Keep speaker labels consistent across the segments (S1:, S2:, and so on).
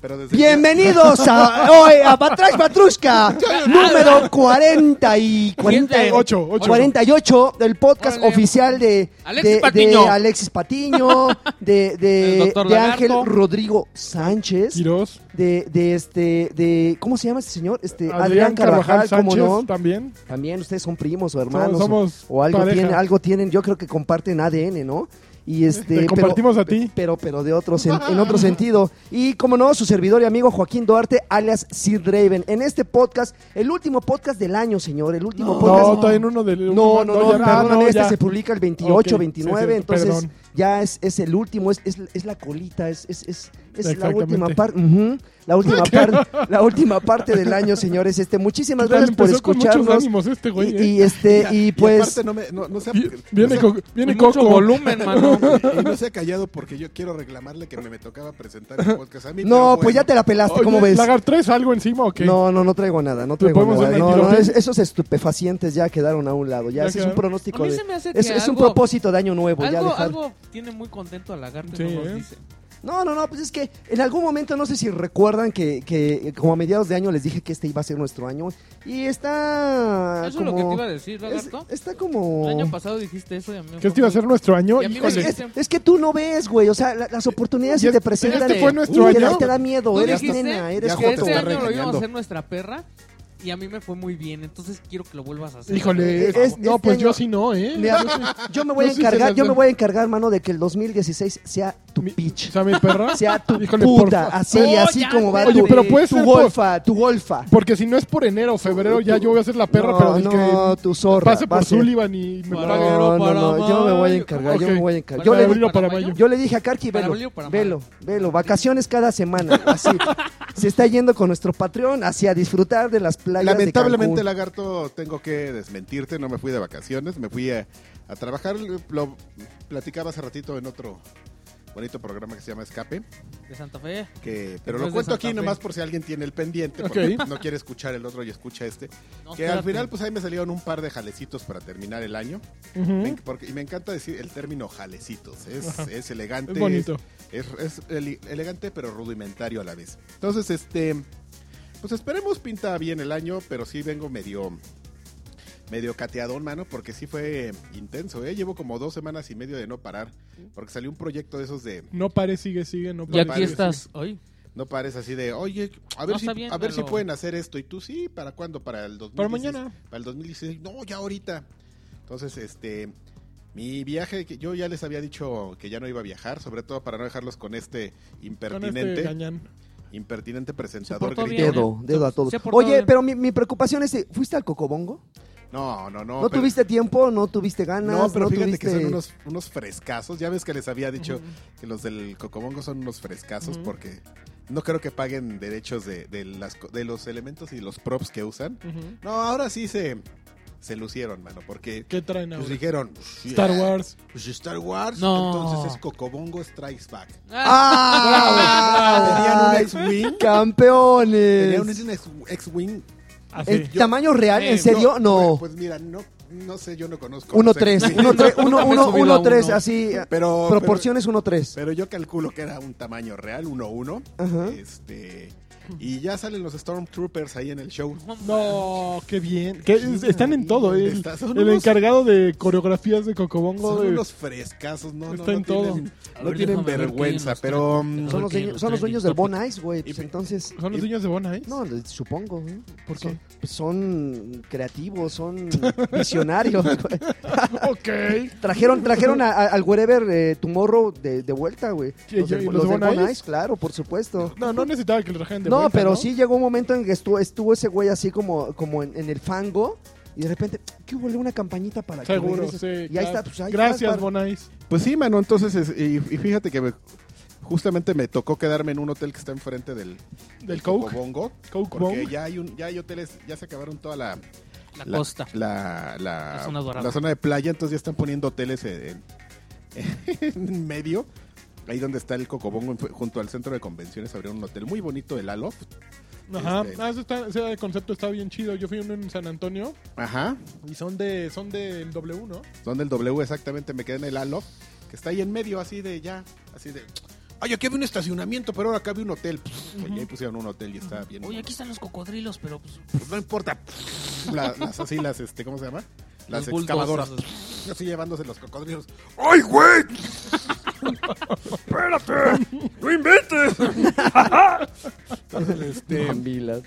S1: Pero desde
S2: Bienvenidos a, hoy a Batrash Batrushka, número 40 y 48,
S1: 48.
S2: 48 del podcast
S3: Órale.
S2: oficial de
S3: Alexis
S2: de- de
S3: Patiño.
S2: Alexis Patiño, de, de-
S3: El doctor
S2: de
S3: Lagarto.
S2: Ángel Rodrigo Sánchez,
S1: Quirós,
S2: de, de este, de, ¿cómo se llama este señor? Este,
S1: Adrián,
S2: Adrián,
S1: Carvajal,
S2: Carvajal, ¿cómo
S1: Sánchez
S2: no?
S1: también.
S2: También ustedes son primos o hermanos.
S1: Somos- somos
S2: o, o algo
S1: pareja.
S2: tienen, algo tienen, yo creo que comparten ADN, ¿no? Y este
S1: Te
S2: pero-
S1: compartimos a ti.
S2: Pero, pero de otro sen- en otro sentido. Y como no, su servidor y amigo Joaquín Duarte, alias Sid Raven. En este podcast, el último podcast del año, señor. El último podcast.
S1: No, todavía en uno del.
S2: No, no, no,
S1: ya,
S2: perdóname,
S1: no,
S2: este
S1: ya.
S2: se publica el 28,
S1: Ok,
S2: 29,
S1: sí, sí,
S2: entonces
S1: perdón.
S2: ya es, es el último, es, es, es la colita, es, es, es, es la
S1: Exactamente.
S2: última parte, la última parte, la última parte del año, señores. Este, muchísimas gracias por
S1: Empezó con muchos
S2: escucharnos.
S1: ánimos este
S2: Y,
S1: güey. eh.
S2: y, este, y pues,
S4: aparte no, me, no, no sea-
S1: Vi- Viene,
S4: no sea-
S1: co- viene
S3: Con mucho
S1: Coco.
S3: volumen, mano.
S4: y no se ha callado porque yo quiero reclamarle que me, me tocaba presentar el podcast a mí.
S2: no,
S4: pero
S2: pues ya te
S4: bueno.
S2: la pelaste,
S1: Oye,
S2: ¿cómo ves?
S1: ¿Lagar tres algo encima o qué?
S2: No, no, no traigo nada, no
S1: ¿Le
S2: traigo
S1: podemos
S2: nada.
S1: dar
S2: No,
S1: una
S2: no,
S1: tirofil?
S2: es- esos estupefacientes ya quedaron a un lado, ya, ese
S1: Ya
S2: es un
S1: quedaron.
S2: pronóstico
S3: A mí
S2: de-
S3: se me hace que
S2: es, es un
S3: algo-
S2: propósito de año nuevo, ya
S3: Algo,
S2: dejar.
S3: algo tiene muy contento a Lagarto
S1: Sí,
S3: y no nos
S1: ¿eh?
S3: dice.
S2: No, no, no, pues es que en algún momento, no sé si recuerdan que, que como a mediados de año les dije que este iba a ser nuestro año y está
S3: Eso
S2: Ah, como...
S3: es lo que te iba a decir, Lagarto.
S2: es- está como...
S3: El año pasado dijiste eso y a mí me
S1: ¿Qué
S3: fue
S1: este iba a
S3: muy-
S1: ser nuestro año?
S3: Y a mí me
S1: Híjole.
S3: dijiste-
S2: Es, es que tú no ves, güey. O sea, la- las oportunidades
S1: ¿Y
S2: se te
S1: este-
S2: presentan.
S1: este
S2: de-
S1: fue nuestro
S2: Te, da-
S1: año?
S2: te da miedo,
S3: Tú
S2: eres
S3: dijiste
S2: nena,
S4: ya
S2: eres
S3: que
S4: Joto
S2: joto.
S3: este
S4: está
S3: año lo íbamos a
S4: regañando.
S3: hacer nuestra perra y a mí me fue muy bien, entonces quiero que lo vuelvas a hacer.
S1: Híjole.
S2: Es- es-
S1: no, pues
S2: este
S1: yo
S2: año-
S1: sí no, ¿eh?
S2: Mira, yo me voy a
S1: No sé si
S2: encargar,
S1: se
S2: yo me
S1: las-
S2: voy a encargar, mano, de que el 2016 sea tu
S1: Mi-
S2: pitch.
S1: O sea, mi perra.
S2: Sea tu
S1: Híjole,
S2: puta,
S1: porfa.
S2: así,
S3: No,
S2: así
S3: ya,
S2: como va
S1: Oye,
S2: tu,
S1: pero puede
S2: tu
S1: ser por-
S2: golfa, tu golfa.
S1: Porque si no es por enero o febrero, ya yo voy a ser la perra,
S2: no,
S1: pero del
S2: no,
S1: que
S2: tu zorra.
S1: pase
S2: va a
S1: por
S2: ser-
S1: Sullivan y me
S3: No,
S1: pague.
S2: No, no, no, yo me voy a encargar, yo
S1: Ok.
S2: me voy a encargar.
S3: Para
S2: Yo le,
S1: abril o para
S3: para
S1: mayo.
S2: yo le dije a Karki,
S3: Para
S2: velo,
S3: abril o para mayo.
S2: velo, velo, vacaciones cada semana, así. Se está yendo con nuestro Patreon hacia disfrutar de las playas
S4: Lamentablemente,
S2: de Cancún.
S4: Lagarto, tengo que desmentirte. No me fui de vacaciones, me fui a, a trabajar. Lo platicaba hace ratito en otro bonito programa que se llama Escape.
S3: De Santa Fe.
S4: que
S3: Entonces,
S4: Pero lo cuento
S3: de
S4: aquí
S3: Santa Fe.
S4: nomás por si alguien tiene el pendiente, porque
S1: Ok.
S4: no quiere escuchar el otro y escucha este.
S3: No,
S4: que al
S3: espérate.
S4: final, pues ahí me salieron un par de jalecitos para terminar el año. Me
S1: Ujú.
S4: enc- porque- y me encanta decir el término jalecitos. Es, es elegante.
S1: Es bonito.
S4: Es, es ele- elegante, pero rudimentario a la vez. Entonces, este. Pues esperemos pinta bien el año, pero sí vengo medio. Medio cateadón, mano, porque sí fue intenso, ¿eh? Llevo como dos semanas y medio de no parar, porque salió un proyecto de esos de
S1: No pare, sigue, sigue, no
S3: Y
S1: pare.
S4: Papá,
S3: aquí
S4: yo
S3: estás. Ay,
S4: no pares así de, oye, a ver,
S3: No,
S4: si,
S3: está bien,
S4: a ver
S3: pero-
S4: si pueden hacer esto. Y tú sí, ¿para cuándo? Para el 2016.
S1: Para mañana.
S4: Para el 2016. No, ya ahorita. Entonces, este, mi viaje, que yo ya les había dicho que ya no iba a viajar, sobre todo para no dejarlos con este
S1: Con este
S4: impertinente,
S1: gañán.
S4: impertinente presentador.
S3: Se portó
S4: gritón.
S3: bien,
S2: Dedo,
S3: ¿eh?
S2: dedo a todos.
S3: Se ha portado
S2: Oye,
S3: bien.
S2: pero mi, mi preocupación es, ¿fuiste al Cocobongo?
S3: ¿eh?
S4: No, no, no.
S2: ¿No
S4: pero-
S2: tuviste tiempo? ¿No tuviste ganas?
S4: No, pero fíjate
S2: tuviste...
S4: que son unos, unos frescazos. Ya ves que les había dicho que los del Cocobongo son unos frescazos
S1: Ujú.
S4: porque no creo que paguen derechos de, de las, co- de los elementos y los props que usan.
S1: Ujú.
S4: No, ahora sí se, se lucieron, mano, porque
S1: ¿Qué traen
S4: nos
S1: ahora?
S4: dijeron
S1: Star
S4: "Yeah,
S1: Wars.
S4: pues Star Wars,
S3: No.
S4: entonces es Cocobongo Strikes Back.
S2: ¡Ah!
S4: Tenían un X-Wing. Tenían un
S2: ¡Campeones!
S4: X- X-Wing.
S1: Así.
S2: ¿En tamaño real? ¿En
S3: Eh,
S2: serio? No.
S4: Pues mira, no, no sé, yo no conozco. los
S2: 1-3,
S4: X-Wing.
S2: 1-3,
S3: Nunca me he subido a
S2: 1-3,
S3: uno.
S2: así. eh,
S4: Pero,
S2: Proporciones 1-3.
S4: Pero yo calculo que era un tamaño real, 1-1.
S2: Ajá.
S4: Este, y ya salen los Stormtroopers ahí en el show.
S1: No, qué bien. Que es- están en todo. El,
S4: Está- son
S1: el
S4: unos-
S1: encargado de coreografías de Cocobongo.
S4: Son
S1: de-
S4: unos frescazos, no, no,
S1: Está
S4: no
S1: en todo.
S4: tienen,
S3: A
S4: no
S3: ver,
S4: tienen
S3: déjame ver
S4: vergüenza,
S3: quién
S4: pero...
S3: nos trae.
S4: mm,
S2: Son los,
S3: Ok,
S2: dueños,
S3: los
S2: son los
S3: trending
S2: dueños del
S3: topic.
S2: Bon Ice, güey.
S4: Y
S2: pues
S4: pe-
S2: entonces.
S1: ¿Son los dueños de Bona, ¿eh?
S2: No, le- supongo. ¿eh?
S1: ¿Por qué?
S2: Son, pues son creativos, son visionarios. güey.
S1: Ok.
S2: trajeron trajeron a- a- al Wherever eh, Tomorrow de, de vuelta, güey.
S1: ¿Quién,
S2: Los de,
S1: yo- y
S2: los
S1: los de
S2: de
S1: Bon
S2: Bon
S1: Ice?
S2: Ice, claro, por supuesto.
S1: No, no necesitaba que lo trajeran de
S2: no,
S1: vuelta,
S2: pero sí llegó un momento en que estuvo, estuvo ese güey así como, como en, en el fango y de repente, ¿qué hubo? Una campañita para que
S1: Seguro,
S2: regreses.
S1: sí.
S2: Y ahí
S1: claro.
S2: está, pues ahí
S1: Gracias,
S2: estás,
S1: Bonais.
S4: Pues sí, mano, entonces, es- y, y fíjate que me- justamente me tocó quedarme en un hotel que está enfrente del...
S1: Del Coke.
S4: Cocobongo,
S1: Coke
S4: Porque
S1: Bong.
S4: ya hay, un, ya hay hoteles, ya se acabaron toda la...
S3: la costa.
S4: La, la-
S3: La zona dorada.
S4: la zona de playa, entonces ya están poniendo hoteles en, en- en medio. Ahí donde está el Cocobongo, en- junto al centro de convenciones, abrieron un hotel muy bonito, el Aloft.
S1: Ajá.
S4: Este-
S1: Ah, eso está- ese concepto está bien chido. Yo fui a uno en San Antonio
S4: Ajá.
S1: y son de son del W, ¿no?
S4: Donde el W exactamente me quedé en el Aloft, que está ahí en medio, así de ya, así de... Ay, aquí había un estacionamiento, pero ahora acá había un hotel. Pff, oye, ahí pusieron un hotel y está bien.
S3: Oye, aquí están los cocodrilos, pero pues,
S4: No importa. Pff, la- las así, las, este, ¿cómo se llama? Las
S3: Los
S4: excavadoras.
S3: bulldozers.
S4: Pff, Así llevándose los cocodrilos. ¡Ay, güey! ¡Espérate! ¡No inventes! Entonces, este,
S5: Mambilas.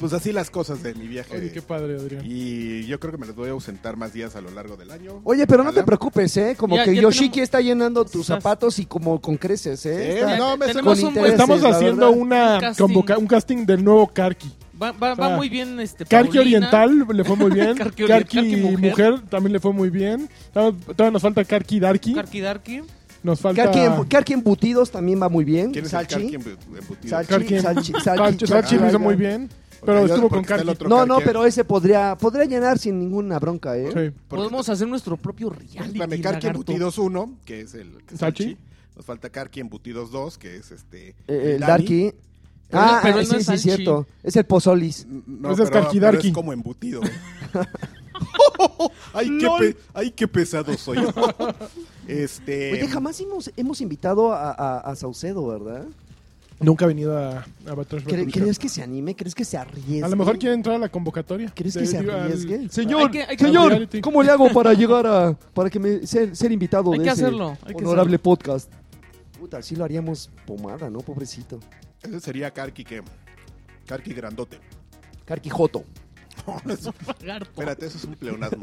S4: pues así las cosas de mi viaje.
S1: Oye, qué padre, Adrián.
S4: Y yo creo que me les voy a ausentar más días a lo largo del año.
S2: Oye, pero no te
S4: Ojalá.
S2: preocupes, ¿eh? Como
S3: Ya-
S2: que
S3: ya
S2: Yoshiki
S3: tenemos-
S2: está llenando tus
S3: Esas-
S2: zapatos y como con creces, ¿eh?
S4: Sí,
S2: Está-
S3: ya
S4: no, me
S3: tenemos
S2: con
S3: un
S2: interés. Ese
S3: buen-
S1: Pues, Estamos
S2: es la
S1: haciendo
S2: verdad.
S1: una
S3: Un casting.
S1: convoca- un casting del nuevo Karki.
S3: va, va,
S1: O sea,
S3: va muy bien este
S1: Karki
S3: Paulina.
S1: Oriental le fue muy bien.
S3: Karki
S1: Karki,
S3: Oriental, Karki
S1: mujer.
S3: Mujer.
S1: también le fue muy bien. Todavía todavía nos falta Karki Darky.
S3: Karki Darki.
S1: Nos falta
S2: Karki, en- Karki embutidos también va muy bien.
S4: ¿Quién es el
S2: Salchi.
S4: Karki embu- embutido?
S2: Salchi.
S1: Karki.
S2: Salchi- Salchi-
S1: Salchi, Salchi lo
S2: Salchi.
S1: hizo muy bien, pero
S4: yo-
S1: estuvo
S4: porque
S1: con
S4: está el
S1: Karki.
S4: otro
S2: No, no,
S4: Karki.
S2: pero ese podría, podría llenar sin ninguna bronca, ¿eh?
S1: Sí.
S4: Porque-
S3: Podemos hacer nuestro propio reality.
S4: Espérame, Karki
S3: lagarto.
S4: Embutidos 1, que es el que es
S1: Salchi.
S4: Salchi. Nos falta Karki Embutidos 2, que es este.
S2: Eh, el
S4: Dani.
S2: Darky.
S3: Pero
S2: Ah,
S3: él- pero
S2: ah,
S3: él no
S2: sí,
S3: es
S2: sí,
S3: Salchi.
S2: cierto. Es el Pozolis.
S4: No,
S1: Ese es
S4: pero-
S1: Karki
S4: pero
S1: Darki.
S4: es como embutido. ¿eh? ay, qué
S1: Lol.
S4: pe- ay, qué pesado soy. este.
S3: Eh,
S2: Oye, jamás hemos, hemos invitado a, a- a Saucedo, ¿verdad?
S1: Nunca ha venido a, a Batrash
S2: ¿Cre-
S1: Battle
S2: ¿Crees que se anime? ¿Crees que se arriesgue?
S1: A lo mejor quiere entrar a la convocatoria.
S2: ¿Crees que
S1: De-
S2: se
S1: digo, al-
S2: arriesgue?
S1: Señor,
S3: Hay que- hay que-
S1: señor.
S2: ¿Cómo le hago para llegar a. para que me, ser, ser invitado
S3: Hay
S2: de
S3: que
S2: ese
S3: hacerlo, hay que
S2: honorable podcast? Puta, sí lo haríamos pomada, ¿no? Pobrecito.
S4: Ese sería Karki que. Karki grandote.
S2: Carquijoto.
S4: No, no es-
S3: Lagarto.
S4: espérate, eso es un pleonasmo.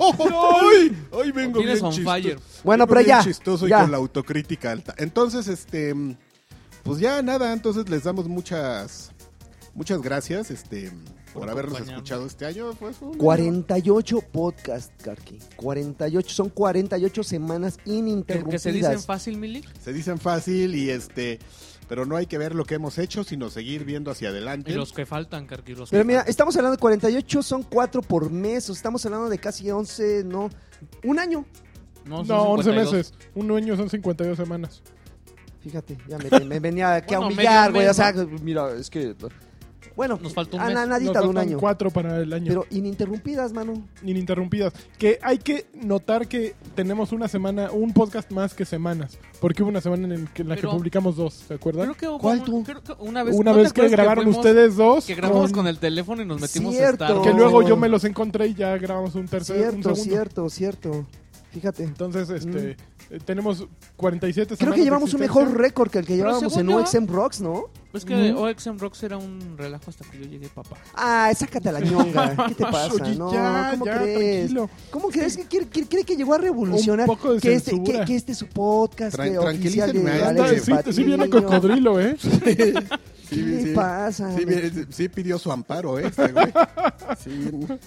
S4: ¡Ay! ¡Ay, vengo bien
S3: Tienes on
S4: chistoso!
S3: fire.
S2: Bueno,
S4: Vengo
S2: pero
S4: bien
S2: ya.
S4: chistoso y
S2: ya.
S4: con la autocrítica alta. Entonces, este. Pues ya nada, entonces les damos muchas. Muchas gracias, este. Por,
S3: Por
S4: habernos
S3: acompañarnos.
S4: escuchado este año. Pues, un año
S2: 48 podcast, Carqui. 48, son 48 semanas
S3: Que,
S2: ininterrumpidas.
S3: que se dicen fácil, Milik.
S4: se dicen fácil y este pero no hay que ver lo que hemos hecho sino seguir viendo hacia adelante
S3: Y los que faltan, Karki. Los
S2: Pero
S3: que
S2: mira,
S3: faltan.
S2: estamos hablando de 48, son 4 por mes, o sea, estamos hablando de casi 11, no, un año.
S3: No, son
S1: No, 11
S3: 52.
S1: meses. Un año son 52 semanas.
S2: Fíjate, ya me, me venía aquí a
S3: Bueno,
S2: humillar,
S3: medio
S2: güey, o
S3: mes,
S2: sea, mira, es que... Bueno,
S3: Nos faltó un
S2: a
S3: mes.
S2: na-
S1: Nos
S2: nadita de un
S1: faltan
S2: año,
S1: cuatro para el año.
S2: pero ininterrumpidas, mano.
S1: ininterrumpidas. Que hay que notar que tenemos una semana, un podcast más que semanas. Porque hubo una semana en, el que- en la
S3: Pero-
S1: que publicamos dos, ¿se acuerdan?
S3: Creo que hubo
S2: ¿Cuál
S3: un-
S2: tú?
S3: creo que una vez,
S1: una
S3: ¿no te
S1: vez que
S3: acuerdas
S1: grabaron
S3: fuimos-
S1: ustedes dos.
S3: Que grabamos con el teléfono y nos metimos
S2: Cierto.
S3: a estar.
S1: Que
S2: No.
S1: luego yo me los encontré y ya grabamos un tercer un
S2: Cierto,
S1: segundo.
S2: cierto, cierto, fíjate.
S1: Entonces, este, eh, tenemos 47
S2: Creo
S1: semanas.
S2: que llevamos
S1: de
S2: un mejor
S1: existencia.
S2: récord que el que
S3: Pero
S2: llevábamos en
S3: según yo-
S2: UXM Rocks, ¿no?
S3: Es que
S1: Ujú.
S3: OXM Rocks era un relajo hasta que yo llegué, papá.
S2: Ah, sácate a la ñonga, ¿qué te pasa?
S1: Ah, Oye,
S2: No,
S1: ya,
S2: ¿cómo
S1: ya,
S2: crees?
S1: tranquilo.
S2: ¿Cómo crees que quiere, quiere- quiere que llegó a revolucionar?
S1: Un poco de
S2: que, este,
S1: censura.
S2: que, que este es su podcast
S4: Tran-
S2: que oficial de
S4: tranquilícenme, anda,
S1: Anda,
S2: Alex
S1: sí, sí
S2: Patiño.
S1: viene cocodrilo, ¿eh?
S2: ¿Qué le pasa?
S4: sí, bien, sí pidió su amparo ¿eh? este güey Sí, bien.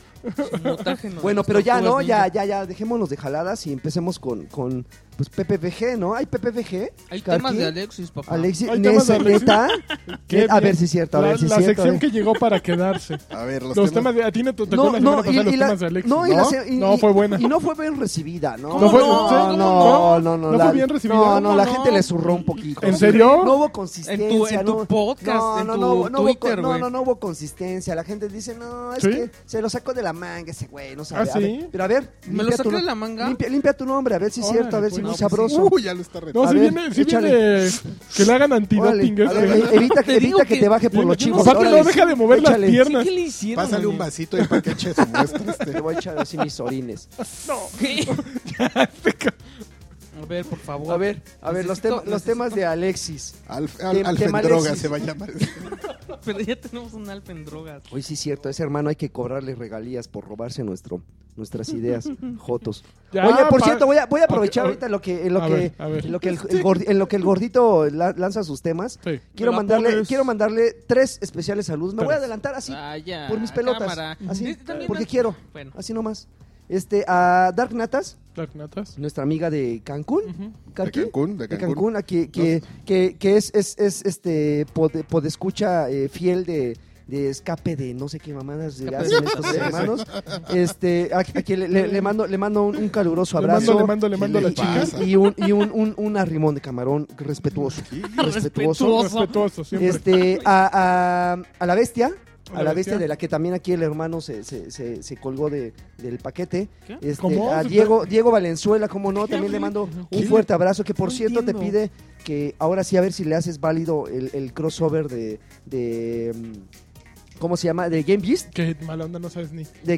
S3: Mutágenos.
S2: Bueno,
S3: las
S2: pero ya,
S3: tortugas
S2: ¿no? Ya,
S3: ninja.
S2: ya, ya, dejémonos de jaladas y empecemos con, con pues, PPVG, ¿no? ¿Hay PPVG?
S3: Hay
S2: Karki,
S3: temas de Alexis, papá.
S2: Alexis,
S1: Hay temas de
S2: ¿neta?
S1: Alexis.
S2: ¿Neta?
S1: Qué
S2: A
S1: bien.
S2: ver si es cierto, a
S1: la,
S2: ver si es
S1: la
S2: cierto.
S1: sección
S2: eh.
S1: que llegó para quedarse.
S4: a ver los,
S1: Los, temas, de. A ti no te tocó
S2: No,
S1: la semana
S2: no, y,
S1: pasada los
S2: y la,
S1: temas de Alex.
S2: no, y la
S4: ¿no?
S2: se- y-
S1: No,
S2: y-
S1: fue buena.
S2: Y no fue bien recibida, ¿no?
S3: ¿Cómo
S1: No fue-
S2: no, no,
S1: ¿sí? ¿Cómo
S2: no,
S1: no?
S2: no,
S1: ¿No
S2: la-
S1: fue bien recibida?
S2: No, no, la
S3: ¿Cómo
S2: gente
S3: no?
S2: le zurró un poquito.
S1: ¿En serio?
S2: No hubo consistencia.
S3: En tu- en tu
S2: no-
S3: podcast,
S2: no,
S3: en
S2: no,
S3: tu
S2: no, hubo- no, hubo,
S3: Twitter,
S2: no,
S3: güey.
S2: no, no hubo consistencia. La gente dice, no, es
S1: ¿Sí?
S2: que se lo sacó de la manga ese güey, no sabe.
S1: ¿Ah,
S2: A ver,
S1: sí?
S2: pero a ver,
S3: ¿Me lo
S2: limpia
S3: saqué
S2: tu
S3: de
S2: no-
S3: la manga?
S2: Limpia, limpia tu nombre, a ver si es
S1: Órale,
S2: cierto, a ver
S1: pues,
S2: si es
S1: no,
S2: muy
S1: pues,
S2: sabroso.
S4: uh, ya lo está
S1: No,
S4: retando.
S2: A
S1: si
S2: ver,
S1: viene, si
S2: échale.
S1: viene que le hagan
S2: Órale,
S1: antidoping.
S2: a ver,
S1: este.
S2: e- evita,
S3: Te digo
S2: evita que,
S3: que-
S2: te baje por los
S1: Sí,
S2: chivos.
S1: aparte,
S2: órale.
S1: no deja de mover
S2: Échale.
S1: las
S3: ¿Sí
S1: piernas.
S3: que le hicieron?
S4: pásale un
S3: amigo?
S4: vasito y para que eche su muestra
S2: Te
S4: este
S2: voy a echar así mis orines.
S3: ¿Qué? A ver, por favor.
S2: A ver, a ver, los,
S3: Necesito-
S2: tem- los temas de Alexis.
S4: Al,
S2: Tem-
S4: al,
S2: tema
S4: Alfendroga
S2: Alexis.
S4: se va a llamar
S3: Pero ya tenemos un alfa en drogas.
S2: Hoy sí es cierto, a ese hermano hay que cobrarle regalías por robarse nuestro, nuestras ideas, Jotos.
S1: Ya,
S2: Oye, por
S1: Ah, pa-
S2: cierto, voy a, voy a aprovechar
S1: Ok,
S2: ahorita lo que, en lo
S1: a
S2: que,
S1: ver, a ver. Este
S2: en lo que el, el gordi- en lo que el gordito la- lanza sus temas.
S1: Sí.
S2: Quiero
S3: la
S2: mandarle,
S3: pones.
S2: quiero mandarle tres especiales saludos. Me voy a
S1: Tres. Este
S2: adelantar así,
S3: Ah, ya,
S2: por mis pelotas.
S3: cámara.
S2: Así,
S3: Sí, también
S2: porque
S3: no-
S2: quiero.
S3: Bueno.
S2: Así nomás. Este, a Dark Natas,
S1: Dark Natas.
S2: nuestra amiga de Cancún. Carqui,
S4: De Cancún, de
S2: de
S4: Cancún.
S2: Cancún, a que, que, que, que es, es, es este pod- podescucha eh, fiel de, de escape de no sé qué mamadas
S3: Escape
S2: hacen
S3: de-
S2: estos hermanos. Este, a, a que le, le- le mando, le mando un, un caluroso
S1: Le mando,
S2: abrazo.
S1: le mando, le
S4: ¿Qué
S1: mando a
S4: le
S1: la chica.
S4: pasa?
S2: Y un, y un, un, un arrimón de camarón respetuoso.
S4: Sí.
S2: respetuoso.
S3: Respetuoso.
S1: Respetuoso, siempre.
S2: Este, a, a, a la bestia, a la bestia de la que también aquí el hermano se, se, se, se colgó de, del paquete.
S3: ¿Qué?
S2: Este,
S1: ¿Cómo?
S2: A Diego, Diego Valenzuela, como no, también le mando un
S1: ¿Qué?
S2: fuerte abrazo, que por
S3: No
S2: cierto te
S3: entiendo.
S2: pide que ahora sí a ver si le haces válido el, el crossover de, de, mm, ¿cómo se llama? De Game Beast.
S1: Que mala onda, no sabes ni.
S2: De, de-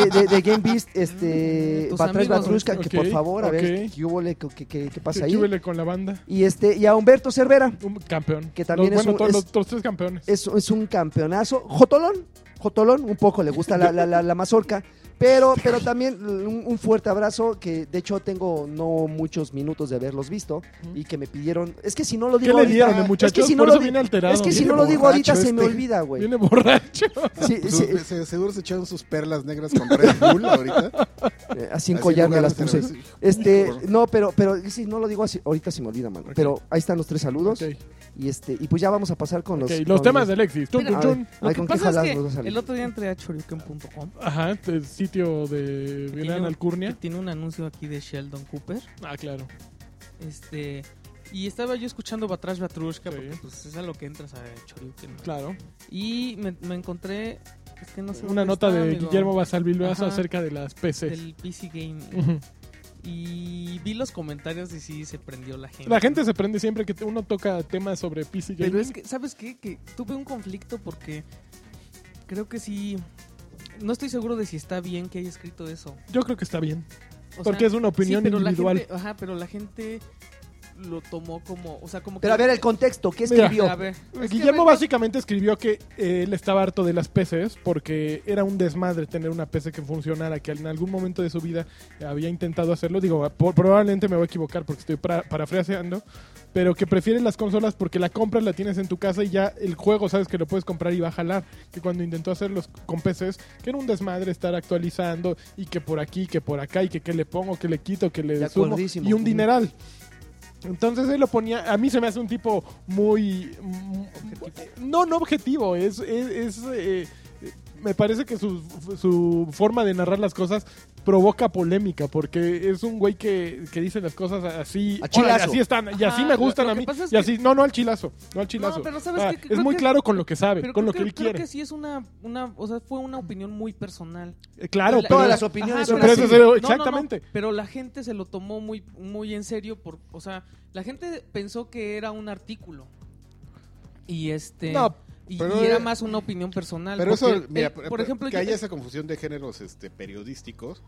S2: de- de- de Game Beast, este,
S3: Tus
S2: Batrás
S3: amigos.
S2: Batrushka, que por
S1: Ok,
S2: favor, a ver,
S1: ok.
S2: ¿qué, hubo le- qué- qué- qué- qué pasa
S1: ¿Qué
S2: ahí?
S1: chúbele con la banda?
S2: Y, este, y a Humberto Cervera,
S1: Un campeón.
S2: Que también
S1: Los-
S2: es
S1: bueno,
S2: un-
S1: todos
S2: es-
S1: los, los tres campeones.
S2: es, es un campeonazo. Jotolón, Jotolón, un poco le gusta la, la, la- la mazorca. Pero, pero también un, un fuerte abrazo que de hecho tengo no muchos minutos de haberlos visto y que me pidieron. Es que si no lo
S1: ¿Qué
S2: digo
S1: le
S2: ahorita-
S1: dieron, eh, muchachos?
S2: es que si
S1: Por
S2: no
S1: eso
S2: lo, di-
S1: viene alterado.
S2: es que si
S1: viene,
S2: no lo digo
S4: borracho
S2: ahorita se me
S4: este.
S2: olvida, güey.
S1: viene borracho.
S2: Sí,
S4: Sus-
S2: sí,
S4: se- seguro se echaron sus perlas negras con Red Bull ahorita.
S2: eh, así en
S4: Así
S2: collar
S4: en
S2: me
S4: lugar
S2: las
S4: de
S2: puse.
S4: cerveza.
S2: Este,
S4: Híjole.
S2: no, pero, pero si no lo digo así, ahorita se me olvida, mano.
S1: Ok.
S2: Pero ahí están los tres saludos.
S1: Ok,
S2: Y este, y pues ya vamos a pasar con
S1: ok,
S2: los,
S1: Los,
S2: con
S1: temas
S2: los-
S1: de Alexis. Chun,
S3: Mira,
S1: chun, chun.
S2: Ay, ¿con
S3: Lo que
S2: qué
S3: pasa es
S2: jaladas
S3: que
S2: nos va a salir?
S3: el otro día entré a choriuken.com
S1: Ajá, el sitio de Vilán
S3: Tiene- que
S1: Alcurnia.
S3: tiene un anuncio aquí de Sheldon Cooper.
S1: Ah, claro.
S3: Este. Y estaba yo escuchando Batrash Batrushka,
S1: Sí.
S3: porque pues es a lo que entras a Choriuken.
S1: Claro.
S3: Y me, me encontré. Es que no sé
S1: Una
S3: dónde
S1: nota
S3: está,
S1: de
S3: amigo,
S1: Guillermo Basalvilbazo
S3: Ajá.
S1: acerca de las PCs.
S3: Del PC Game.
S1: Ujú.
S3: Y vi los comentarios y sí se prendió la gente.
S1: La gente se prende siempre que uno toca temas sobre PC gaming.
S3: Pero es que, ¿sabes qué? Que tuve un conflicto porque creo que sí. No estoy seguro de si está bien que haya escrito eso.
S1: Yo creo que está bien.
S3: O
S1: porque
S3: sea,
S1: es una opinión
S3: sí, pero
S1: individual.
S3: La gente, ajá, pero la gente lo tomó como. O sea, como
S2: Pero a
S3: que-
S2: ver el contexto, ¿qué
S1: Mira.
S2: escribió?
S3: A ver, es que
S1: Guillermo
S3: a ver,
S1: básicamente escribió que eh, él estaba harto de las PCs porque era un desmadre tener una PC que funcionara, que en algún momento de su vida había intentado hacerlo. Digo, por- probablemente me voy a equivocar porque estoy pra- parafraseando, pero que prefiere las consolas porque la compras, la tienes en tu casa y ya el juego sabes que lo puedes comprar y va a jalar. Que cuando intentó hacerlos con PCs, que era un desmadre estar actualizando y que por aquí, que por acá y que qué le pongo, que le quito, que le
S2: De
S1: sumo
S2: acuerdísimo.
S1: y un
S2: Ujú.
S1: dineral. Entonces él lo ponía, a mí se me hace un tipo muy... mm, No, no objetivo, es... es, es, eh, me parece que su, su forma de narrar las cosas provoca polémica, porque es un güey que, que dice las cosas así...
S2: A chilazo.
S1: "Órale, así están, y así
S3: Ajá,
S1: me gustan
S3: lo-
S1: a
S3: lo
S1: mí.
S3: que pasa
S1: y
S3: es que-
S1: así, no, no al chilazo, no al chilazo. Ah,
S3: pero ¿sabes qué?
S1: es
S3: Creo
S1: muy
S3: que-
S1: claro con lo que sabe,
S3: pero
S1: con
S3: creo
S1: lo que, él
S3: que- creo
S1: quiere.
S3: que sí es una, una. O sea, fue una opinión muy personal.
S1: Eh, Claro,
S3: La-
S1: pero...
S2: Todas
S3: la-
S2: las opiniones
S1: son
S3: pero
S1: así.
S3: sí.
S1: Pero
S3: No, no, no,
S1: exactamente.
S3: pero la gente se lo tomó muy, muy en serio. Por, o sea, la gente pensó que era un artículo. Y este.
S1: No,
S3: y,
S4: pero-
S3: y era más una opinión personal.
S4: Pero eso,
S3: porque
S4: mira,
S3: el-
S4: por,
S3: eh, por ejemplo,
S4: que
S3: yo-
S4: haya esa confusión de géneros este, periodísticos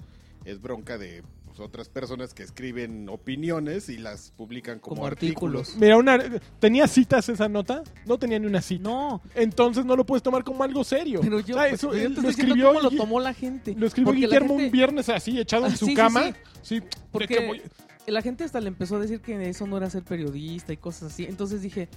S4: es bronca de pues, otras personas que escriben opiniones y las publican como,
S3: Como
S4: artículos.
S3: artículos.
S1: Mira, una, ¿tenía citas esa nota? No tenía ni una cita.
S3: no,
S1: Entonces no lo puedes tomar como algo serio.
S3: pero yo,
S1: O sea, eso,
S3: pero yo
S1: él
S3: te
S1: lo
S3: estoy diciendo
S1: escribió,
S3: cómo lo
S1: Gui-
S3: tomó la gente.
S1: lo escribió
S3: Porque la
S1: Guillermo
S3: gente-
S1: un viernes así, echado
S3: Ah,
S1: en su
S3: sí, sí,
S1: cama.
S3: sí.
S1: Sí,
S3: Porque
S1: ¿de qué voy?
S3: la gente hasta le empezó a decir que eso no era ser periodista y cosas así. Entonces dije,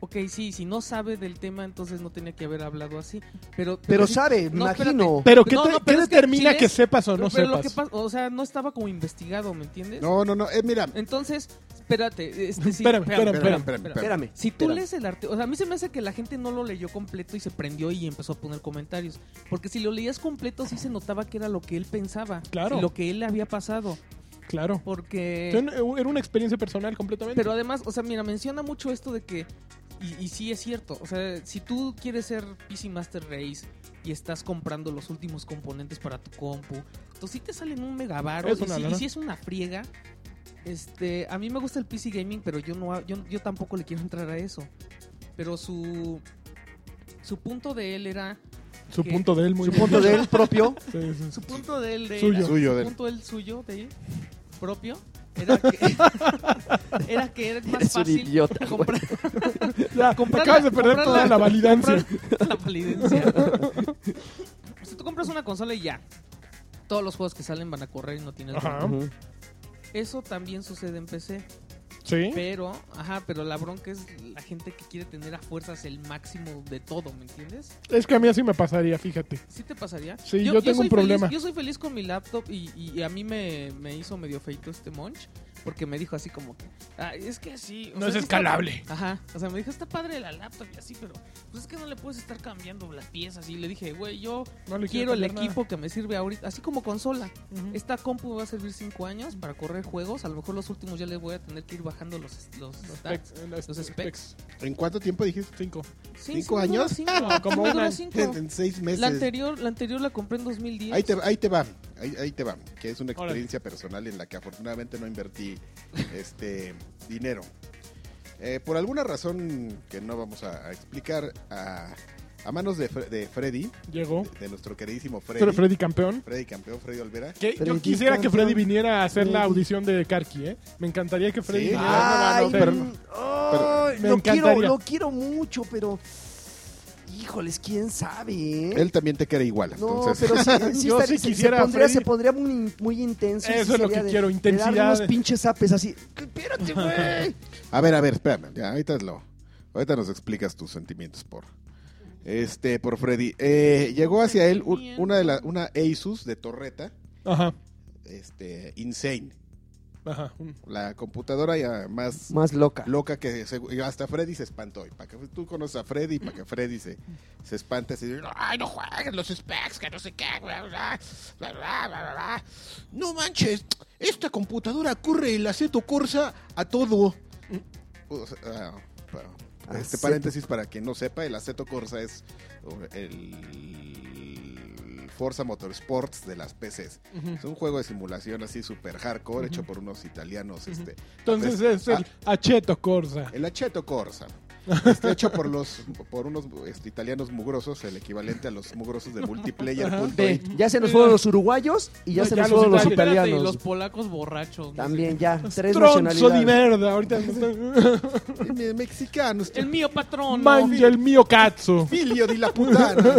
S3: ok, sí, si no sabe del tema, entonces no tenía que haber hablado así. Pero,
S2: Pero
S3: sí-
S2: sabe,
S3: No, espérate.
S2: imagino.
S1: Pero ¿qué,
S3: No,
S1: te-
S3: no,
S1: qué
S3: pero es que
S1: determina
S3: si
S1: que
S3: es-
S1: sepas o
S3: pero-
S1: no
S3: pero lo
S1: sepas?
S3: que pasa- o sea, no estaba como investigado, ¿me entiendes?
S4: No, no, no. eh, mira,
S3: Entonces, espérate. Este, sí,
S1: Espérame, espérame,
S4: espérame,
S1: espérame.
S4: espérame, espérame.
S2: Espérame.
S3: Si tú
S2: espérame.
S3: lees el artículo, o sea, a mí se me hace que la gente no lo leyó completo y se prendió y empezó a poner comentarios. Porque si lo leías completo, sí se notaba que era lo que él pensaba.
S1: Claro.
S3: Y lo que él le había pasado.
S1: Claro.
S3: Porque.
S1: Era una experiencia personal completamente.
S3: Pero además, o sea, mira, menciona mucho esto de que. Y, y sí es cierto. O sea, si tú quieres ser PC Master Race y estás comprando los últimos componentes para tu compu, entonces sí te salen un megabaro.
S1: Es
S3: y,
S1: una
S3: si, y
S1: lana.
S3: si es una friega. Este, a mí me gusta el PC Gaming, pero yo no, ha- yo, yo tampoco le quiero entrar a eso. Pero su su punto de él era
S1: su
S3: que-
S1: punto de él muy
S2: Su punto de él propio.
S1: Sí, sí, sí.
S3: su punto de él de
S1: Suyo.
S3: era-
S4: Suyo,
S3: su
S4: de él.
S3: punto del suyo de él propio era que era que era más
S2: Eres un
S3: fácil
S2: idiota, güey.
S3: comprar
S1: Ya,
S3: Comprar
S1: acabas
S3: la-
S1: de perder
S3: comprar
S1: toda la validancia.
S3: comprar la validancia. O sea, tú compras una consola y ya. Todos los juegos que salen van a correr y no tienes.
S1: Ajá.
S3: bronca.
S2: Ujú.
S3: Eso también sucede en PC.
S1: Sí.
S3: Pero, ajá, pero la bronca es la gente que quiere tener a fuerzas el máximo de todo, ¿me entiendes?
S1: Es que a mí así me pasaría, fíjate.
S3: ¿Sí te pasaría?
S1: Sí, yo tengo
S3: soy
S1: un problema.
S3: feliz- yo soy feliz con mi laptop y, y a mí me, me hizo medio feito este munch. Porque me dijo así como que, "Ah, es que sí. o
S1: No es
S3: sí está-
S1: escalable.
S3: Ajá. O sea, me dijo, está padre la laptop y así, pero pues es que no le puedes estar cambiando las piezas. Y le dije, güey, yo
S1: No le
S3: quiero el
S1: cambiar nada.
S3: equipo que me sirve ahorita, así como consola.
S1: Ujú.
S3: Esta compu me va a servir 5 años para correr juegos. A lo mejor los últimos ya les voy a tener que ir bajando los, los,
S1: Los
S3: stacks.
S1: specs. eh, los
S3: Los specs.
S4: ¿En cuánto tiempo dijiste?
S1: Cinco.
S3: Sí,
S4: ¿Cinco
S3: sí me duró
S4: años?
S3: cinco.
S1: Como
S3: Me
S1: un
S3: duró
S1: año.
S3: cinco.
S4: En, en seis meses.
S3: La anterior, la anterior la compré en 2010.
S4: Ahí te, ahí te va, ahí, ahí te va, que es una
S1: Órale.
S4: experiencia personal en la que afortunadamente no invertí este dinero. Eh, por alguna razón que no vamos a, a explicar, a, a manos de, Fre- de Freddy,
S1: Llegó.
S4: de, de nuestro queridísimo Freddy,
S1: Freddy.
S4: Freddy,
S1: campeón.
S4: campeón, Freddy Olvera,
S1: Que yo
S2: Freddy
S1: quisiera que
S2: campeón.
S1: Freddy viniera a hacer la
S2: Freddy.
S1: audición de Karki, ¿eh? Me encantaría que Freddy
S4: Sí.
S1: viniera.
S2: Ay,
S1: no, no,
S2: mm, ay,
S4: pero-
S2: lo
S1: me
S2: quiero,
S1: encantaría.
S2: lo quiero mucho, pero híjoles, quién sabe. eh?
S4: él también te quiere igual.
S2: No,
S4: entonces,
S2: pero sí,
S1: Yo
S2: estaría-
S1: sí
S2: se-
S1: quisiera,
S2: se pondría,
S1: Freddy.
S2: se pondría muy, muy intenso. y
S1: Eso
S2: sí
S1: es
S2: sería
S1: lo que quiero,
S2: de darle
S1: intensidad.
S2: unos pinches zapes así. ¿Qué? Espérate, güey.
S4: a ver, a ver, espérame, ya, ahorita, es lo, ahorita nos explicas tus sentimientos por... Este, por Freddy. Eh, llegó hacia él un- una de la, una Asus de torreta,
S1: Ajá.
S4: este, Insane.
S1: Ajá. un-
S4: la computadora ya más
S2: Más loca.
S4: loca que se- y hasta Freddy se espantó. Y para que pues, tú conoces a Freddy, para que Freddy se, se espante así, de, ay, no juegues los specs, que no sé qué, bla, bla, bla, bla, bla, bla". No manches, esta computadora corre el aceto corsa a todo. O sea, ah, pa- este
S2: Aceto.
S4: paréntesis para quien no sepa, el aceto corsa es o, el Forza Motorsports de las PCs.
S1: ujú.
S4: Es un juego de simulación así super hardcore hecho por unos italianos, este,
S1: Entonces
S4: Pues,
S1: es el Acheto Corsa.
S4: el Acheto Corsa. Este, hecho por los por unos este, italianos mugrosos, el equivalente a los mugrosos de multiplayer.it.
S2: Ve, ya se nos fueron los uruguayos y ya
S1: No,
S2: se
S1: ya
S2: nos
S1: los
S2: fueron los
S1: italianos.
S3: Espérate, y
S2: italianos.
S3: los polacos borrachos. no
S2: También
S3: sé
S2: ya, tres
S1: Tronzo de
S2: nacionalidades.
S1: merda. Ahorita
S4: Me- eh, Mexicanos,
S3: qué. El mío patrón. ¿no?
S1: Mangia el mío cazzo.
S4: filio de la putana.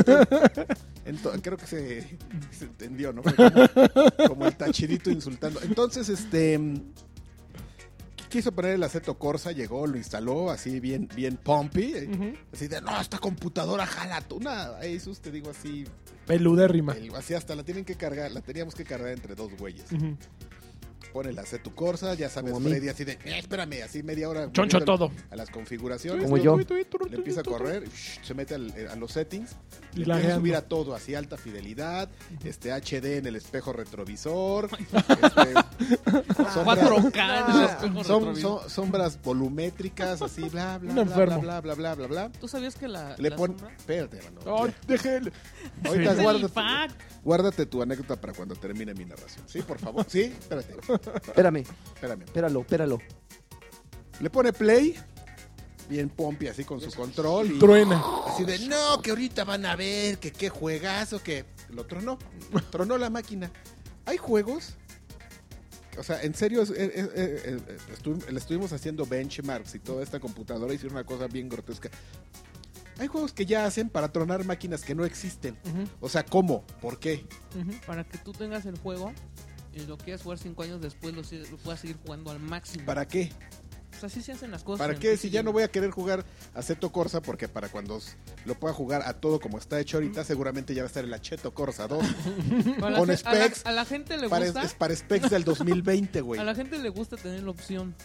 S4: Ento- creo que se, se entendió, ¿no? Fue Como, como el tachirito insultando. Entonces, este mm, quiso poner el aceto Corsa, llegó, lo instaló así bien bien pumpy, eh, así de, "No, esta computadora jala tú nada." Asus te digo así,
S1: Peludérrima.
S4: el- así hasta la tienen que cargar, la teníamos que cargar entre dos güeyes.
S1: Ujú.
S4: Pone la tu Corsa, ya sabes,
S2: Como a mí.
S4: Freddy así de, "Eh, espérame, así media hora.
S1: Choncho
S4: metiéndole
S1: todo.
S4: A las configuraciones.
S2: Como
S4: lo-
S2: yo.
S4: Le empieza a correr, shh, se mete al- eh, a los settings,
S1: Y
S4: le
S1: la
S4: empieza a
S1: vean,
S4: subir
S1: ¿no?
S4: a todo, así alta fidelidad, este HD en el espejo retrovisor, este, sombras,
S3: 4K en el espejo
S4: som-
S3: retrovisor.
S4: som- sombras volumétricas, así, bla, bla,
S1: Un
S4: bla, bla,
S1: enfermo.
S4: bla, bla, bla, bla, bla.
S3: ¿Tú sabías que la,
S4: Le
S3: la
S4: pone...
S3: sombra-
S4: Espérate, mano.
S1: Ay, déjele.
S4: Ahorita
S1: Sí.
S3: Es el
S4: guárdate,
S3: fact.
S4: guárdate tu anécdota para cuando termine mi narración. Sí, por favor. Sí, espérate,
S2: Espérame,
S4: espérame.
S2: espéralo, espéralo.
S4: Le pone play, bien pompi así con su control y
S1: Truena.
S4: así de no, que ahorita van a ver, que qué juegazo, que lo tronó, tronó la máquina. Hay juegos, o sea, en serio, es- es- es- es- es- estu- le estuvimos haciendo benchmarks y toda esta computadora hicieron una cosa bien grotesca. Hay juegos que ya hacen para tronar máquinas que no existen. O sea, ¿cómo? ¿Por qué?
S3: Para que tú tengas el juego y lo quieras jugar 5 años después, lo, si- lo puedas seguir jugando al máximo.
S4: ¿Para qué?
S3: O sea, así se hacen las cosas.
S4: ¿Para qué? Si ya no voy a querer jugar Aceto Corsa, porque para cuando s- lo pueda jugar a todo como está hecho ahorita, seguramente ya va a estar el Aceto Corsa 2.
S3: Para
S4: con
S3: la- a la-
S4: specs,
S3: A la, gente le
S4: para,
S3: gusta.
S4: es para specs del 2020, güey.
S3: A la gente le gusta tener la opción.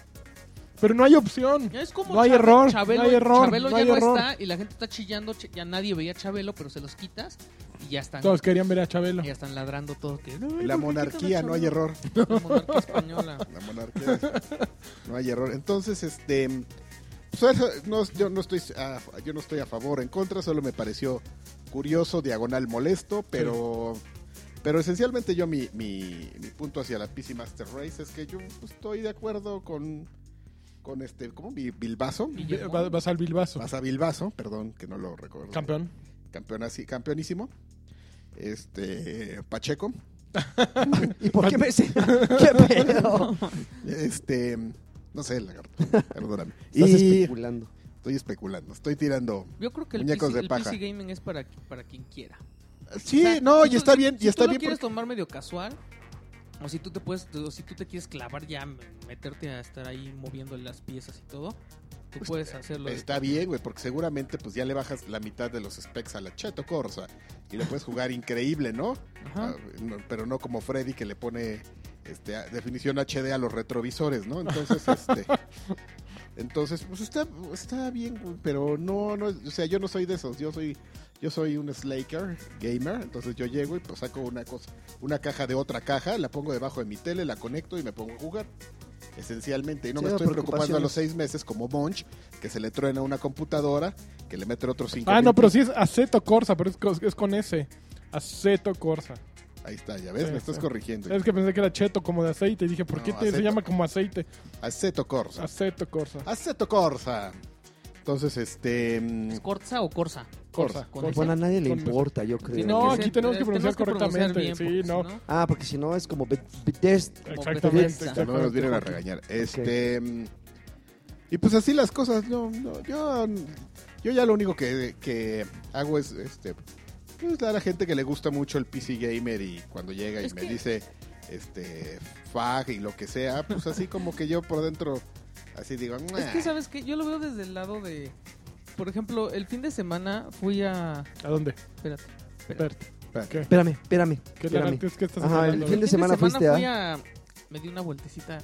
S1: Pero no hay opción.
S3: Es como
S1: No hay
S3: Chabe-
S1: error,
S3: Chabelo,
S1: no hay error,
S3: Chabelo
S1: no
S3: ya
S1: hay
S3: no
S1: error.
S3: está y la gente está chillando. ch- ya nadie veía a Chabelo, pero se los quitas y ya están.
S1: Todos querían ver a Chabelo.
S3: y ya están ladrando todo. Que,
S4: La monarquía, no hay error.
S3: La monarquía española.
S4: La monarquía, no hay error. Entonces, este... pues, eso, no, yo, no estoy a, yo no estoy a favor o en contra, solo me pareció curioso, diagonal, molesto, pero... Pero esencialmente yo mi, mi, mi punto hacia la PC Master Race es que yo pues, estoy de acuerdo con... Con este, ¿cómo? Mi Bilbaso.
S3: Y
S1: Ve- va- Vas al Bilbaso.
S4: Pasa Bilbaso, perdón, que no lo recuerdo.
S1: Campeón.
S4: Campeón así- campeonísimo. Este, Pacheco.
S2: ¿Y por qué me dice? ¿Qué pedo?
S4: Este, no sé, lagarto. Perdóname.
S2: Estás
S4: y
S2: especulando.
S4: estoy especulando, estoy tirando.
S3: Yo creo que el,
S4: Muñecos
S3: PC,
S4: de
S3: el
S4: paja.
S3: PC gaming es para, para quien quiera.
S4: Sí,
S3: O sea,
S4: no,
S3: si
S4: y
S3: tú-
S4: está bien,
S3: si
S4: y está
S3: tú
S4: bien.
S3: lo quieres
S4: porque-
S3: tomar medio casual o si tú te puedes o si tú te quieres clavar ya m- meterte a estar ahí moviendo las piezas y todo, tú puedes hacerlo. de-
S4: Pues, Está bien, güey, porque seguramente pues ya le bajas la mitad de los specs a la Cheto Corsa y le puedes jugar increíble, ¿no?
S3: Ajá.
S4: Ah, no, Pero no como Freddy que le pone este, a- definición HD a los retrovisores, ¿no? Entonces, este. Entonces, pues está, está bien, güey, pero no, no, es- o sea, yo no soy de esos, yo soy, yo soy un slaker, gamer, entonces yo llego y pues saco una cosa, una caja de otra caja, la pongo debajo de mi tele, la conecto y me pongo a jugar, esencialmente, y no
S2: Sí,
S4: me
S2: no,
S4: estoy preocupando a
S2: preocupaciones.
S4: los seis meses como Monch, que se le truena una computadora, que le mete otros cinco
S1: Ah,
S4: mil
S1: no, pero sí es Aceto Corsa, pero es, co- es con S. Aceto Corsa.
S4: Ahí está, ya ves,
S1: Sí,
S4: me estás
S1: sí.
S4: corrigiendo.
S1: Es que pensé que era cheto como de aceite. Y dije, ¿por qué
S4: No,
S1: te- se
S4: aceto. Ah,
S1: llama como aceite?
S4: Aceto Corsa.
S1: Aceto Corsa.
S4: Aceto Corsa. Entonces, este. mm,
S3: ¿Es Corsa o Corsa?
S1: Corsa.
S3: Con
S1: Corsa.
S3: ese.
S2: pues, Bueno, a nadie le
S1: Con-
S2: importa, yo creo.
S3: Tiene
S1: No,
S3: que
S1: aquí
S3: ser-
S1: tenemos que
S3: eh,
S1: pronunciar correctamente,
S3: bien, pues,
S1: sí,
S3: porque si
S1: no.
S2: Ah, porque si no es como Be- Bethesda.
S1: Exactamente.
S3: Bethesda.
S4: ya Este, no nos vienen a
S1: exactamente.
S4: regañar. Este. mm, Y pues así las cosas. No, no, yo, yo ya lo único que, que hago es este. Pues dar a gente que le gusta mucho el PC Gamer y cuando llega y
S3: Es
S4: me
S3: que-
S4: dice este fag y lo que sea, pues así como que yo por dentro así digo,
S3: Es que,
S4: "Nah".
S3: ¿sabes qué? Yo lo veo desde el lado de... Por ejemplo, el fin de semana fui a...
S1: ¿A dónde?
S3: Espérate.
S1: Espérate. ¿Qué?
S2: Espérame, espérame.
S1: ¿Qué
S2: espérame.
S1: tal? Es que estás
S2: Ajá, el
S1: hablando?
S2: fin de semana fuiste
S3: fui
S2: a...
S3: a... Me di una vueltecita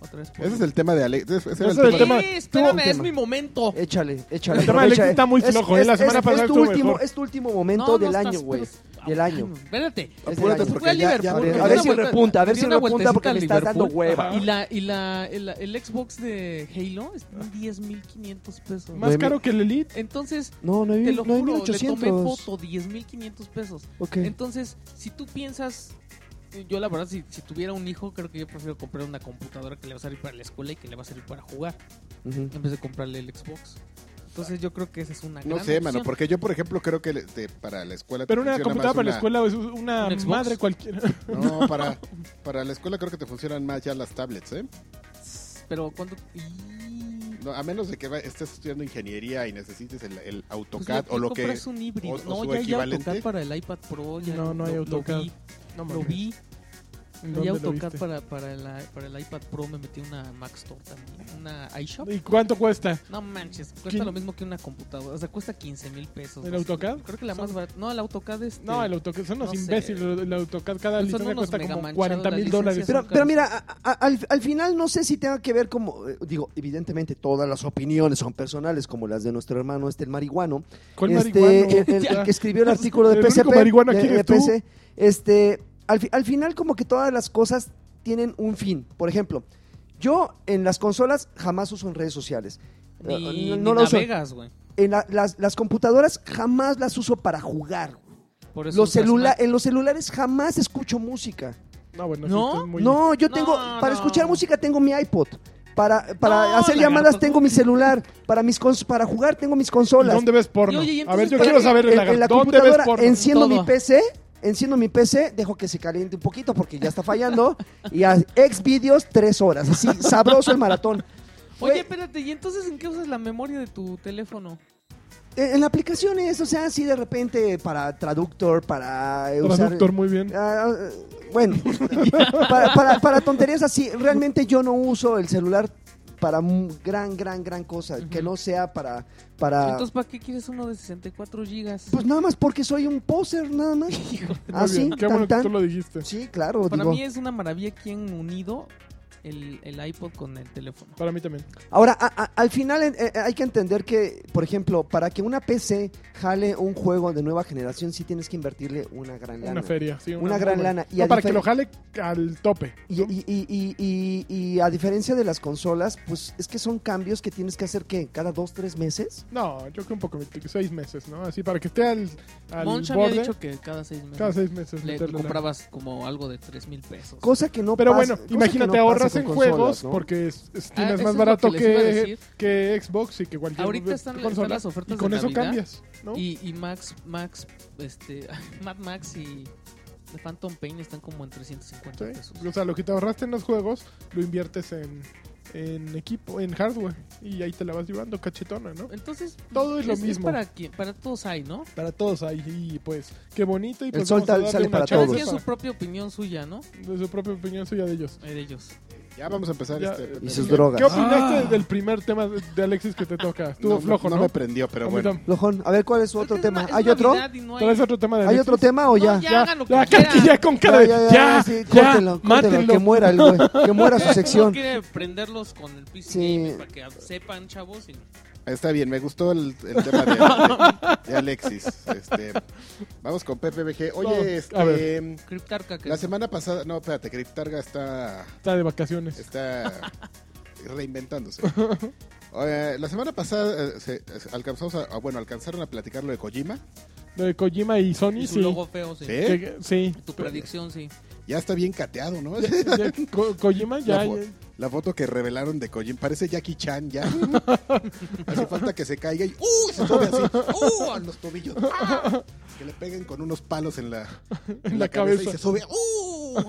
S3: otra vez. por-
S4: ese es el tema de Alex. Ese, ese era
S1: Ese
S4: el
S1: es el
S3: Sí,
S4: tema.
S1: tema.
S2: Tuvo un
S3: espérame, es
S2: tema.
S3: mi momento.
S2: Échale, échale.
S1: El tema de Alexis
S2: aprovecha,
S1: está muy
S2: eh. Es-
S1: flojo, eh, la
S2: es-
S1: semana
S2: es-
S1: pasada
S2: es tu
S1: estuvo
S2: último,
S1: mejor.
S2: es tu último momento
S3: No,
S2: del
S3: no
S2: año,
S3: estás-
S2: güey.
S3: pero-
S2: Del año.
S3: Espérate.
S2: Es del
S4: Apúrate
S2: año.
S4: porque
S3: Fui a
S4: ya- ya
S2: A
S3: Liverpool.
S2: ver,
S4: porque-
S2: a ver si
S3: Una vuelta-
S2: repunta, a ver
S3: di
S2: si
S3: una
S2: repunta porque
S3: vueltecita
S2: me
S3: al
S2: estás dando
S3: Liverpool.
S2: hueva.
S1: Ajá.
S3: Y la, y la, el, el Xbox de Halo es 10.500 pesos.
S1: Más
S2: Güey,
S1: caro que el Elite.
S3: Entonces,
S2: No, no hay,
S3: te lo
S2: no hay
S3: juro, le tomé
S2: 1800.
S3: foto, 10.500 pesos.
S2: Ok.
S3: Entonces, si tú piensas, eh, yo la verdad, si, si tuviera un hijo, creo que yo prefiero comprar una computadora que le va a servir para la escuela y que le va a servir para jugar,
S2: Ujú.
S3: en vez de comprarle el Xbox. Entonces, yo creo que esa es una
S4: No
S3: gran
S4: sé, mano,
S3: opción.
S4: porque yo, por ejemplo, creo que le- te- para la escuela. te
S1: Pero una
S4: funciona
S1: computadora
S4: más
S1: para la
S4: una-
S1: escuela es una
S3: ¿Un Xbox?
S1: madre cualquiera.
S4: No, para, para la escuela creo que te funcionan más ya las tablets, ¿eh?
S3: Pero, ¿cuánto? Y-
S4: No, a menos de que va- estés estudiando ingeniería y necesites el, el
S3: Pues
S4: AutoCAD
S3: lo
S4: o lo
S3: que
S4: que.
S3: compras un híbrido.
S4: o- o
S3: no,
S4: su
S3: ya hay
S4: equivalente.
S3: AutoCAD para el iPad Pro. ya
S1: No, no hay
S3: lo-
S1: AutoCAD.
S3: Lo vi,
S1: No
S3: lo
S1: mames.
S3: vi.
S1: ¿En
S3: Hay
S1: dónde lo
S3: AutoCAD
S1: viste?
S3: para, para, el, para el iPad Pro. Me metí una Mac Store también. Una iShop.
S1: ¿Y cuánto cuesta?
S3: No manches, cuesta
S1: ¿Quién?
S3: lo mismo que una computadora. O sea, cuesta 15 mil pesos.
S1: ¿El
S3: Así.
S1: AutoCAD?
S3: Creo que la
S1: Son-
S3: más barata. No, el AutoCAD es.
S1: No, el AutoCAD son los
S3: No sé. Pues
S1: imbéciles. El AutoCAD cada
S3: Son
S1: licencia
S3: unos
S1: cuesta
S3: mega
S1: como
S3: manchados,
S1: 40
S3: las
S1: mil
S3: licencias
S1: dólares.
S3: son-
S2: Pero, pero mira, a- a- al, al final no sé si tenga que ver como, eh, digo, evidentemente todas las opiniones son personales, como las de nuestro hermano este, el marihuano,
S1: ¿Cuál
S2: este,
S1: marihuano?
S2: el- el,
S1: Ya.
S2: que escribió el artículo de
S1: El único
S2: PCP,
S1: marihuano
S2: de-
S1: aquí
S2: de
S1: eres tú.
S2: PC, este, al, fi- al final como que todas las cosas tienen un fin. Por ejemplo, yo en las consolas jamás uso en redes sociales.
S3: este, Ni,
S2: Eh,
S3: ni
S2: no la uso.
S3: navegas, güey.
S2: En la- las, las computadoras jamás las uso para jugar.
S3: Por eso
S2: Los
S3: usas
S2: celula-
S3: Mac.
S4: eh,
S2: en los celulares jamás escucho música.
S1: No, bueno,
S3: ¿No?
S1: sí, estás muy-
S2: No, yo
S3: No,
S2: tengo, para
S3: no.
S2: escuchar música tengo mi iPod. Para, para
S3: No,
S2: hacer
S3: lagarto,
S2: llamadas
S3: ¿cómo
S2: tengo mi
S3: que?
S2: celular. Para, mis cons- para jugar tengo mis
S1: ¿Y
S2: consolas.
S1: ¿Dónde ves porno?
S3: Y oye, ¿y entonces
S1: a ver, yo
S3: para
S1: quiero
S3: qué?
S1: saber,
S2: en,
S1: lagarto,
S2: en la
S1: ¿dónde ves
S2: computadora
S1: porno?
S2: enciendo mi
S3: Todo.
S2: PC, enciendo mi PC, dejo que se caliente un poquito porque ya está fallando. y a ex vídeos tres horas. Así, sabroso el maratón.
S3: Oye,
S2: Güey.
S3: espérate, ¿y entonces en qué usas la memoria de tu teléfono?
S2: En, en la aplicación es, o sea, así de repente para traductor, para eh, usar...
S1: Traductor, muy bien.
S2: Ah, bueno, para, para- para tonterías así, realmente yo no uso el celular para mu- gran, gran, gran cosa, que
S3: Ujú.
S2: no sea para, para...
S3: Entonces, ¿para qué quieres uno de 64 gigas?
S2: Pues nada más porque soy un poser, nada más.
S1: Muy
S2: Así,
S1: bien. Qué bueno
S2: tan,
S1: que tú lo dijiste.
S2: tan. Sí, claro,
S3: Para
S2: digo.
S3: mí es una maravilla quien unido el, el iPod con el teléfono.
S1: Para mí también.
S2: Ahora, a- a- al final eh, eh, hay que entender que, por ejemplo, para que una PC jale un juego de nueva generación, sí tienes que invertirle una gran lana.
S1: Una feria, sí.
S2: Una gran
S1: muy buena.
S2: lana. Y
S1: No,
S2: a
S1: para que
S2: difer-
S1: lo jale al tope.
S2: Y, y- y- y- y- y a diferencia de las consolas, pues es que son cambios que tienes que hacer, ¿qué? ¿Cada dos, tres meses?
S1: No, yo creo un poco, seis meses, ¿no? Así para que esté al, al
S3: Monch había
S1: borde.
S3: dicho que cada seis meses
S1: Cada seis meses.
S3: le
S1: meterle la-
S3: comprabas como algo de 3 mil pesos.
S2: Cosa que no
S1: Pero
S2: pasa-
S1: bueno,
S2: cosa que
S1: imagínate,
S2: no
S1: ahorras
S2: pasa
S1: en
S2: con
S1: juegos
S2: consolas, ¿no?
S1: porque es, es-
S3: Ah,
S1: tienes
S3: eso
S1: más
S3: es lo
S1: barato
S3: que les iba a
S1: que,
S3: decir.
S1: que Xbox y que cualquier
S3: Ahorita están, están
S1: consola.
S3: las ofertas
S1: y con
S3: de
S1: eso
S3: Navidad,
S1: cambias, ¿no?
S3: Y, y Max, Max, este, Mad Max y The Phantom Pain están como en 350 pesos.
S1: Sí. O sea, lo que te ahorraste en los juegos lo inviertes en, en equipo, en hardware. Y ahí te la vas llevando cachetona, ¿no?
S3: Entonces,
S1: Todo es lo mismo.
S3: para, quien- para todos hay, ¿no?
S1: Para todos ahí, y pues, qué bonito. Y pues
S2: sol
S1: vamos a
S2: tal-
S1: darle
S2: sale
S1: una
S2: para
S1: chance
S3: Cada
S2: todos.
S3: quien su propia opinión suya, ¿no?
S1: de su propia opinión suya de ellos.
S3: Eh, De ellos.
S4: Ya vamos a empezar
S1: Ya,
S4: este.
S2: Y sus
S1: ¿Qué-
S2: drogas.
S1: ¿Qué opinaste
S3: Ah.
S1: del primer tema de de Alexis que te toca? Estuvo
S4: no,
S1: flojo,
S4: no
S1: ¿no?
S4: me prendió, pero
S1: A mí
S4: bueno.
S1: tampoco.
S2: Lojón, a ver, ¿cuál es su otro
S3: Es que es
S2: tema?
S3: na- es
S2: ¿Hay otro?
S3: Navidad y no hay-
S1: ¿Traes otro tema de
S2: ¿Hay
S1: Alexis?
S2: otro tema o
S3: No,
S2: ya?
S1: Ya,
S3: hagan lo que
S1: ya,
S3: quieran.
S1: ya con cara de, ya, ya,
S2: sí, córtenlo, córtenlo,
S1: mátenlo.
S2: que muera el güey, que muera su
S3: No
S2: sección.
S3: quiere prenderlos con el PC
S2: Sí.
S3: Gamer para que sepan, chavos. y-
S4: Está bien, me gustó el, el tema de, de- de Alexis. Este, vamos con PPBG. Oye,
S1: No, a
S4: este,
S3: Cryptarca que
S4: la semana pasada. No, espérate, Cryptarga está.
S1: Está de vacaciones.
S4: está reinventándose. Eh, la semana pasada eh, se- se- alcanzamos a, a- bueno, alcanzaron a platicar lo de Kojima.
S1: De Kojima y Sony,
S3: y su
S1: sí.
S3: logo feo, sí.
S4: ¿Sí?
S1: Que- sí.
S3: Tu predicción, sí.
S4: Ya está bien cateado, ¿no?
S2: ¿Eh?
S1: Ya- Ko- Kojima ya,
S4: La fo-
S1: ya-
S4: La foto que revelaron de Kojima parece Jackie Chan ya. Hace falta que se caiga y ¡uh! se sube así. ¡Uh! a los tobillos. ¡Ah! Que le peguen con unos palos en la, en
S1: en
S4: la cabeza. y se
S1: cabeza.
S4: sube. ¡Uh!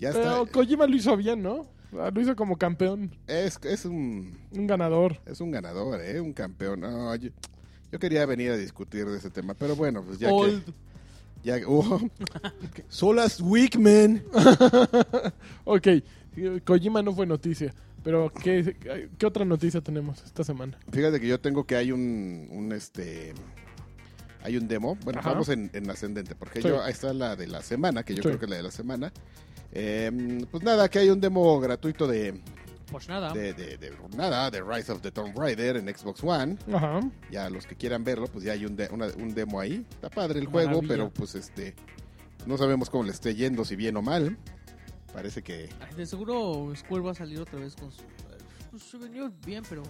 S4: Ya está.
S1: Pero Kojima lo hizo bien, ¿no? Ah, Lo hizo como campeón,
S4: Es, es un
S1: un ganador.
S4: es un ganador, eh, un campeón. No, yo, yo quería venir a discutir de ese tema, pero bueno, pues ya que
S3: Old.
S4: Ya, uh, Solas Wickman.
S1: Ok, eh, Kojima no fue noticia. Pero, ¿qué, ¿qué otra noticia tenemos esta semana?
S4: Fíjate que yo tengo que hay un, un, este hay un demo. Bueno,
S1: Ajá.
S4: vamos en, en ascendente, porque
S1: Sí.
S4: yo ahí está la de la semana, que yo
S1: Sí.
S4: creo que es la de la semana. Eh, pues nada, que hay un demo gratuito de,
S3: Pues nada.
S1: Ah.
S4: de, de- de nada, de Rise of the Tomb Raider en Xbox One.
S1: Ajá.
S4: Ya los que quieran verlo, pues ya hay un, de- una- un demo ahí. Está padre el juego,
S1: Maravilla.
S4: pero pues este no sabemos cómo le esté yendo, si bien o mal. Parece que
S3: Ay, De seguro Square va a salir otra vez con su. Pues se vendió bien, pero.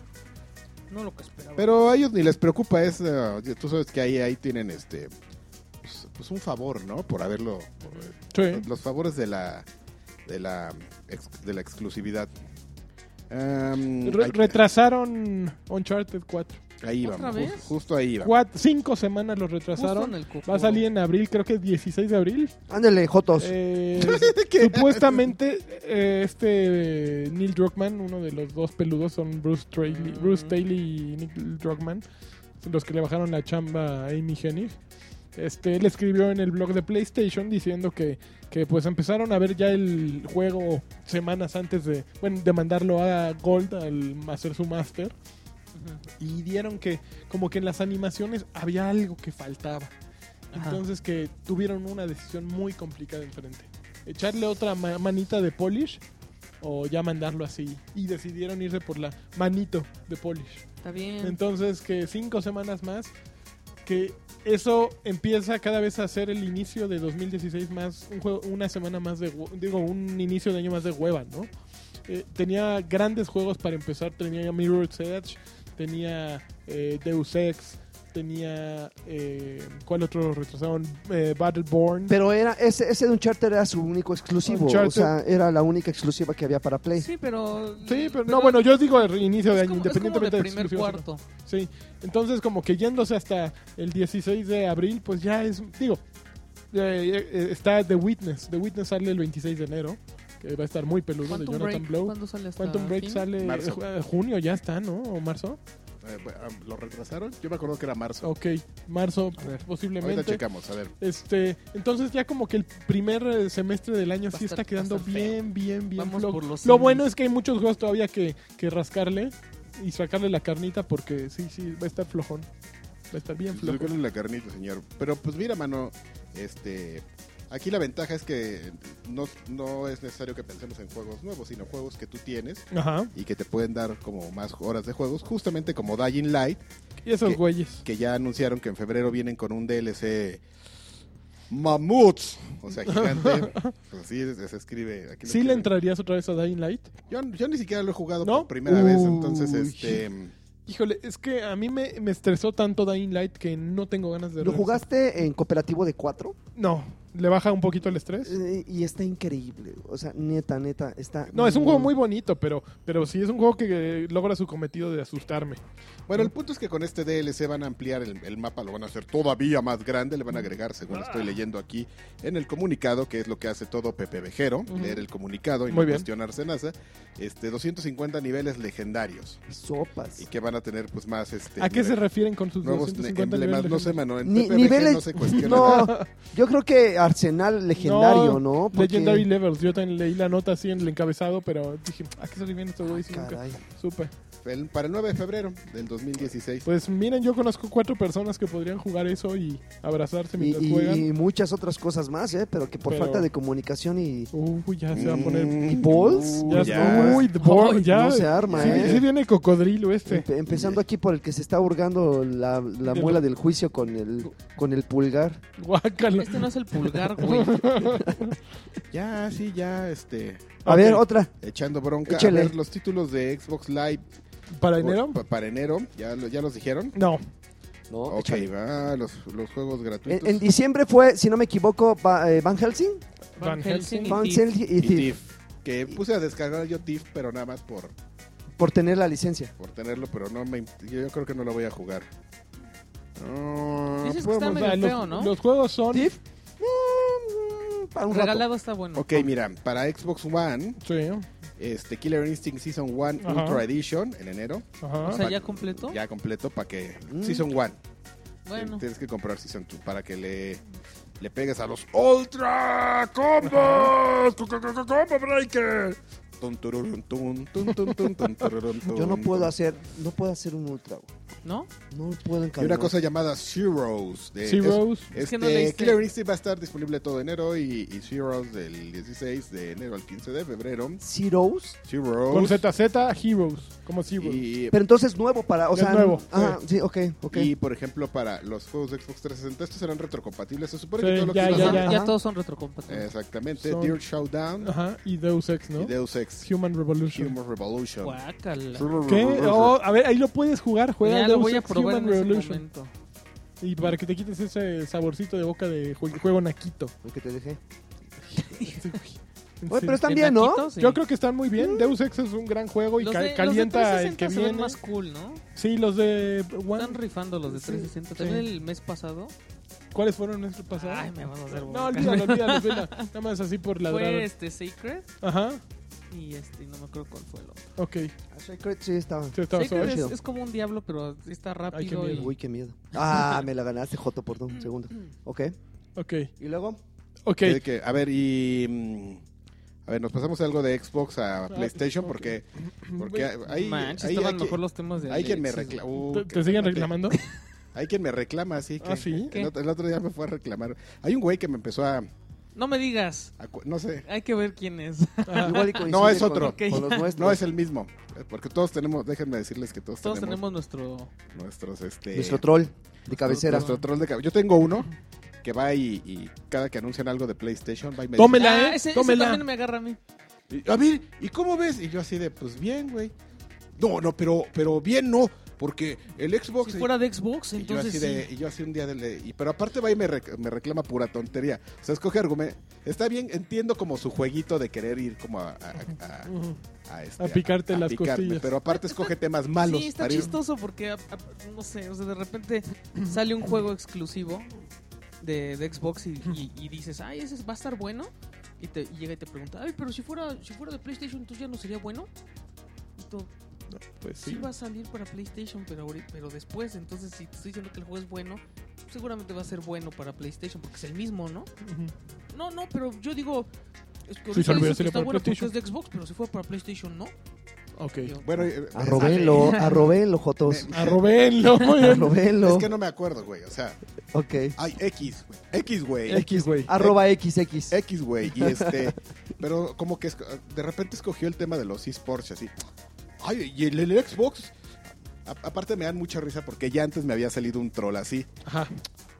S3: No lo que esperaba.
S4: Pero a ellos ni les preocupa es eh, tú sabes que ahí ahí tienen este pues, pues un favor, ¿no? Por haberlo por, eh,
S1: Sí.
S4: los favores de la de la ex- de la exclusividad. Am,
S1: Re-
S4: ahí,
S1: retrasaron Uncharted 4.
S4: ahí
S3: ¿Otra
S4: vamos,
S3: vez?
S4: ju- justo ahí vamos.
S1: Cuat- cinco semanas los retrasaron. Va a salir en abril, creo que 16 de abril.
S2: Ándale, Jotos.
S1: Eh, supuestamente, eh, este Neil Druckmann, uno de los dos peludos, son Bruce, Trailey,
S3: Mm.
S1: Bruce Taylor y Neil Druckmann, los que le bajaron la chamba a Amy Hennig. Este, él escribió en el blog de PlayStation diciendo que, que pues empezaron a ver ya el juego semanas antes de, bueno, de mandarlo a Gold al hacer su máster y vieron que como que en las animaciones había algo que faltaba.
S3: Ajá.
S1: Entonces que tuvieron una decisión muy complicada enfrente. Echarle otra ma- manita de polish o ya mandarlo así. Y decidieron irse por la manito de polish.
S3: Está bien.
S1: Entonces que cinco semanas más, que eso empieza cada vez a ser el inicio de 2016 más, un juego, una semana más de, hue- digo, un inicio de año más de hueva, ¿no? Eh, tenía grandes juegos para empezar, tenía Mirror's Edge, tenía eh, Deus Ex, tenía, eh, ¿cuál otro retrasaron? Eh, Battleborn.
S2: Pero era ese, ese de Uncharted era su único exclusivo.
S1: Uncharted.
S2: O sea, era la única exclusiva que había para Play.
S3: Sí, pero. eh,
S1: Sí, pero no, bueno, yo digo el inicio de
S3: es
S1: año,
S3: como- es como
S1: independientemente
S3: de
S1: de
S3: primer
S1: exclusivos o no.
S3: cuarto.
S1: Sí, entonces como que yéndose hasta el 16 de abril, pues ya es, digo, eh, eh, está The Witness. The Witness sale el 26 de enero, que va a estar muy peludo de
S3: Quantum
S1: Jonathan
S3: Break.
S1: Blow.
S3: ¿Cuándo sale hasta
S1: Quantum Break
S3: fin?
S1: sale
S4: Marzo.
S1: eh, ju- eh, junio, ya está, ¿no? ¿O marzo?
S4: Eh, bueno, lo retrasaron. Yo me acuerdo que era marzo.
S1: Ok, marzo
S4: A ver, Ahorita
S1: posiblemente.
S4: checamos, a ver.
S1: Este, entonces ya como que el primer eh, semestre del año
S3: Va a
S1: sí
S3: estar-
S1: está quedando
S3: va a estar feo.
S1: bien, bien, bien.
S3: Vamos
S1: flojo.
S3: por los
S1: Lo
S3: indies.
S1: bueno es que hay muchos juegos todavía que, que rascarle y sacarle la carnita porque sí, sí, va a estar flojón. Va a estar bien flojo.
S4: Yo creo en Pues, la carnita, señor. Pero pues mira, mano, este aquí la ventaja es que no, no es necesario que pensemos en juegos nuevos, sino juegos que tú tienes
S1: Ajá.
S4: y que te pueden dar como más horas de juegos, justamente como Dying Light,
S1: Y esos
S4: ¿Qué?
S1: güeyes.
S4: que ya anunciaron que en febrero vienen con un DLC mamuts, o sea, gigante. Pues así es- se escribe. Aquí lo
S1: ¿Sí le
S4: escriben.
S1: entrarías otra vez a Dying Light?
S4: Yo, yo ni siquiera lo he jugado
S1: ¿No?
S4: por primera vez,
S2: Uy.
S4: entonces este
S1: Híjole, es que a mí me, me estresó tanto Dying Light que no tengo ganas de
S2: ¿Lo
S1: regresar.
S2: jugaste en cooperativo de cuatro?
S1: No, le baja un poquito el estrés.
S2: Eh, Y está increíble. O sea, neta, neta, está.
S1: No, es un juego muy bonito, pero, pero sí es un juego que eh, logra su cometido de asustarme.
S4: Bueno, el punto es que con este DLC van a ampliar el, el mapa, lo van a hacer todavía más grande, le van a agregar, según estoy
S1: Ah.
S4: leyendo aquí en el comunicado, que es lo que hace todo Pepe Vejero,
S1: Ujú.
S4: leer el comunicado y
S1: Muy
S4: no
S1: bien.
S4: cuestionarse nada, este 250 niveles legendarios y
S2: Sopas.
S4: que van a tener pues más este
S1: ¿A qué se
S4: nive-
S1: refieren con sus
S4: nuevos
S1: 250
S4: emblemas,
S1: niveles?
S4: no sé, mano, en
S2: Ni-
S4: PPVG
S2: niveles-
S4: no se cuestiona.
S2: No, yo creo que arsenal legendario, ¿no? Porque-
S1: Legendary Levels. Yo también leí la nota así en el encabezado, pero dije, ¿a qué salió bien esto, este güey? Si nunca
S2: Ah, Caray.
S1: supe.
S4: El- para el 9 de febrero del 2016.
S1: Pues miren, yo conozco cuatro personas que podrían jugar eso y abrazarse
S2: Y,
S1: mientras
S2: y-
S1: juegan.
S2: y muchas otras cosas más, ¿eh? Pero que por
S1: Pero-
S2: falta de comunicación y...
S1: Uy, ya se va a poner.
S4: Mm,
S2: ¿Y balls?
S4: uh,
S1: Ya,
S4: ya.
S1: Uy, the board, ya.
S2: no se arma,
S1: sí,
S2: ¿eh?
S1: sí viene cocodrilo este.
S2: Empe- empezando aquí por el que se está hurgando la, la
S1: De-
S2: muela del juicio con el, con el pulgar.
S1: Guácalo.
S3: Este no es el pulgar, güey.
S4: Ya, sí, ya, este.
S2: A
S1: Ok.
S2: ver, otra.
S4: Echando bronca.
S2: Échele.
S4: A ver, los títulos de Xbox Live.
S1: ¿Para enero?
S4: o- pa- para enero, ¿ya, lo- ya los dijeron?
S1: No.
S2: No,
S4: Ok,
S2: échale.
S4: va, los, los juegos gratuitos.
S2: En, en diciembre fue, si no me equivoco, Va- eh, Van Helsing.
S1: Van
S3: Van Helsing.
S1: Helsing.
S3: Y
S2: Van
S3: Thief.
S2: Helsing y
S4: y
S2: Thief,
S4: TIFF. Que puse a descargar yo TIFF, pero nada más por,
S2: por tener la licencia.
S4: por tenerlo, pero no me, imp- yo, yo creo que no lo voy a jugar. No,
S3: Dices que está
S4: podemos-
S3: medio
S1: los,
S3: feo, ¿no?
S1: Ah, los juegos son.
S2: Thief, mm, para un rato.
S3: Regalado está bueno.
S4: Ok, mira, para Xbox One,
S1: Sí.
S4: este Killer Instinct Season 1
S1: Ajá.
S4: Ultra Edition en enero.
S1: Ajá.
S3: O sea, ¿ya completo?
S4: Ya completo para que...
S2: Ah, Mm.
S4: Season 1.
S3: Bueno,
S4: Tienes que comprar Season 2 para que le, le pegues a los Ultra Combos. Co- co- co- co- Combo Breaker. Tun, tururun, tun, tun, tun, tun, tun, tururun,
S2: Yo no
S4: tun,
S2: puedo
S4: tun.
S2: hacer, no puedo hacer un ultra. güey.
S3: ¿no?
S2: No puedo
S4: Y una
S2: encargar.
S4: cosa llamada Zeros. de-
S1: Zeros.
S4: es-
S3: Es que no
S4: este,
S3: leíste.
S4: Killer Instinct va a estar disponible todo enero y, y Zeros del 16 de enero al 15 de febrero.
S2: Zeros.
S4: Zeros.
S1: Con ZZ Heroes. Como Zeros.
S4: Y,
S2: Pero entonces nuevo para, o
S1: Es
S2: sea,
S1: nuevo,
S2: ah, sí, ok, ok.
S4: Eh. y, por ejemplo, para los juegos de Xbox 360, estos serán retrocompatibles. Se supone
S1: Sí,
S4: que todo lo
S1: ya,
S4: que
S3: Ya,
S1: ya.
S3: ya todos son retrocompatibles.
S4: Exactamente.
S1: Son-
S4: Dear Showdown
S1: Ajá. Y Deus Ex, ¿no?
S4: y Deus Ex
S1: Human Revolution.
S4: Human Revolution.
S3: Guácala.
S1: ¿Qué? Oh, a ver, ahí lo puedes jugar. Juega
S3: Ya
S1: Deus
S3: lo voy a
S1: Ex
S3: probar en
S1: Human
S3: ese
S1: Revolution.
S3: momento.
S1: Y para que te quites ese saborcito de boca de jue- juego naquito.
S2: Lo
S4: pues,
S2: que te dejé.
S1: En
S2: Oye, pero
S1: serio.
S2: están
S3: ¿De
S2: bien, ¿no?
S3: taquitos? Sí.
S1: Yo creo que están muy bien. Deus Ex es un gran juego y
S3: Los
S1: ca-
S3: de- los de
S1: calienta el
S3: 360
S1: que
S3: se ven
S1: viene.
S3: más cool, ¿no?
S1: Sí, los de One.
S3: Están rifando los de
S1: Sí,
S3: 360.
S1: sí.
S3: También el mes pasado.
S1: ¿Cuáles fueron nuestros pasados?
S3: Ay, me vas a hacer
S1: No,
S3: boca.
S1: olvídalo, olvídalo, olvídalo. Nada más así por ladrar.
S3: Fue este Sacred
S1: Ajá,
S3: y este, no me acuerdo cuál fue el otro.
S1: ok.
S2: Ah, Sacred, sí, estaba.
S1: Sí, estaba
S3: Sacred
S1: suave.
S3: es,
S2: chido.
S3: es como un diablo, pero está rápido.
S1: miedo.
S3: y-
S2: Uy, qué miedo. Ah, me la ganaste, Joto, por un segundo. Ok.
S1: Ok,
S2: ¿Y luego?
S1: ok.
S4: De que- a ver, y. mm, A ver, nos pasamos algo de Xbox a PlayStation
S1: Ah, ok.
S4: porque, porque hay,
S3: Manches,
S4: hay, hay
S3: estaban
S4: que-
S3: mejor los temas de
S4: hay quien me
S3: Alexis,
S4: reclama.
S3: güey.
S4: Uh,
S1: ¿Te,
S4: que-
S1: te siguen
S4: espérate.
S1: reclamando?
S4: Hay quien me reclama, así que.
S1: ¿Ah, sí?
S4: El, otro, el otro día me fue a reclamar. Hay un güey que me empezó a.
S3: No me digas.
S4: a cu- no sé.
S3: Hay que ver quién es.
S1: Ajá.
S2: Igual y coincide
S4: No, es
S2: con-
S4: otro.
S2: Con, los nuestros.
S4: No es el mismo. eh, Porque todos tenemos. Déjenme decirles que todos,
S3: Todos
S4: tenemos,
S3: tenemos nuestro.
S4: nuestros. Este,
S2: Nuestro troll de cabecera.
S4: nuestro troll de cab- Yo tengo uno que va y, y cada que anuncian algo de PlayStation va y me dice,
S1: Tómela, ¿eh?
S3: Ah, ese, ese
S1: Tómela.
S3: también me agarra a mí.
S4: Y, a ver, ¿y cómo ves? Y yo así de, pues bien, güey. No, no, pero, pero bien no, porque el Xbox...
S3: Si fuera de Xbox,
S4: y yo,
S3: entonces.
S4: así de, y yo así un día de... le- Y, pero aparte va y me, rec- me reclama pura tontería. O sea, escoge argumento. Está bien, entiendo como su jueguito de querer ir como a... a- a-
S1: Ujú.
S4: a- a este,
S1: A picarte las costillas.
S4: Pero aparte escoge temas malos.
S3: Sí, está
S4: para ir-
S3: chistoso porque, a- a- no sé, o sea, de repente sale un juego exclusivo de, de Xbox y, y- y dices, ay, ese va a estar bueno. Y, te, y llega y te pregunta, ay, pero si fuera, si fuera de PlayStation, entonces ya no sería bueno. Y tú,
S1: Pues
S3: sí.
S1: sí.
S3: va a salir para PlayStation, pero, ahori- pero después, entonces si te estoy diciendo que el juego es bueno, seguramente va a ser bueno para PlayStation porque es el mismo, ¿no?
S1: Ujú.
S3: No, no, pero yo digo, es que
S1: Sí,
S3: ahorita
S1: tal vez
S3: dices que
S1: sería
S3: está
S1: para
S3: bueno porque
S1: PlayStation.
S3: es de Xbox, pero si fuera para PlayStation, no.
S1: Ok.
S3: Yo,
S4: Bueno, eh,
S2: Arrobelo, arrobelo, Jotos.
S1: Arrobelo, muy bien.
S2: Arrobelo.
S4: es que no me acuerdo, güey. O sea,
S2: Ok.
S4: hay X, güey. X, güey.
S1: X, güey.
S4: Eh,
S2: Arroba XX.
S4: X, güey. Y este. pero como que esco- de repente escogió el tema de los eSports, así. Ay, y el, el Xbox. A- aparte me dan mucha risa porque ya antes me había salido un troll así.
S1: Ajá.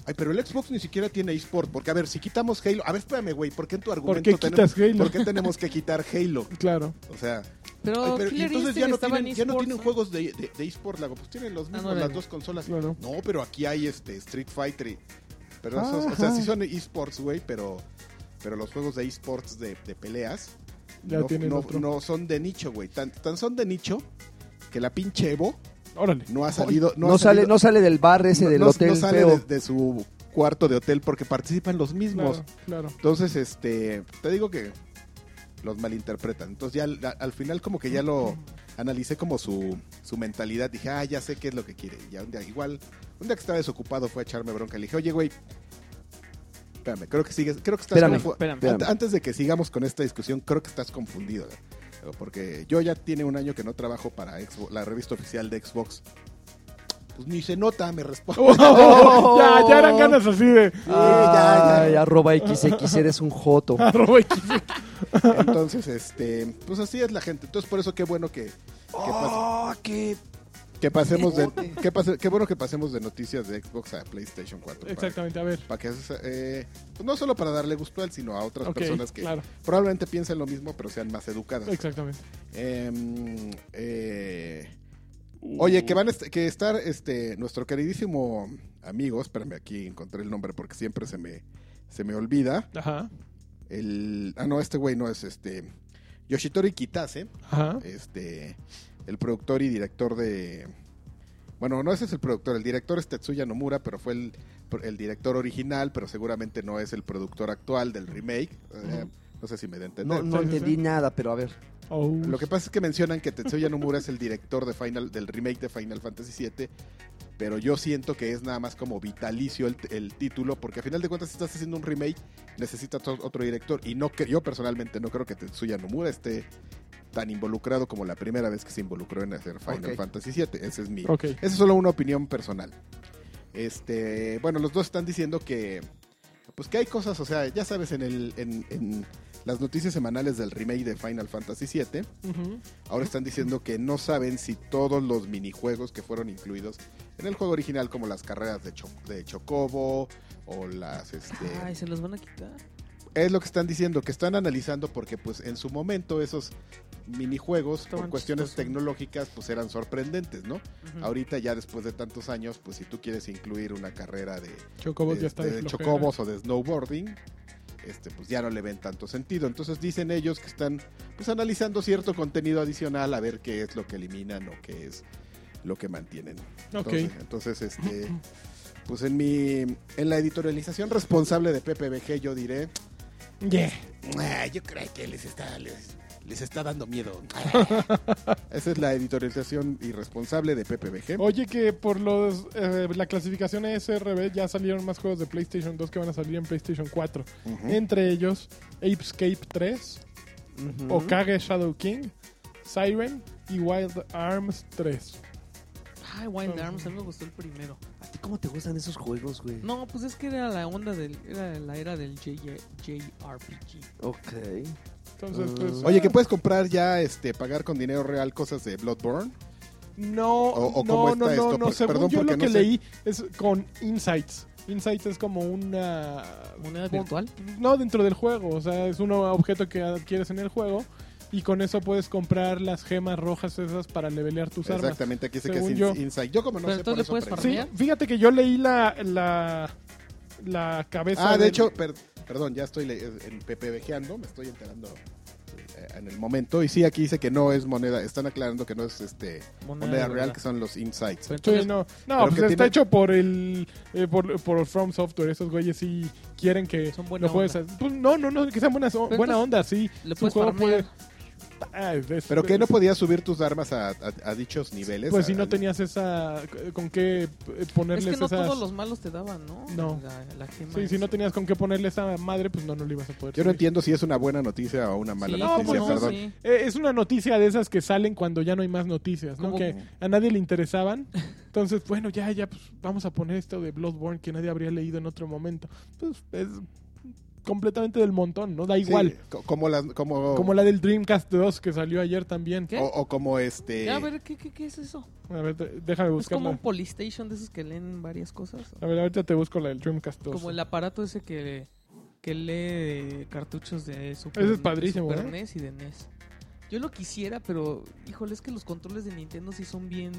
S4: Ay, pero el Xbox ni siquiera tiene eSport. Porque, a ver, si quitamos Halo. A ver, espérame, güey. ¿Por qué en tu
S1: ¿Por
S4: argumento
S1: qué
S4: tenemos,
S1: quitas Halo?
S4: ¿por qué tenemos que quitar Halo?
S1: Claro.
S4: O sea,
S3: Pero,
S4: ay, pero- y
S3: Killer
S4: entonces ya
S3: Instinct
S4: no,
S3: estaba en
S4: tienen, ya no
S3: eSports, ¿eh? Ah,
S4: tienen juegos de, de, de eSport. Lago. Pues tienen los
S3: no
S4: mismos,
S3: era
S4: las
S3: yo.
S4: dos consolas.
S1: Claro.
S4: No, pero aquí hay este Street Fighter. y- Pero esos- o sea,
S2: Ajá.
S4: sí son esports, güey, pero, pero los juegos de esports de, de peleas
S1: Ya
S4: no,
S1: tienen
S4: no-
S1: otro.
S4: no son de nicho, güey. Tan, tan son de nicho que la pinche Evo
S1: Órale.
S4: no ha salido. No,
S2: No,
S4: ha
S2: sale,
S4: salido-
S2: no sale del bar ese
S4: no-
S2: del
S4: no- no
S2: hotel
S4: sale
S2: feo.
S4: de, de su cuarto de hotel porque participan los mismos.
S1: Claro, claro.
S4: Entonces, este, te digo que los malinterpretan. Entonces, ya al, al final, como que ya lo analicé como su, su mentalidad. Dije, ah, ya sé qué es lo que quiere. Y Ya un día, igual, un día que estaba desocupado, fue a echarme bronca. Le dije, oye, güey, Espérame, creo que sigues, creo que estás
S2: Espérame,
S4: confu-
S3: espérame.
S4: Ant- Antes de que sigamos con esta discusión, creo que estás confundido. güey. Porque yo ya tiene un año que no trabajo para Xbox, la revista oficial de Xbox. Pues ni se nota, me responde.
S2: Oh.
S1: ya, ya eran ganas así de.
S4: Sí, ya, ya.
S2: Ay, arroba XX, eres un joto.
S1: Arroba X.
S4: Entonces, este, pues así es la gente. Entonces, por eso qué bueno que, que, pas-
S2: Oh, qué-
S4: que pasemos de que pase- qué bueno que pasemos de noticias de Xbox a PlayStation 4. para-
S1: Exactamente, a ver.
S4: Para que eh, pues no solo para darle gusto a él, sino a otras
S1: Ok,
S4: personas que
S1: claro.
S4: probablemente piensen lo mismo, pero sean más educadas.
S1: Exactamente.
S4: Em, eh, oye,
S1: Uh.
S4: que van a est- que estar este nuestro queridísimo amigo, espérame aquí, encontré el nombre porque siempre se me se me olvida.
S1: Ajá.
S4: El ah no, este güey no es este Yoshitori Kitase,
S1: Ajá.
S4: este el productor y director de bueno, no ese es el productor, el director es Tetsuya Nomura, pero fue el, el director original, pero seguramente no es el productor actual del remake. Eh, no sé si me da a entender.
S2: No, no
S1: Sí, sí,
S2: entendí
S1: sí.
S2: nada, pero a ver.
S1: Oh.
S4: Lo que pasa es que mencionan que Tetsuya Nomura es el director de Final, del remake de Final Fantasy VII, pero yo siento que es nada más como vitalicio el, el título, porque a final de cuentas si estás haciendo un remake, necesitas o- otro director, y no cre- yo personalmente no creo que Tetsuya Nomura esté tan involucrado como la primera vez que se involucró en hacer Final
S2: Ok.
S4: Fantasy VII. Ese es mi,
S1: Ok.
S4: esa es solo una opinión personal. Este, bueno, los dos están diciendo que pues que hay cosas, o sea, ya sabes en el en, en las noticias semanales del remake de Final Fantasy VII,
S1: Ujú.
S4: ahora están diciendo que no saben si todos los minijuegos que fueron incluidos en el juego original como las carreras de, Cho- de Chocobo o las este
S3: Ay, se los van a quitar.
S4: es lo que están diciendo, que están analizando porque pues en su momento esos minijuegos
S3: Estaban
S4: por cuestiones
S3: chistosos. Mm.
S4: tecnológicas pues eran sorprendentes, ¿no?
S3: Ujú.
S4: Ahorita ya después de tantos años, pues si tú quieres incluir una carrera de,
S1: Chocobos
S4: de-
S1: ya está
S4: de
S1: de flojera.
S4: Este, chocobos o de snowboarding, este, pues ya no le ven tanto sentido. Entonces dicen ellos que están pues analizando cierto contenido adicional a ver qué es lo que eliminan o qué es lo que mantienen.
S1: Ok.
S4: Entonces, entonces, este, pues en mi en la editorialización responsable de PPBG yo diré,
S1: Yeah.
S4: "Ah, yo creo que les está les, les está dando miedo. Esa es la editorialización irresponsable de PPBG.
S1: Oye, que por los eh, la clasificación SRB ya salieron más juegos de PlayStation 2 que van a salir en PlayStation 4.
S4: Ujú.
S1: Entre ellos, Apescape 3,
S2: Ujú.
S1: Okage Shadow King, Siren y Wild Arms 3.
S3: Ay, Wild Arms, a mí me gustó el primero.
S2: ¿A ti cómo te gustan esos juegos, güey?
S3: No, pues es que era la onda del. Era la era del J- JRPG.
S2: Ok.
S1: Entonces,
S2: Ah.
S1: pues,
S4: Mm. Oye,
S1: ah,
S4: que puedes comprar ya, este, pagar con dinero real cosas de Bloodborne.
S1: No,
S4: o- o
S1: no,
S4: cómo
S1: no,
S4: está
S1: no,
S4: esto,
S1: no.
S4: por-
S1: Según
S4: perdón,
S1: yo
S4: porque
S1: lo que
S4: no sé.
S1: leí es con Insights. Insights es como una...
S3: ¿Moneda
S1: como-
S3: virtual?
S1: No, dentro del juego. O sea, es un objeto que adquieres en el juego y con eso puedes comprar las gemas rojas esas para levelear tus armas.
S4: Exactamente, aquí dice que es
S1: Según
S4: in-
S1: yo.
S4: Inside. Yo como no
S3: Pero
S4: sé
S3: entonces
S4: por
S3: le
S4: eso
S3: puedes
S1: Sí,
S4: aprendí.
S3: farmear.
S1: fíjate que yo leí la, la, la cabeza.
S4: Ah, de
S1: del-
S4: hecho, per- perdón, ya estoy le- en PPBGando, me estoy enterando eh, en el momento. Y sí, aquí dice que no es moneda, están aclarando que no es este
S3: Ah,
S4: moneda, real, que son los Insights.
S3: Pero entonces-
S1: Sí, no, no
S4: Pero
S1: pues
S4: que
S1: está
S4: tiene-
S1: hecho por el eh, por, por From Software. Esos güeyes sí quieren que
S3: Son buena
S1: lo juegues
S3: onda.
S1: a- pues, no, no, no, que sean buenas,
S3: Pero
S1: buena
S3: entonces,
S1: onda, sí.
S3: le
S1: Su
S3: puedes
S1: juego
S3: farmear.
S1: puede- Ah, es-
S4: Pero que no
S3: pues.
S1: es-
S4: podías subir tus armas a, a- a dichos niveles.
S1: Pues
S4: a-
S1: si no
S4: a-
S1: tenías esa. con qué eh,
S3: Es
S1: ponerles
S3: que no
S1: esas.
S3: todos los malos te daban, ¿no?
S1: No.
S3: La, la gema
S1: Sí, si
S3: esa.
S1: no tenías con qué ponerle esa madre, pues no, no lo ibas a poder.
S4: Yo no
S1: subir.
S4: entiendo si es una buena noticia o una mala
S3: Sí,
S1: no,
S4: noticia,
S1: pues no,
S4: perdón.
S3: sí.
S1: Eh, es una noticia de esas que salen cuando ya no hay más noticias, ¿no?
S3: Como-
S1: Que a nadie le interesaban. Entonces, bueno, ya, ya, pues vamos a poner esto de Bloodborne que nadie habría leído en otro momento. Pues es completamente del montón, ¿no? Da
S4: Sí, Oh.
S1: igual.
S4: co- como las, como,
S1: Como la del Dreamcast 2 que salió ayer también.
S3: ¿Qué?
S4: o, o como este.
S3: Ya, a ver, ¿qué, qué, qué es eso?
S1: A ver, te- déjame
S3: ¿Es como
S1: buscarla.
S3: un Polystation de esos que leen varias cosas?
S1: A ver, ahorita te busco la del Dreamcast 2.
S3: Como el aparato ese que, que lee cartuchos de Super,
S1: Ese es padrísimo,
S3: de Super
S1: ¿eh?
S3: NES y de NES. Yo lo quisiera, pero híjole, es que los controles de Nintendo sí son bien.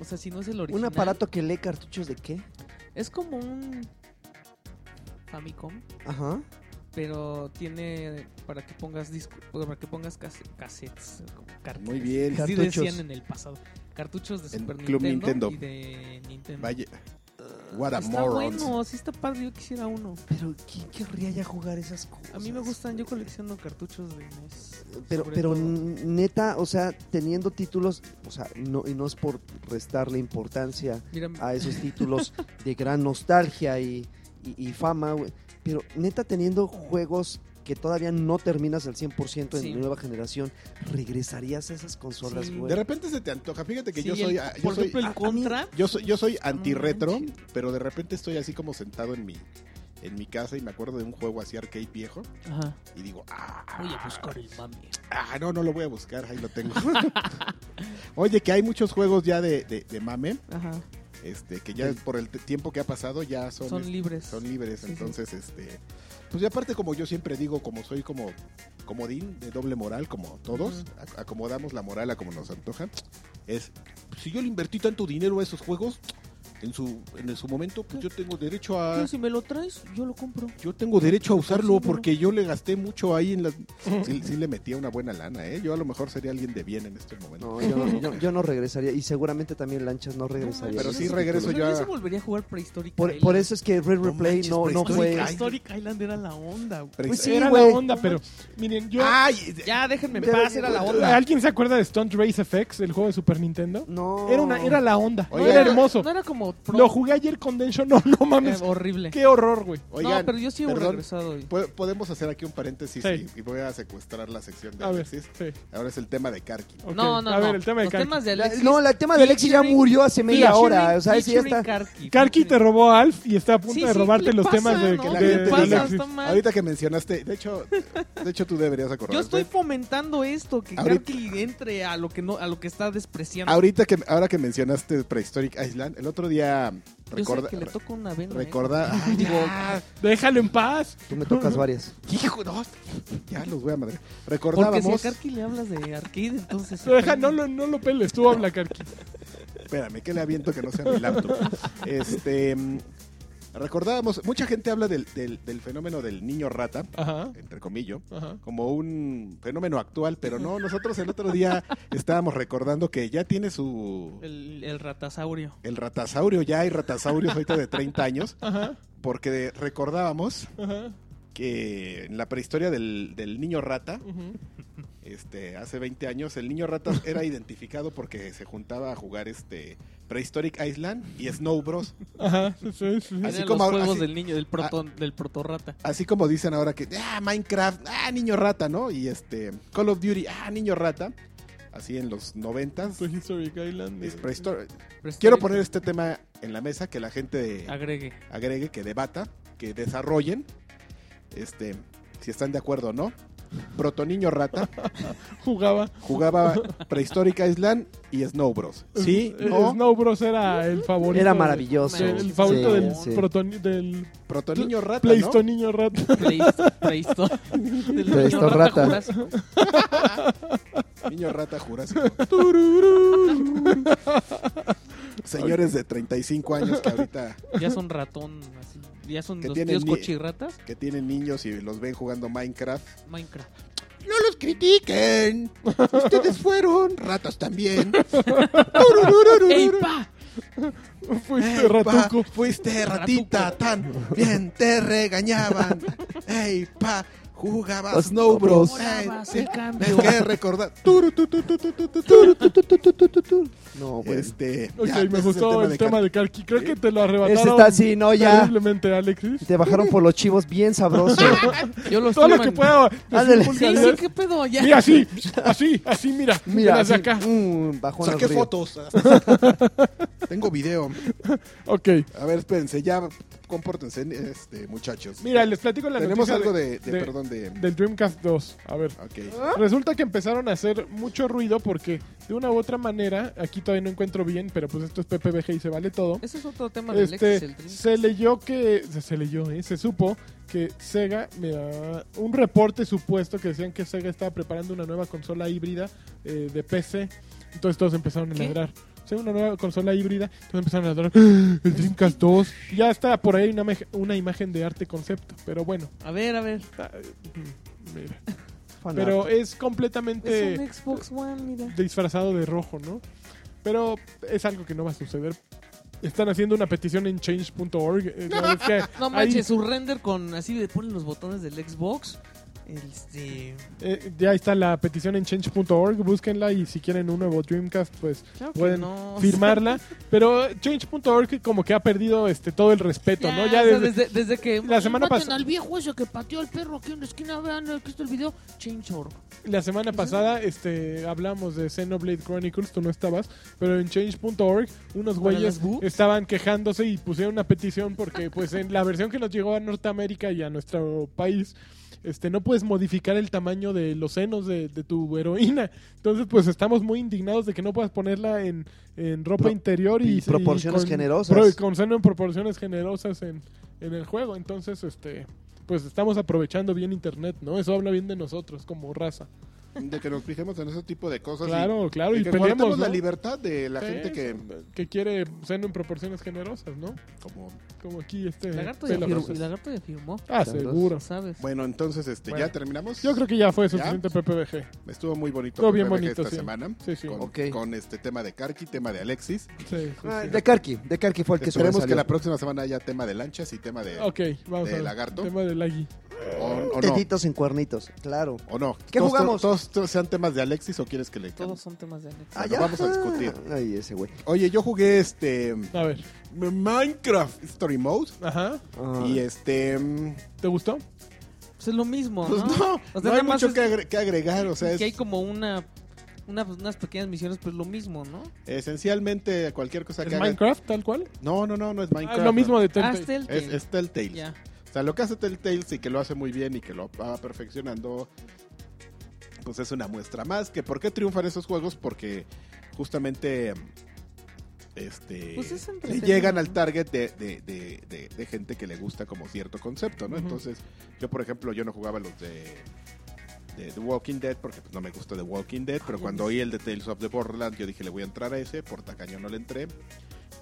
S3: O sea, si no es el original.
S2: ¿Un aparato que lee cartuchos de qué?
S3: Es como un Famicom,
S2: Ajá.
S3: pero tiene para que pongas disco, para que pongas cas- cassettes, como cartuchos.
S4: Muy bien.
S3: Así
S2: Cartuchos.
S3: decían en el pasado. Cartuchos de
S4: En
S3: Super
S4: Club
S3: Nintendo,
S4: Nintendo.
S3: y de Nintendo.
S4: Vaya. What a
S3: Está
S4: moron.
S3: bueno, sí está padre, yo quisiera uno.
S2: Pero ¿quién querría ya jugar esas cosas?
S3: A mí me gustan, yo colecciono cartuchos de NES.
S2: Pero,
S3: sobre
S2: pero
S3: todo.
S2: n- neta, o sea, teniendo títulos, o sea, no, y no es por restarle importancia
S3: Mira,
S2: a esos títulos de gran nostalgia y, y- y fama, güey, pero neta teniendo juegos que todavía no terminas al 100% en
S3: Sí.
S2: nueva generación, ¿regresarías a esas consolas,
S3: Sí.
S2: güey?
S4: De repente se te antoja. Fíjate que
S3: Sí,
S4: yo
S3: el-
S4: soy, ah, yo
S3: por
S4: soy,
S3: ejemplo,
S4: ah,
S3: el contra.
S4: yo soy, yo soy antirretro,
S3: manches.
S4: pero de repente estoy así como sentado en mi, en mi casa y me acuerdo de un juego así arcade viejo
S3: Ajá.
S4: y digo, ah,
S3: Voy a buscar pues el mami.
S4: ah, no, no lo voy a buscar, ahí lo tengo. Oye, que hay muchos juegos ya de, de, de mame,
S3: Ajá.
S4: este, que ya por el t- tiempo que ha pasado ya son,
S3: Son
S4: este,
S3: libres.
S4: son libres,
S3: Sí, sí.
S4: entonces este pues y aparte como yo siempre digo, como soy como comodín de doble moral como todos, ac- acomodamos la moral a como nos antoja, es si yo le invertí tanto dinero a esos juegos en su en su momento, pues yo tengo derecho a
S3: Yo, si me lo traes, yo lo compro.
S4: yo tengo derecho a usarlo
S3: Consíguelo.
S4: porque yo le gasté mucho ahí en las sí, sí le metía una buena lana, eh. Yo a lo mejor sería alguien de bien en este estos momentos.
S2: No, yo no, yo- yo no regresaría. Y seguramente también Lanchas no regresaría.
S4: pero
S2: a
S4: sí
S2: esos
S4: regreso
S2: títulos.
S4: yo a-
S3: Yo se volvería a jugar Prehistoric
S2: Por,
S3: Island.
S2: por eso es que Red
S4: No
S2: Replay
S4: manches,
S2: no, no
S4: Prehistoric
S2: fue...
S4: Island.
S3: Prehistoric Island era la onda. güey.
S2: Pues sí,
S1: era
S2: güey.
S1: la onda, pero miren, yo
S4: Ay,
S3: Ya, déjenme en
S2: Pero-
S3: paz, era la onda.
S1: ¿Alguien se acuerda de Stunt Race FX, el juego de Super Nintendo?
S2: No.
S1: Era una era la onda,
S4: Oye,
S1: era
S4: yo-
S1: hermoso.
S3: No era como... pro-
S1: Lo jugué ayer con Densho, no, no
S3: eh,
S1: mames.
S3: horrible.
S1: Qué horror, güey.
S4: oigan,
S3: no, pero yo sí he
S4: perdón,
S3: regresado. güey.
S4: Po- Podemos hacer aquí un paréntesis
S1: Sí.
S4: y, y voy a secuestrar la sección de
S1: A ver, sí.
S4: Alexis. Ahora es el tema de Karki.
S1: ok.
S3: No, no,
S1: A ver,
S3: no.
S1: el tema de
S3: Los
S1: Karki.
S3: temas de
S2: La-
S3: Alexis.
S2: no, la- el tema de Alexi ya
S3: Featuring-
S2: murió hace media
S3: featuring-
S2: hora. O sea, ese ya
S3: featuring
S2: está...
S3: Karki.
S1: Karki te robó a Alf y está a punto
S3: Sí,
S1: de
S3: sí, ¿qué
S1: robarte
S3: le
S1: los
S3: pasa,
S1: temas de,
S3: no?
S1: de-
S4: ¿Qué le
S1: de
S4: pasa?
S1: Alexis.
S3: Está mal.
S4: Ahorita que mencionaste, de hecho, de hecho tú deberías acordarte.
S3: Yo estoy fomentando esto, que
S4: Ahorita-
S3: Karki entre a lo que no, a lo que está despreciando.
S4: Ahorita que ahora que mencionaste Prehistoric Island, el otro día
S3: Yo
S4: recorda,
S3: sé que le toca una vena. ¿eh?
S4: recorda- ay, digo,
S1: Déjalo en paz.
S2: Tú me tocas varias.
S4: hijo, no, ya los voy a madre.
S3: Porque si a
S4: Recordábamos,
S3: Karki le hablas de arcade, entonces...
S1: Lo deja- no, lo, no lo peles, tú habla, Karki.
S4: espérame, que le aviento que no sea mi laptop. Este mm, recordábamos, mucha gente habla del, del- del fenómeno del niño rata,
S1: Ajá,
S4: entre comillas.
S1: ajá.
S4: como un fenómeno actual, pero no, nosotros el otro día estábamos recordando que ya tiene su...
S3: El, el ratasaurio.
S4: El ratasaurio, ya hay ratasaurios ahorita de 30 años,
S1: Ajá,
S4: porque recordábamos
S1: ajá,
S4: que en la prehistoria del, del niño rata,
S1: ujú.
S4: este, hace 20 años, el niño rata era identificado porque se juntaba a jugar este Prehistoric Island y Snow Bros.
S1: Ajá, sí, sí, sí.
S4: Así
S3: Así
S4: como
S3: los
S4: ahora-
S3: juegos
S4: así- Ah.
S3: del niño, del, proto, del protorrata.
S4: Así como dicen ahora que, ah, Minecraft, ah, niño rata, ¿no? Y este, Call of Duty, ah, niño rata. Así en los 90s.
S1: Prehistoric Island. Pues,
S4: es
S1: eh.
S4: prehistor-
S3: Pero estoy-
S4: Quiero poner este tema en la mesa, que la gente
S3: Agregue.
S4: agregue, que debata, que desarrollen, este, si están de acuerdo o no. Proto Niño Rata
S1: Jugaba.
S4: jugaba Prehistoric Island y Snow Bros. Sí,
S1: Eh,
S4: no,
S1: Snow Bros era el favorito.
S2: Era
S1: de-
S2: maravilloso.
S1: del- el favorito
S2: Sí,
S1: del,
S2: sí.
S1: protoni- del
S4: Proto Niño Rata, ¿no?
S1: Pleisto Niño Rata.
S3: Prehistor. del niño rata
S2: Prehistorrata.
S3: jurásico.
S4: Niño Rata Jurásico. Señores de 35 años que ahorita
S3: Ya son ratón. así. Ya son
S4: Que
S3: los
S4: tienen
S3: tíos
S4: ni-
S3: cochirratas.
S4: que tienen niños y los ven jugando Minecraft,
S3: Minecraft.
S4: ¡No los critiquen! Ustedes fueron ratas también. Turururururu.
S3: ¡Ey, pa!
S1: Fuiste
S4: Ey, pa,
S1: ratuco.
S4: fuiste Este ratita tan bien, te regañaban. ¡Ey, pa! Jugabas Snow Bros. Ey,
S3: Morabas
S4: sí,
S3: el
S4: Es
S3: cambio.
S4: que recordar. Turu, tu, tu, tu, tu, tu, tu, tu.
S2: No, pues, güey.
S4: Este.
S1: Ok,
S4: ya, ese
S1: me
S4: es
S1: gustó el tema
S4: Car-
S1: de Karki. Creo que te lo arrebataron.
S2: Ese está así, no, ya. Este
S1: Terriblemente, Alexis.
S2: Te bajaron por los chivos bien sabroso.
S3: Yo los
S1: Todo lo
S3: tomo
S1: que
S3: en-
S1: pueda.
S2: Ándale.
S3: Sí, sí, qué pedo. Ya.
S1: Mira, así, así, así, mira.
S2: Mira,
S1: Mira, de
S2: así,
S1: acá.
S2: mm, bajó en el
S4: Saqué
S2: río.
S4: fotos. Tengo video.
S1: Ok.
S4: A ver, espérense, ya compórtense, este, muchachos.
S1: Mira, les platico la
S4: Tenemos
S1: noticia
S4: algo
S1: de-
S4: de, de-
S1: de-
S4: perdón, de.
S1: del Dreamcast 2. A ver.
S4: ok.
S1: Resulta que empezaron a hacer mucho ruido porque de una u otra manera, aquí todavía no encuentro bien, pero pues esto es PPBG y se vale todo.
S3: Ese es otro tema de Alexis, el
S1: Este,
S3: drink.
S1: se leyó que, se, se leyó, ¿eh? se supo que Sega, mira, un reporte supuesto que decían que Sega estaba preparando una nueva consola híbrida eh, de PC. Entonces todos empezaron a
S3: ¿Qué?
S1: ladrar. Sí, una nueva consola híbrida. Entonces empezaron a ladrar. ¡Ah! El Dreamcast 2. Ya está por ahí una, meja- una imagen de arte concepto. Pero bueno.
S3: A ver, a ver.
S1: está- mira.
S2: Fan
S1: Pero
S2: art.
S1: es completamente
S3: Es un Xbox One, mira.
S1: disfrazado de rojo, ¿no? Pero es algo que no va a suceder. Están haciendo una petición en change.org. eh, ya ves que
S3: No
S1: ahí-
S3: manches, su render con así de ponen los botones del Xbox. Este,
S1: Eh, ya está la petición en change.org, búsquenla y si quieren un nuevo Dreamcast, pues
S3: claro que
S1: pueden
S3: no.
S1: firmarla. Pero change.org como que ha perdido este todo el respeto, ¿no? Ya
S3: o sea,
S1: desde,
S3: desde, desde que
S1: la semana
S5: Maten
S1: pasada
S5: al viejo ese que pateó al perro aquí en la esquina, vean, aquí está el video, Change.org.
S1: la semana pasada este hablamos de Xenoblade Chronicles, tú no estabas, pero en change.org unos
S3: ¿Para
S1: güeyes
S3: las boobs?
S1: estaban quejándose y pusieron una petición porque pues en la versión que nos llegó a Norteamérica y a nuestro país este, no puedes modificar el tamaño de los senos de, de tu heroína. Entonces, pues estamos muy indignados de que no puedas ponerla en, en ropa
S2: Pro-
S1: interior
S2: y
S1: y,
S2: proporciones
S1: con-
S2: generosas.
S1: pro- con seno en proporciones generosas en, en el juego. Entonces, este, pues estamos aprovechando bien Internet, ¿no? Eso habla bien de nosotros como raza.
S4: De que nos fijemos en ese tipo Pues de cosas.
S1: Claro, claro,
S4: y,
S1: y
S4: que guardemos
S1: peleemos
S4: la
S1: ¿no?
S4: libertad de la
S1: Sí,
S4: gente que.
S1: que quiere seno en proporciones generosas, ¿no?
S4: Como,
S1: Como aquí este.
S3: Lagarto ya,
S1: Pelafrasas.
S3: firmó, Lagarto ya firmó,
S1: Ah, seguro.
S3: ¿sabes?
S4: bueno, entonces este
S1: Bueno.
S4: ya terminamos.
S1: Yo creo que ya fue suficiente PPBG.
S4: Estuvo muy bonito.
S1: Estuvo bien
S4: PPBG
S1: bonito,
S4: esta
S1: sí.
S4: semana.
S1: Sí, sí.
S4: Con,
S2: Ok.
S4: con este tema de Karki, tema de Alexis.
S1: Sí, sí,
S2: Ah,
S1: sí.
S2: de Karki, de Karki fue el que
S4: Esperemos que
S2: sobresalió.
S4: la próxima semana haya tema de lanchas y tema de.
S1: Ok, vamos
S4: de
S1: a ver.
S4: lagarto.
S1: Tema del lagui.
S4: O, o no.
S2: Tetitos en cuernitos, claro.
S4: O no.
S2: ¿Qué
S4: Todos-
S2: jugamos?
S4: Todos, todos sean temas de Alexis o quieres que le.
S3: Todos son temas de Alex.
S4: Ah, ya. vamos a discutir.
S2: Ay, Ah, ese güey.
S4: Oye, yo jugué este.
S1: A ver.
S4: Minecraft Story Mode.
S1: Ajá.
S2: Ah,
S4: Y este. mm,
S1: ¿Te gustó? Ah.
S3: Pues es lo mismo,
S4: Pues
S3: ¿no?
S4: no,
S3: O sea,
S4: no
S3: nada
S4: hay
S3: más
S4: mucho
S3: es-
S4: que, agre- que agregar. O sea,
S3: que hay
S4: es,
S3: como una, una- unas pequeñas misiones, pues lo mismo, ¿no?
S4: esencialmente cualquier cosa
S1: ¿Es
S4: que hagan-
S1: Minecraft tal cual?
S4: No, no, no, no es
S1: Ah,
S4: Minecraft.
S1: lo mismo de
S3: Ah,
S1: Telltale.
S2: este
S3: Telltale.
S4: Es, es Telltale.
S3: Ya.
S4: O sea, lo que hace Telltale y que lo hace muy bien y que lo va perfeccionando, pues es una muestra más. que ¿Por qué triunfan esos juegos? Porque justamente este
S3: Pues es
S4: le
S3: entretenido,
S4: llegan
S3: ¿no?
S4: al target de, de- de- de- de gente que le gusta como cierto concepto, ¿no?
S1: Ujú.
S4: Entonces, yo por ejemplo, yo no jugaba los de, de The Walking Dead porque pues, no me gusta The Walking Dead, pero
S3: Ay,
S4: cuando
S3: no
S4: oí el de Tales of the Borderlands yo dije, le voy a entrar a ese, por tacaño no le entré.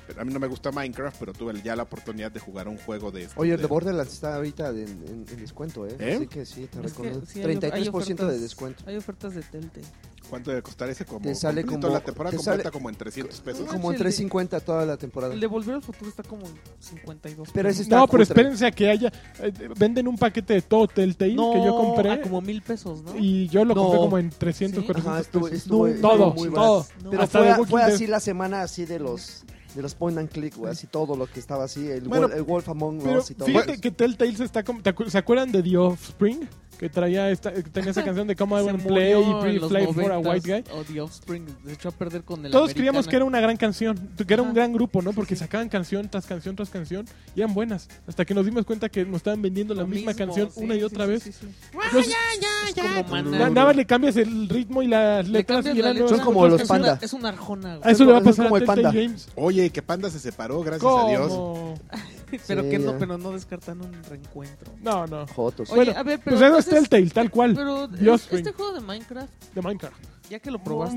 S4: Pero a mí no me gusta Minecraft, pero tuve ya la oportunidad de jugar un juego de...
S2: Oye, el de
S4: de-
S2: Borderlands está ahorita en, en- en descuento, ¿eh?
S4: ¿Eh?
S2: Así que sí, te
S3: Es que
S2: recuerdo.
S3: sí hay- hay
S2: 33% de
S3: ofertas-
S2: descuento.
S3: Hay ofertas de Telltale.
S4: ¿Cuánto debe costar ese? Como,
S2: Te sale
S4: completito,
S2: como-
S4: la temporada
S2: te
S4: completa
S2: sale-
S4: como en 300 pesos.
S2: Como en
S3: el de-
S2: 3.50 toda la temporada.
S3: El de Volver al Futuro está como en 52.
S2: Pero ese está
S1: No,
S2: cutre.
S1: pero espérense a que haya. eh, venden un paquete de todo Telltale
S3: No,
S1: que yo compré.
S3: a como mil pesos, ¿no?
S1: Y yo lo
S2: ah, No.
S1: compré como en 300,
S3: Sí.
S1: 400
S2: Ajá, estuvo,
S1: pesos.
S2: estuvo-
S1: No,
S2: estuvo
S1: todo,
S2: muy barato.
S1: todo.
S3: barato. No.
S2: Pero
S1: Hasta
S2: fue,
S1: de Walking
S2: fue
S1: Dead.
S2: así la semana así de los de los point and click, güey, así todo lo que estaba así, el,
S4: Bueno,
S2: Wolf, el Wolf Among
S1: Pero
S2: Us y todo.
S1: fíjate que Telltale se está como- ¿te acu- ¿Se acuerdan de The Offspring? Que traía esta, que tenía esa canción de Come
S3: Se
S1: Out and
S3: murió
S1: Play
S3: en
S1: y
S3: los
S1: Play for a
S3: 90s,
S1: White Guy.
S3: O The Offspring, se echó a perder con el
S1: Todos creíamos que era
S3: Americana.
S1: una gran canción, que era un
S3: Ajá.
S1: gran grupo, ¿no?
S3: Sí,
S1: Porque
S3: sí.
S1: sacaban canción tras canción tras canción y eran buenas. Hasta que nos dimos cuenta que nos estaban vendiendo la
S3: Lo
S1: misma
S3: mismo,
S1: canción
S3: sí,
S1: una y
S3: sí,
S1: otra
S3: sí,
S1: vez.
S3: sí, Ah, sí.
S1: Yo-
S3: Es como Maná.
S1: na- nada más le cambias el ritmo y las
S3: Le
S1: letras
S3: cambias
S1: y
S3: la
S1: eran
S3: letra.
S1: nuevas
S2: Son como
S1: otras
S2: los
S1: canciones.
S3: Es
S2: Panda.
S3: una- Es una arjona,
S1: A
S3: güey.
S1: eso le va a
S2: Son
S1: pasar
S2: como
S1: a
S2: el
S1: Telltale
S2: Panda.
S1: Games.
S4: Oye, que Panda se separó, gracias a Dios.
S1: ¿Cómo?
S3: Pero
S2: Sí,
S3: que no,
S2: ya.
S3: pero no descartan un reencuentro.
S1: No, no.
S2: Jotos.
S1: Bueno,
S3: Oye, ah, a ver, pero
S1: Pues eso es
S3: entonces-
S1: Telltale, tal cual,
S3: Pero
S1: The
S3: es-
S1: Offspring.
S3: este juego de Minecraft,
S1: de Minecraft.
S3: ya que lo probaste.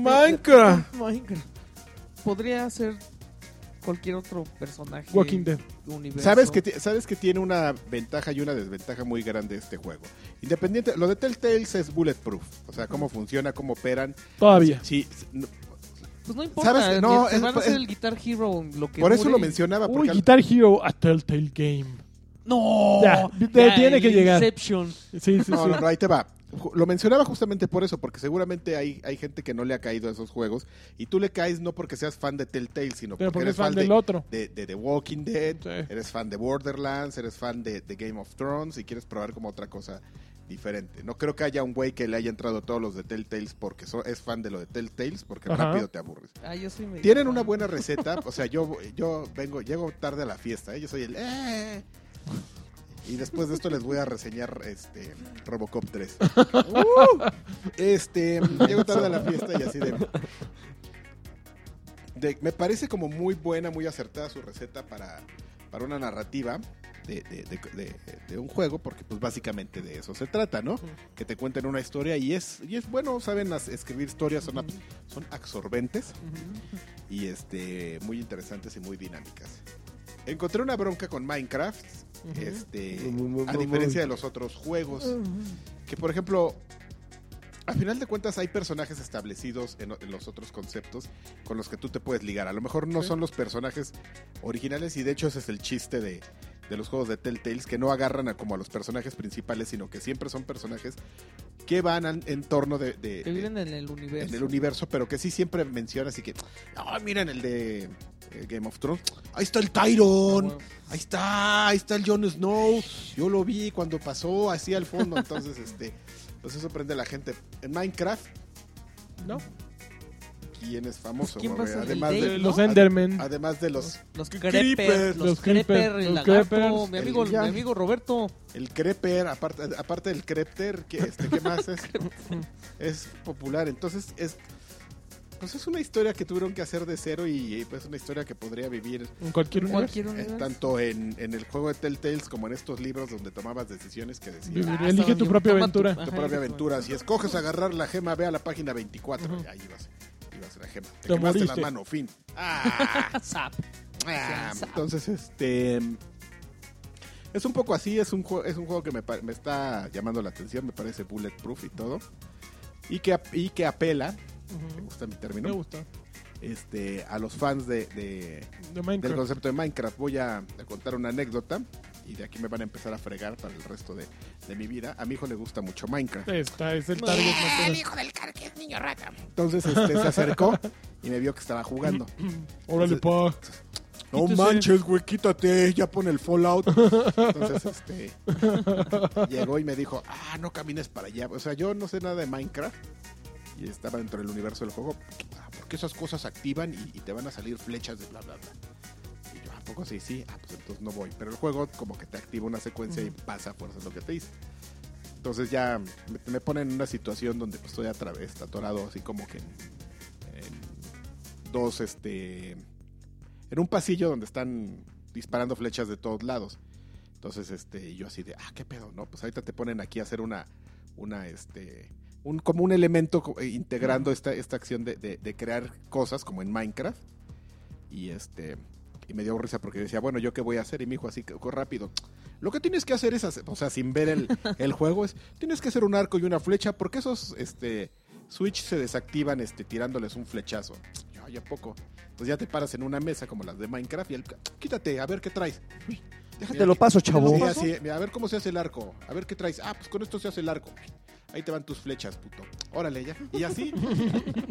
S4: Minecraft.
S3: Minecraft. Podría ser cualquier otro personaje.
S1: Walking Dead.
S3: Universo.
S4: Sabes que, ti- sabes que tiene una ventaja y una desventaja muy grande este juego. Independiente, lo de Telltale es bulletproof. O sea, cómo funciona, cómo operan.
S1: Todavía.
S4: Sí, s- no-
S3: Pues no importa.
S4: ¿Sabes? No,
S3: te
S4: es-
S3: van a hacer
S4: es-
S3: el Guitar Hero lo que
S4: por eso
S3: dure
S4: lo
S3: y-
S2: Ah,
S4: mencionaba.
S1: Uy,
S4: Porque al-
S1: Guitar Hero a Telltale Game.
S3: No.
S1: Ya, te- tiene
S3: el
S1: que llegar.
S3: Inception.
S1: Sí, sí, sí.
S4: no, no, no, ahí te va. Ju- Lo mencionaba justamente por eso, porque seguramente hay, hay gente que no le ha caído a esos juegos. Y tú le caes no porque seas fan de Telltale, sino
S1: Pero
S4: porque,
S1: porque
S4: eres
S1: es fan
S4: fan de,
S1: del otro.
S4: de, de The Walking Dead,
S1: Sí.
S4: eres fan de Borderlands, eres fan de, de Game of Thrones y quieres probar como otra cosa diferente. No creo que haya un güey que le haya entrado a todos los de Telltales porque so- es fan de lo de Telltales porque
S1: Ajá.
S4: rápido te aburres.
S3: Ah, yo soy medio
S4: Tienen
S3: fan.
S4: una buena receta, o sea, yo yo vengo llego tarde a la fiesta, ¿eh? yo soy el "Eh". y después de esto les voy a reseñar este RoboCop 3. ¡Uh! este, llego tarde a la fiesta y así de de- me parece como muy buena, muy acertada su receta para, para una narrativa de, de- de- de- de un juego, porque pues básicamente de eso se trata, ¿no? Que te cuenten una historia y es, y es bueno, saben as- escribir historias, son, abs- son absorbentes y este, muy interesantes y muy dinámicas. Encontré una bronca con Minecraft,
S1: Ujú.
S4: este,
S2: Muy, muy,
S4: a
S2: muy,
S4: diferencia de los otros juegos, que por ejemplo, a final de cuentas hay personajes establecidos en, o- en los otros conceptos con los que tú te puedes ligar. A lo mejor no
S1: Sí.
S4: son los personajes originales y de hecho ese es el chiste de, de los juegos de Telltales que no agarran a, como a los personajes principales, sino que siempre son personajes que van al- en torno de, de-
S3: Que
S4: de-
S3: viven en el universo.
S4: en el universo, pero que sí siempre mencionas y que, ah, miren el de eh, Game of Thrones, ahí está el
S3: Ah,
S4: Tyron, ahí está, ahí está el Jon Snow, yo lo vi cuando pasó así al fondo, entonces este, pues eso prende a la gente. En Minecraft,
S1: ¿No?
S4: ¿quién es famoso?
S3: ¿Quién
S4: güey?
S3: va a ser el
S4: además,
S3: Dave,
S4: de,
S1: Los
S3: ¿no?
S1: Endermen.
S4: además de los,
S3: Los
S4: Creepers,
S3: creepers, los,
S1: los
S3: creepers,
S1: creepers,
S3: el
S1: los
S3: lagarto,
S1: creepers.
S3: mi amigo,
S2: Sí,
S3: mi
S2: ya.
S3: amigo Roberto.
S4: el Creper, aparte, aparte del Crepter, que, este, ¿qué más es? es popular, entonces es... Pues es una historia que tuvieron que hacer de cero y eh, pues una historia que podría vivir
S1: En cualquier universo.
S3: Cualquier
S4: Eh,
S3: universo.
S4: tanto en, en el juego de Telltales como en estos libros donde tomabas decisiones que decían
S1: Vivir.
S3: Ah,
S1: Elige
S3: estaba
S1: tu
S3: bien.
S1: propia
S3: Toma
S1: aventura.
S3: ajá,
S4: tu propia
S3: elige
S4: aventura. Si escoges agarrar la gema, ve a la página 24.
S1: Ujú.
S4: Ahí ibas, ibas la gema. Te,
S1: Te
S4: quemaste
S1: moriste.
S4: la mano, fin. Ah,
S3: Ah, zap.
S4: ah,
S3: Sí,
S4: entonces, este... Es un poco así, es un, jue- es un juego que me, pa- me está llamando la atención, me parece bulletproof y todo. Y que, ap- y que apela, me
S1: Ujú.
S4: gusta mi
S1: Me
S4: término,
S1: gusta.
S4: este, a los fans de- de,
S1: De
S4: del
S1: Minecraft.
S4: concepto de Minecraft. Voy a, a contar una anécdota y de aquí me van a empezar a fregar para el resto de, de mi vida. A mi hijo le gusta mucho Minecraft.
S1: Esta es el target.
S5: Ah, el
S1: más
S5: hijo del car que es niño rata.
S4: Entonces este, se acercó y me vio que estaba jugando.
S1: Órale, pa.
S4: No
S1: Quítese.
S4: manches, güey, quítate, ya pon el Fallout. Entonces, este, llegó y me dijo, ah, no camines para allá. O sea, yo no sé nada de Minecraft y estaba dentro del universo del juego. Ah, porque esas cosas activan y, y te van a salir flechas de bla, bla, bla. Y yo, ¿a poco sí? Sí, ah, pues entonces no voy. Pero el juego como que te activa una secuencia y pasa a fuerza lo que te dice. Entonces ya me, me ponen en una situación donde pues, estoy através, atorado así como que en, en dos, este, en un pasillo donde están disparando flechas de todos lados. Entonces, este, yo así de, ah, qué pedo, ¿no? Pues ahorita te ponen aquí a hacer una, una, este, un, como un elemento co- eh, integrando esta, esta acción de, de- de crear cosas como en Minecraft. Y este, y me dio risa porque yo decía, bueno, ¿yo qué voy a hacer? Y mi hijo así, co- rápido, lo que tienes que hacer es, hacer- o sea, sin ver el, el juego, es, tienes que hacer un arco y una flecha porque esos, este, Switch se desactivan, este, tirándoles un flechazo. Yo, ya poco. Entonces ya te paras en una mesa como las de Minecraft y el, quítate, a ver qué traes. Uy,
S2: Te lo paso, chavo.
S4: Sí, así, mira, a ver cómo se hace el arco. A ver qué traes. Ah, pues con esto se hace el arco. Ahí te van tus flechas, puto. Órale, ya. Y así.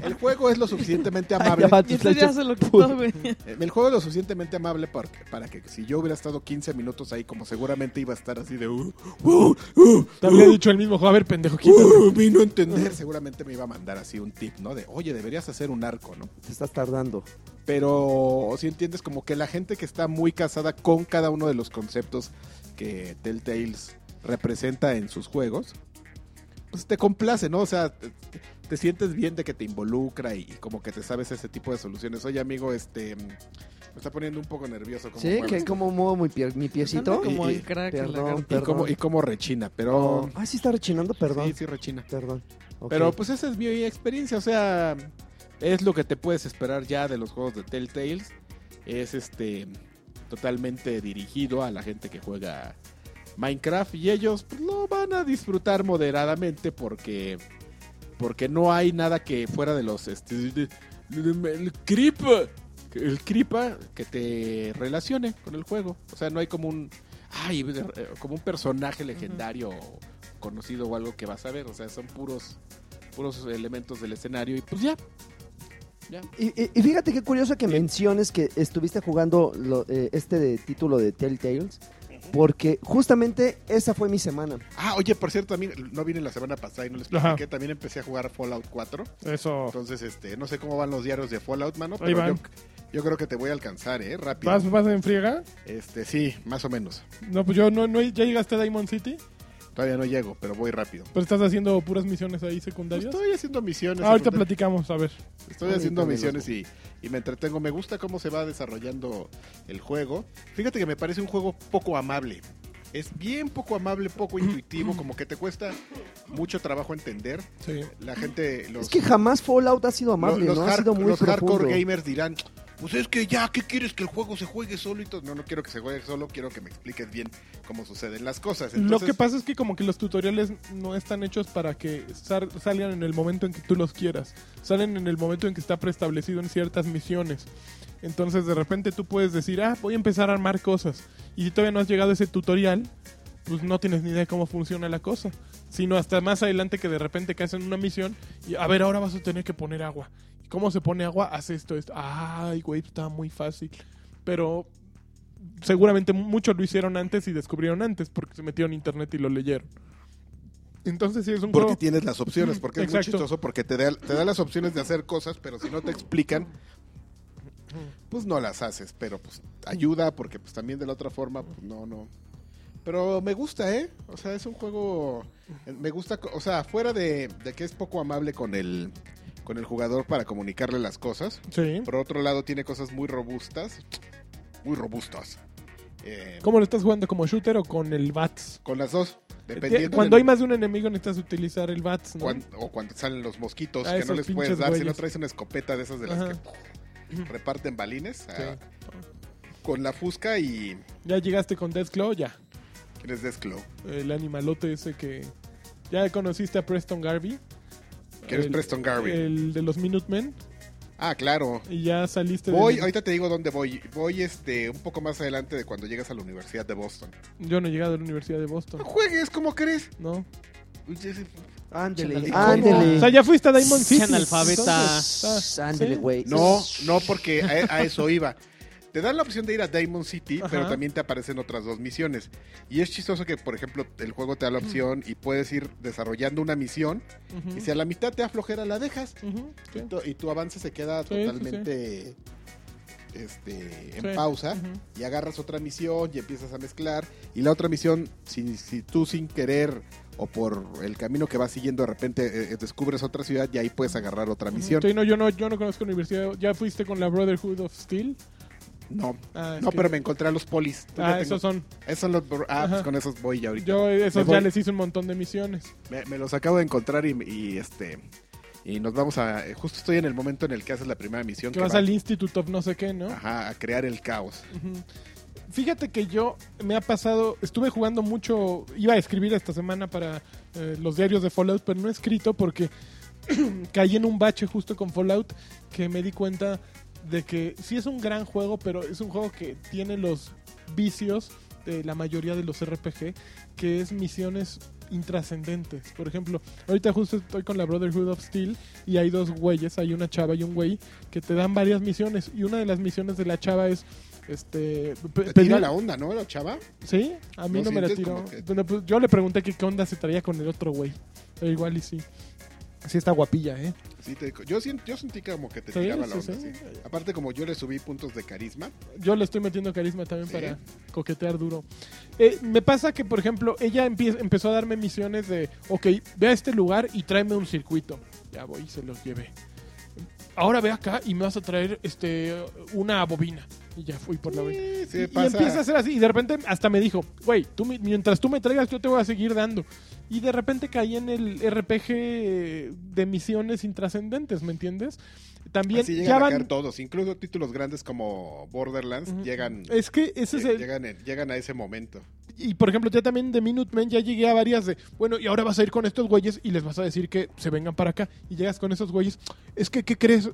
S4: El juego es lo suficientemente amable.
S2: Ya va
S3: Y
S2: tus
S3: entonces ya
S2: flechas.
S3: se lo quitó, güey.
S4: Eh, El juego es lo suficientemente amable para que, para que si yo hubiera estado 15 minutos ahí, como seguramente iba a estar así de. Uh, uh, uh,
S1: Te había
S4: uh,
S1: dicho el mismo juego. A ver, pendejo, quítate.
S4: uh, vino a entender. Seguramente me iba a mandar así un tip, ¿no? De, oye, deberías hacer un arco, ¿no?
S2: Te estás tardando.
S4: pero si entiendes como que la gente que está muy casada con cada uno de los conceptos que Telltales representa en sus juegos, pues te complace, ¿no? O sea, te, te- te sientes bien de que te involucra y, y como que te sabes ese tipo de soluciones. Oye, amigo, este mm, me está poniendo un poco nervioso como
S2: Sí,
S4: mueves.
S2: que es como muevo mi, pier- mi
S3: Anda
S2: piecito.
S3: como
S4: Y-
S3: el crack, el
S2: perdón,
S3: lagarto.
S4: y como
S2: perdón.
S4: y como rechina, pero
S2: Ah, sí está rechinando, perdón.
S4: sí, sí rechina.
S2: Perdón. Ok.
S4: Pero pues esa es mi experiencia, o sea, es lo que te puedes esperar ya de los juegos de Telltales. Es este totalmente dirigido a la gente que juega Minecraft y ellos pues, lo van a disfrutar moderadamente porque porque no hay nada que fuera de los este, de- de- el creepa el creepa que te relacione con el juego, o sea, no hay como un ay, de- eh, como un personaje legendario o conocido o algo que vas a ver, o sea, son puros puros elementos del escenario y pues ya.
S2: Y, y- y fíjate qué curioso que menciones que estuviste jugando lo- eh, este de- título de Telltales, porque justamente esa fue mi semana.
S4: Ah, oye, por cierto, también no vine la semana pasada y no les
S1: Ajá.
S4: platiqué, también empecé a jugar Fallout 4.
S1: Eso.
S4: Entonces, este, no sé cómo van los diarios de Fallout, mano,
S1: Ahí
S4: pero
S1: van.
S4: yo, yo creo que te voy a alcanzar, eh, rápido.
S1: ¿Vas, vas en friega?
S4: Este, sí, más o menos.
S1: No, pues yo no, no. ¿Ya llegaste a Diamond City?
S4: Todavía no llego, pero voy rápido.
S1: ¿Pero estás haciendo puras misiones ahí
S4: Pues
S1: secundarias?
S4: estoy haciendo misiones.
S1: Ah, ahorita
S4: secundarias.
S1: platicamos, a ver.
S4: Estoy
S2: Ay,
S4: haciendo
S2: también
S4: misiones y, y me entretengo. Me gusta cómo se va desarrollando el juego. Fíjate que me parece un juego poco amable. Es bien poco amable, poco intuitivo, como que te cuesta mucho trabajo entender.
S1: Sí.
S4: La gente, los,
S2: es que jamás Fallout ha sido amable,
S4: los
S2: ¿no? ha
S4: hard-
S2: sido muy
S4: los
S2: profundo.
S4: hardcore gamers dirán, pues es que ya, ¿qué quieres que el juego se juegue solo? Y todo?". No, no quiero que se juegue solo, quiero que me expliques bien cómo suceden las cosas.
S1: Lo
S4: Entonces,
S1: que pasa es que como que los tutoriales no están hechos para que sar- salgan en el momento en que tú los quieras. Salen en el momento en que está preestablecido en ciertas misiones. Entonces de repente tú puedes decir, ah, voy a empezar a armar cosas. Y si todavía no has llegado a ese tutorial, pues no tienes ni idea de cómo funciona la cosa. Sino hasta más adelante que de repente caes en una misión y a ver, ahora vas a tener que poner agua. ¿Y cómo se pone agua? Haz esto, esto. Ay, güey, está muy fácil. Pero seguramente muchos lo hicieron antes y descubrieron antes porque se metieron en internet y lo leyeron. Entonces sí es un
S4: Porque
S1: juego-
S4: tienes las opciones, porque es muy
S1: Exacto.
S4: chistoso, porque te da, te da las opciones de hacer cosas, pero si no te explican, pues no las haces, pero pues ayuda, porque pues también de la otra forma, pues no, no. Pero me gusta, ¿eh? O sea, es un juego, eh, me gusta, co- o sea, fuera de, de que es poco amable con el, con el jugador para comunicarle las cosas,
S1: Sí.
S4: por otro lado tiene cosas muy robustas, muy robustas. Eh,
S1: ¿Cómo lo estás jugando? ¿Como shooter o con el BATS? Eh,
S4: con las dos, dependiendo.
S1: Cuando
S4: del-
S1: hay más de un enemigo necesitas utilizar el BATS, ¿no?
S4: Cuan- o cuando salen los mosquitos
S1: Ah,
S4: que no
S1: esos
S4: les puedes
S1: pinches
S4: dar si no
S1: güeyes.
S4: traes una escopeta de esas de las
S1: Ajá.
S4: que puf, reparten balines
S1: Sí.
S4: ah, con la fusca y
S1: Ya llegaste con Deathclaw, ya.
S4: ¿quién es Desclo?
S1: El animalote ese que... ¿Ya conociste a Preston Garvey?
S4: ¿Quién es
S1: El-
S4: Preston Garvey?
S1: El de los Minutemen.
S4: Ah, claro.
S1: Y ya saliste
S4: Voy,
S1: de...
S4: ahorita te digo dónde voy. Voy este un poco más adelante de cuando llegas a la Universidad de Boston.
S1: Yo no he llegado a la Universidad de Boston.
S4: No juegues, ¿cómo crees?
S1: No. Pues
S2: Ándele,
S3: Chale,
S2: ándele.
S1: O sea, ya fuiste a Diamond City.
S3: Sea analfabeta.
S1: entonces, ah,
S2: Ándele,
S1: sí.
S2: güey.
S4: No, no, porque a, a eso iba. Te dan la opción de ir a Diamond City, pero
S1: Ajá.
S4: también te aparecen otras dos misiones. Y es chistoso que, por ejemplo, el juego te da la opción y puedes ir desarrollando una misión
S1: Ujú,
S4: Y si a la mitad te aflojera, la dejas.
S1: ujú, sí.
S4: Y tu- Y tu avance se queda
S1: sí, sí.
S4: totalmente este, en
S1: Sí,
S4: pausa.
S1: ujú.
S4: Y agarras otra misión y empiezas a mezclar. Y la otra misión, si, si tú sin querer o por el camino que vas siguiendo de repente eh, eh, descubres otra ciudad y ahí puedes agarrar otra misión.
S1: Sí, no, yo, no, yo no conozco la universidad. ¿Ya fuiste con la Brotherhood of Steel?
S4: No,
S1: Ah, es
S4: no
S1: que-
S4: pero me encontré a los polis. Tú ya
S1: Ah,
S4: tengo-
S1: esos son.
S4: esos son los... Ah, pues
S1: Ajá.
S4: con esos voy ya ahorita.
S1: Yo
S4: Me
S1: esos
S4: voy.
S1: ya les hice un montón de misiones.
S4: Me, me los acabo de encontrar y, y, este... Y nos vamos a... eh, Justo estoy en el momento en el que haces la primera misión.
S1: Que vas
S4: va-
S1: al Institute of no sé qué, ¿no?
S4: Ajá, a crear el caos.
S1: Ujú. Fíjate que yo me ha pasado, estuve jugando mucho, iba a escribir esta semana para eh, los diarios de Fallout, pero no he escrito porque caí en un bache justo con Fallout que me di cuenta de que sí es un gran juego, pero es un juego que tiene los vicios de la mayoría de los RPG, que es misiones intrascendentes. Por ejemplo, ahorita justo estoy con la Brotherhood of Steel y hay dos güeyes, hay una chava y un güey que te dan varias misiones y una de las misiones de la chava es este pe-
S4: Te
S1: pedir-
S4: tira la onda, ¿no? La chava.
S1: Sí, a mí
S4: ¿No
S1: no, me la
S4: sientes
S1: tiró.
S4: como que-
S1: Bueno, pues, yo le pregunté que qué onda se traía con el otro güey. Pero igual y sí. Sí está guapilla, ¿eh?
S4: Sí, te- yo, sien- yo sentí como que te
S1: Sí,
S4: tiraba la
S1: sí,
S4: onda.
S1: sí.
S4: sí. Aparte, como yo le subí puntos de carisma,
S1: Yo le estoy metiendo carisma también
S4: Sí.
S1: para coquetear duro. Eh, me pasa que, por ejemplo, ella empie- empezó a darme misiones de, ok, ve a este lugar y tráeme un circuito. Ya voy y se los llevé. Ahora ve acá y me vas a traer este una bobina. Y ya fui por la bobina.
S4: sí, sí
S1: y, y
S4: pasa.
S1: empieza a ser así. Y de repente hasta me dijo, güey, tú, mi- mientras tú me traigas, yo te voy a seguir dando. Y de repente caí en el RPG de misiones intrascendentes, ¿me entiendes? También
S4: Así llegan
S1: ya
S4: a
S1: van...
S4: caer todos. Incluso títulos grandes como Borderlands
S1: Ujú.
S4: llegan,
S1: Es que ese es
S4: lle-
S1: el...
S4: llegan, en- llegan a ese momento.
S1: Y por ejemplo, ya también de Minutemen ya llegué a varias de, bueno, y ahora vas a ir con estos güeyes y les vas a decir que se vengan para acá. Y llegas con esos güeyes. Es que, ¿qué crees?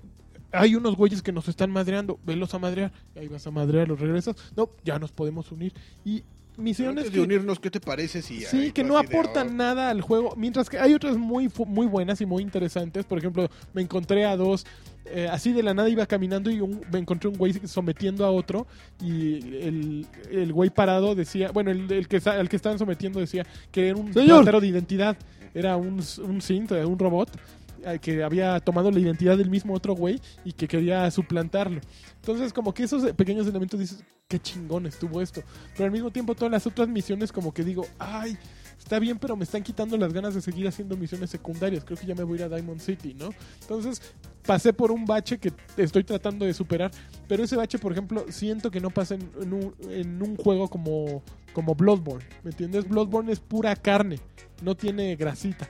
S1: Hay unos güeyes que nos están madreando. Velos a madrear. Y ahí vas a madrear, los regresas. No, ya nos podemos unir. Y misiones
S4: Antes
S1: que,
S4: de unirnos, ¿qué te parece si...
S1: sí,
S4: ahí
S1: que
S4: tú
S1: no
S4: así de,
S1: aportan
S4: oh,
S1: nada al juego. Mientras que hay otras muy, fu- muy buenas y muy interesantes. Por ejemplo, me encontré a dos. eh, así de la nada iba caminando y un- me encontré un güey sometiendo a otro. Y el, el güey parado decía. Bueno, el, el que, sa- el que estaban sometiendo decía que era un
S2: Señor.
S1: platero de identidad. Era un, s- un synth, eh, un robot. eh, Que había tomado la identidad del mismo otro güey y que quería suplantarlo. Entonces, como que esos eh, pequeños elementos dices, qué chingón estuvo esto. Pero al mismo tiempo todas las otras misiones como que digo, ay, está bien, pero me están quitando las ganas de seguir haciendo misiones secundarias. Creo que ya me voy a ir a Diamond City, ¿no? Entonces pasé por un bache que estoy tratando de superar. Pero ese bache, por ejemplo, siento que no pasa en, en un, en un juego como, como Bloodborne. ¿Me entiendes? Bloodborne es pura carne. No tiene grasita.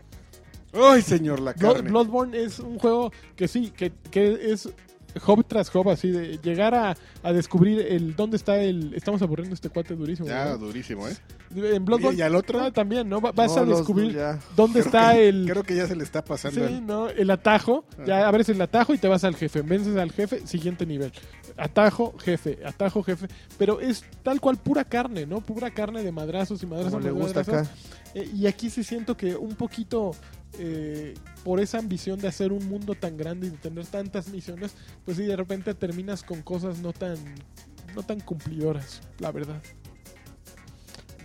S4: ¡Ay, señor, la
S1: Blo-
S4: carne!
S1: Bloodborne es un juego que sí, que, que es hop tras hop, así de llegar a, a descubrir el dónde está el. Estamos aburriendo a este cuate durísimo.
S4: Ya,
S1: ¿verdad?
S4: durísimo, ¿eh?
S1: En Bloodborne
S4: Y, y al otro,
S1: ah, también, ¿no? Va- Vas
S2: No,
S1: a
S2: los-
S1: descubrir
S2: ya.
S1: dónde está el.
S4: creo que ya se le está pasando.
S1: Sí,
S4: el-
S1: ¿no? El atajo. Ya abres el atajo y te vas al jefe. Vences al jefe, siguiente nivel. Atajo, jefe, atajo, jefe. Pero es tal cual pura carne, ¿no? Pura carne de madrazos y madrazos.
S2: Como le
S1: de
S2: gusta
S1: madrazos.
S2: acá.
S1: Eh, y aquí sí siento que un poquito eh, por esa ambición de hacer un mundo tan grande y de tener tantas misiones, pues sí, de repente terminas con cosas no tan no tan cumplidoras, la verdad.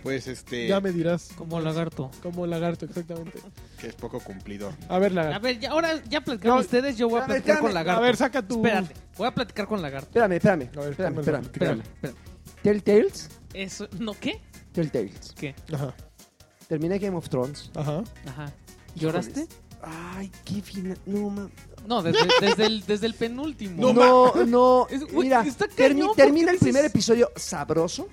S4: Pues este,
S1: Ya me dirás
S3: Como lagarto.
S1: como lagarto, exactamente.
S4: que es poco cumplidor.
S1: A ver,
S3: A
S1: lagarto.
S3: ver, ya, ahora ya platicaron
S1: No,
S3: ustedes, yo voy a
S2: espérame,
S3: platicar con
S2: espérame.
S1: A
S3: lagarto.
S1: ver, saca tu...
S3: Espérate, voy a platicar con lagarto.
S2: Espérame, espérame.
S1: A ver,
S2: Espérame,
S1: ponlo,
S2: espérame.
S1: platícalo.
S3: Espérame, espérame.
S2: Telltales.
S3: Eso, ¿no qué?
S2: Telltales.
S3: ¿Qué?
S1: Ajá,
S2: Terminé Game of Thrones.
S1: ajá.
S3: Ajá. ¿Lloraste?
S2: Ay, qué final. No, mames.
S3: No, desde, desde el, desde el penúltimo.
S2: No, no,
S3: Es- güey,
S2: mira,
S3: está
S2: termi-
S3: cañón, ¿por qué
S2: termina el
S3: dices?
S2: primer episodio sabroso.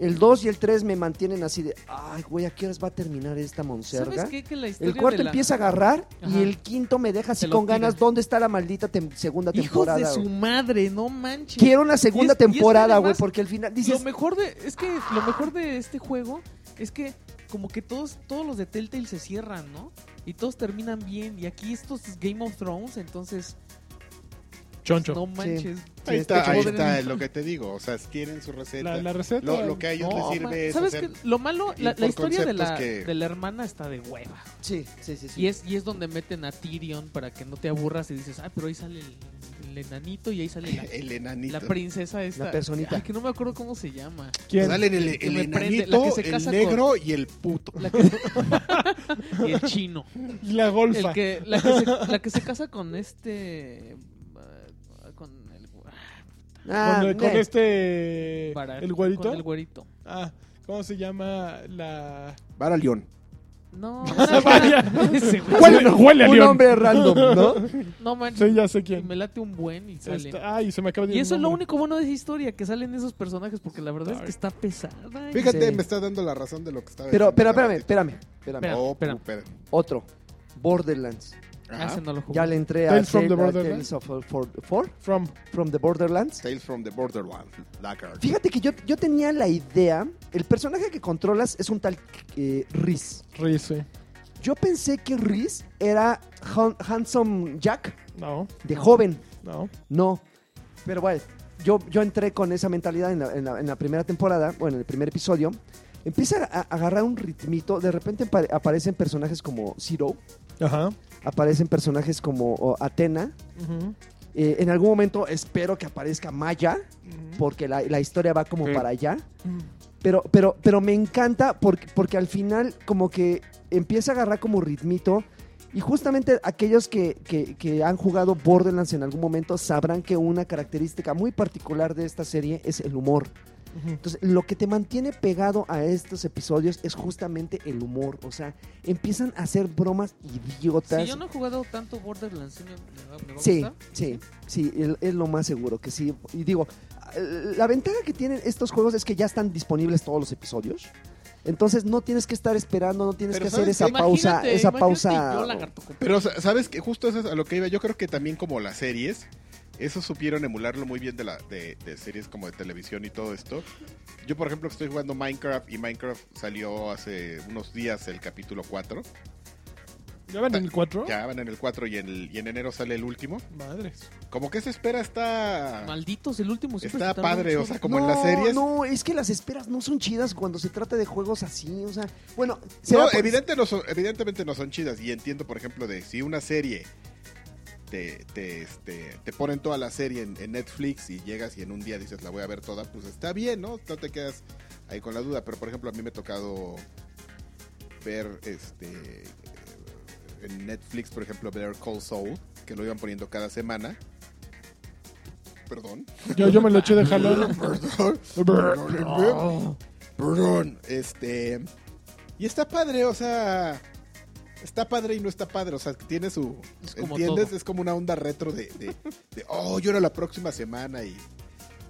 S2: El 2 y el 3 me mantienen así de, ay, güey, ¿a qué horas va a terminar esta
S3: ¿Sabes
S2: monserga?
S3: qué? Que la historia
S2: El cuarto
S3: de la...
S2: empieza a agarrar
S3: Ajá.
S2: y el quinto me deja así
S3: Te lo
S2: con ganas,
S3: tira.
S2: ¿dónde está la maldita tem- segunda
S3: Hijos
S2: temporada?
S3: de su
S2: güey?
S3: madre, no manches.
S2: Quiero una segunda
S3: Y es- y es que
S2: temporada, güey,
S3: además-
S2: porque al final
S3: lo
S2: dices,
S3: mejor de es que lo mejor de este juego es que como que todos todos los de Telltale se cierran, ¿no? Y todos terminan bien y aquí estos es Game of Thrones, entonces
S1: Choncho.
S3: no manches.
S2: Sí,
S4: ahí
S2: está
S4: está, ahí
S3: chido.
S4: está lo que te digo. O sea, quieren su receta.
S1: La, la receta...
S4: lo, lo que a ellos
S3: No,
S4: les
S3: ma-
S4: sirve es
S3: ¿Sabes
S4: hacer-
S3: qué? Lo malo,
S4: y
S3: la, la
S4: por
S3: historia de la,
S4: conceptos que-
S3: de la hermana está de hueva.
S2: sí, sí, sí, sí.
S3: Y, es, y es donde meten a Tyrion para que no te aburras y dices, ah, pero ahí sale el, el enanito y ahí sale la,
S4: el
S3: la
S4: enanito.
S3: princesa esta.
S2: La personita.
S3: Ay, que no me acuerdo cómo se llama.
S1: ¿Quién?
S4: Salen el, el
S3: que me prende, la que
S4: enanito,
S3: se
S4: el
S3: casa
S4: negro y el puto.
S3: La que- y el chino.
S1: Y la golfa.
S3: El que, la, que se, la que se casa con este. ah, Con el,
S2: Ah,
S1: Con, con
S2: ne-
S1: este...
S3: para-
S1: ¿El güerito?
S3: con el güerito.
S1: Ah, ¿cómo se llama la...?
S4: Vara León.
S3: No,
S1: Vaya.
S3: Ese güey.
S1: Ah, Huele- huele a
S2: un
S1: León.
S2: hombre random, ¿no?
S3: no manches.
S1: Sí, ya sé
S3: y
S1: quién.
S3: me late un buen y sale.
S1: Está- Este, Ay, se me acaba de ir
S3: Y
S1: el
S3: eso es lo
S1: nombre.
S3: único bueno de esa historia, que salen esos personajes, porque la verdad es que está pesada. eh.
S4: Fíjate,
S2: Sí.
S4: me está dando la razón de lo que estaba
S2: Pero,
S4: diciendo
S2: pero
S4: hace
S2: espérame,
S4: ratito.
S2: espérame, espérame.
S3: Espera.
S4: Oh,
S3: espérame.
S4: pupera.
S2: Otro, Borderlands.
S3: Ah,
S4: Ajá.
S3: ese no lo jugué.
S2: Ya le entré a
S1: Tales from the
S2: Tale- a
S1: Borderlands.
S2: Tales of- for- for-
S1: From.
S2: from the Borderlands.
S4: Tales from the Borderlands. Lacquer.
S2: Fíjate que yo, yo tenía la idea, el personaje que controlas es un tal eh, Riz.
S1: Rice.
S2: Yo pensé que Riz era Han- Handsome Jack
S1: No,
S2: de joven,
S1: no.
S2: no. Pero bueno, yo, yo entré con esa mentalidad en la, en la- en la primera temporada, bueno, en el primer episodio. Empieza a, a agarrar un ritmito, de repente apare- aparecen personajes como Zero,
S1: Ajá.
S2: aparecen personajes como oh, Atena.
S1: Ujú.
S2: Eh, en algún momento espero que aparezca Maya, porque la, la historia va como
S4: Sí.
S2: para allá.
S1: Ujú.
S2: Pero, pero, pero me encanta porque, porque al final como que empieza a agarrar como ritmito. Y justamente aquellos que, que- que han jugado Borderlands en algún momento sabrán que una característica muy particular de esta serie es el humor.
S1: Ujú.
S2: Entonces, lo que te mantiene pegado a estos episodios es justamente el humor. O sea, empiezan a hacer bromas idiotas.
S3: Si yo no he jugado tanto Borderlands, ¿sí me, me va, me va a
S2: Sí,
S3: gustar?
S2: sí, sí, el- es lo más seguro que sí. Y digo, eh, la ventaja que tienen estos juegos es que ya están disponibles todos los episodios. Entonces no tienes que estar esperando, no tienes
S4: Pero
S2: que hacer
S4: ¿sabes
S2: esa
S4: qué?
S2: pausa,
S3: Imagínate-
S2: esa
S3: imagínate
S2: pausa.
S3: yo, lagarto, con-
S4: Pero sa- sabes que justo eso es a lo que iba. Yo creo que también como las series, eso supieron emularlo muy bien de, la, de, de series como de televisión y todo esto. Yo, por ejemplo, estoy jugando Minecraft y Minecraft salió hace unos días el capítulo 4.
S1: ¿Ya van en el 4?
S4: Ya van en el 4 y en, el- y en enero sale el último.
S1: Madres.
S4: Como que esa espera
S2: Ah.
S4: está,
S3: Malditos, el último siempre
S4: está
S3: se tarda
S4: padre.
S3: mucho.
S4: O sea, como
S2: no,
S4: en las series. No,
S2: no, es que las esperas no son chidas cuando se trata de juegos así, o sea, pues, bueno, será por-
S4: evidente no son- evidentemente no son chidas. Y entiendo, por ejemplo, de si una serie te, te, este, te ponen toda la serie en, en Netflix y llegas y en un día dices la voy a ver toda, pues está bien, ¿no? No te quedas ahí con la duda. Pero, por ejemplo, a mí me ha tocado ver este en Netflix, por ejemplo, ver Call Soul, que lo iban poniendo cada semana. Perdón.
S1: Yo, yo me lo eché de jalón.
S4: Perdón. Perdón, este. Y está padre, o sea. Está padre y no está padre, o sea, que tiene su.
S3: Es como
S4: ¿Entiendes?
S3: todo.
S4: Es como una onda retro de, de, de, oh, yo era la próxima semana y,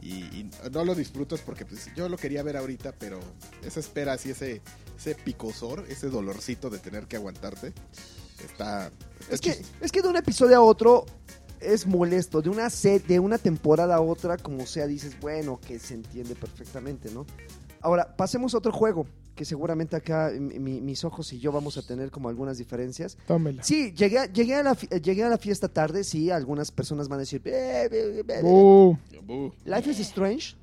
S4: y- y no lo disfrutas porque pues, yo lo quería ver ahorita, pero esa espera, así, ese, ese picosor, ese dolorcito de tener que aguantarte, está. está
S2: es que
S4: chis-
S2: es que de un episodio a otro es molesto. De una, se- de una temporada a otra, como sea, dices, bueno, que se entiende perfectamente, ¿no? Ahora, pasemos a otro juego, que seguramente acá mi- mi- mis ojos y yo vamos a tener como algunas diferencias.
S1: Tómela.
S2: Sí, llegué a, llegué a, la, fi- eh, llegué a la fiesta tarde, sí, algunas personas van a decir, "Eh, eh, eh, eh".
S1: Uh,
S4: Bu.
S2: Life is Strange.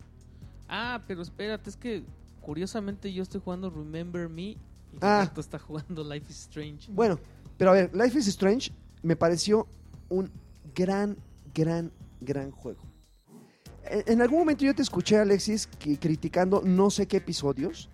S3: Ah, pero espérate, es que curiosamente yo estoy jugando Remember Me y
S2: Ah.
S3: tú estás jugando Life is Strange.
S2: Bueno, pero a ver, Life is Strange me pareció un gran, gran, gran juego. En, en algún momento yo te escuché, Alexis, que- criticando no sé qué episodios.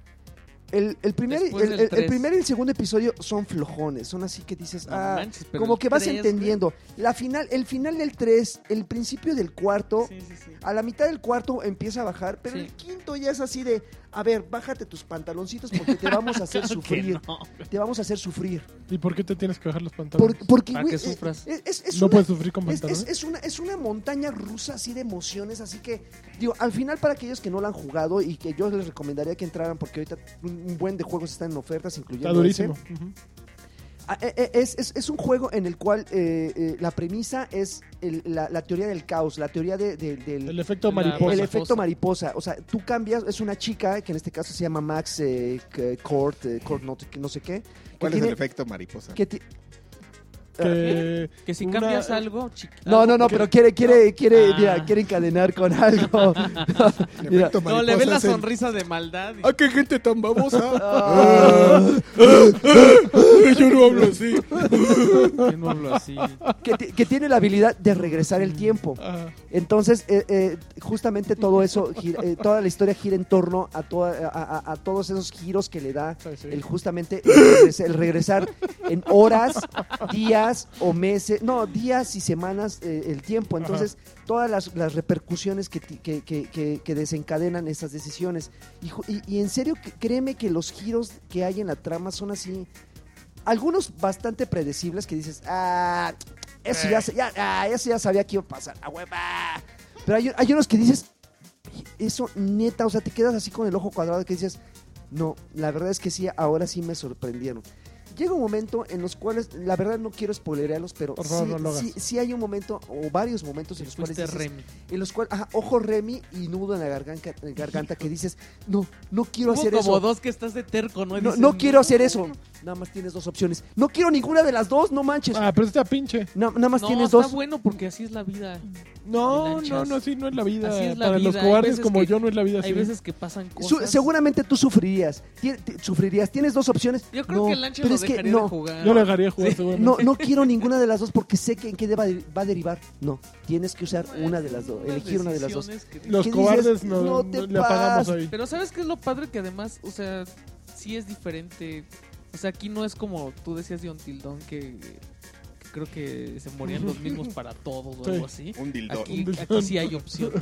S2: El, el primer, el,
S3: Después del
S2: el- el
S3: tres.
S2: primer y el segundo episodio son flojones, son así que dices,
S3: No
S2: ah,
S3: manches, pero
S2: como
S3: el
S2: que vas
S3: tres,
S2: entendiendo. La final, el final del 3, el principio del cuarto,
S3: güey. Sí, sí, sí.
S2: a la mitad del cuarto empieza a bajar, pero
S3: Sí.
S2: el quinto ya es así de, a ver, bájate tus pantaloncitos porque te vamos a hacer
S3: Claro que
S2: sufrir,
S3: no.
S2: te vamos a hacer sufrir.
S1: ¿Y por qué te tienes que bajar los pantalones?
S2: Por- porque,
S3: Para
S2: güey,
S3: que
S2: eh,
S3: sufras.
S2: Es, es- es
S1: ¿No
S2: una,
S1: puedes sufrir con
S2: es,
S1: pantalones?
S2: es- es una, es una montaña rusa así de emociones, así que, digo, al final para aquellos que no la han jugado y que yo les recomendaría que entraran porque ahorita un un buen de juegos están en ofertas, incluyendo
S1: Está durísimo.
S2: ese.
S1: Ujú.
S2: Ah, eh, eh, Es, es- es un juego en el cual eh, eh, la premisa es el- la, la teoría del caos, la teoría de- de- del,
S1: El efecto
S3: La-
S1: mariposa.
S2: el
S3: Mariposa.
S2: efecto mariposa. O sea, tú cambias, es una chica que en este caso se llama Max eh, C- Court, eh, Court no, no sé qué. que
S4: ¿Cuál es el
S2: tiene-
S4: efecto mariposa?
S2: que ti- Ah,
S1: que-
S3: Que si
S1: Una-
S3: cambias algo, chiqui-
S2: No,
S3: algo
S2: no, no,
S3: que-
S2: pero quiere, quiere, quiere,
S3: Ah.
S2: mira, quiere encadenar con algo.
S4: El
S2: Mira.
S4: efecto
S3: No, le ve la
S4: es el-
S3: sonrisa de maldad. y-
S4: ¡Ah, qué gente tan babosa!
S2: Ah,
S4: Yo no hablo así.
S3: Yo no hablo así.
S2: que, ti- que tiene la habilidad de regresar el tiempo.
S1: ah,
S2: Entonces, eh, eh, justamente todo eso, gira- eh, toda la historia gira en torno a, toda- a- a- a todos esos giros que le da
S1: sí, sí.
S2: el justamente el regres- el regresar, en horas, días o meses, no, días y semanas eh, el tiempo. Entonces, todas las, las repercusiones que, ti- que, que- que- que desencadenan esas decisiones. Y, ju- y- y en serio, que- créeme que los giros que hay en la trama son así, algunos bastante predecibles que dices, ah, eso ya, se- ya- ah, eso ya sabía que iba a pasar, a hueva. Pero hay, hay unos que dices, eso neta, o sea, te quedas así con el ojo cuadrado que dices, no, la verdad es que sí, ahora sí me sorprendieron. Llega un momento en los cuales, la verdad no quiero spoilerearlos, pero
S1: Por favor,
S2: sí,
S1: no lo hagas.
S2: sí- sí hay un momento o varios momentos en los cuales
S3: Fuiste
S2: dices,
S3: Remy.
S2: en los cuales, ajá, ojo Remy y nudo en la garganta, en garganta que dices, no, no quiero
S3: Hubo
S2: hacer
S3: como
S2: eso.
S3: dos que estás de terco, ¿no? Y
S2: No,
S3: dices,
S2: no quiero hacer eso. Nada más tienes dos opciones. No quiero ninguna de las dos, no manches.
S1: Ah, pero está pinche.
S2: Na- nada más
S3: No,
S2: tienes
S3: está
S2: dos.
S3: bueno porque así es la vida.
S1: No,
S3: Lanchas.
S1: no, no, así no es la vida.
S3: Así es la
S1: Para
S3: vida,
S1: los
S3: hay
S1: cobardes
S3: veces
S1: como
S3: que-
S1: yo no es la vida así.
S3: Hay veces que pasan
S2: Su-
S3: cosas.
S2: seguramente tú sufrirías. Ti- ti- sufrirías. Tienes dos opciones.
S3: Yo creo
S2: No,
S3: que el ancho
S2: pero
S3: lo
S2: es que
S3: dejaría
S2: no,
S3: de jugar.
S1: Yo le dejaría jugar
S3: Sí.
S1: seguramente.
S2: No, no quiero ninguna de las dos porque sé que en qué deba- va a derivar. No, tienes que usar una de las dos,
S3: Unas
S2: elegir una de las dos.
S3: decisiones que-
S1: Los
S2: ¿Qué
S1: cobardes
S2: dices?
S1: no,
S2: No
S1: no
S2: te
S1: le apagamos
S2: pases.
S1: ahí.
S3: Pero ¿sabes qué es lo padre? Que además, o sea, sí es diferente. O sea, aquí no es como tú decías de Ontildón que, que creo que se morían los mismos para todos o
S1: Sí.
S3: algo así.
S4: Un dildo.
S3: Aquí, aquí sí hay opciones.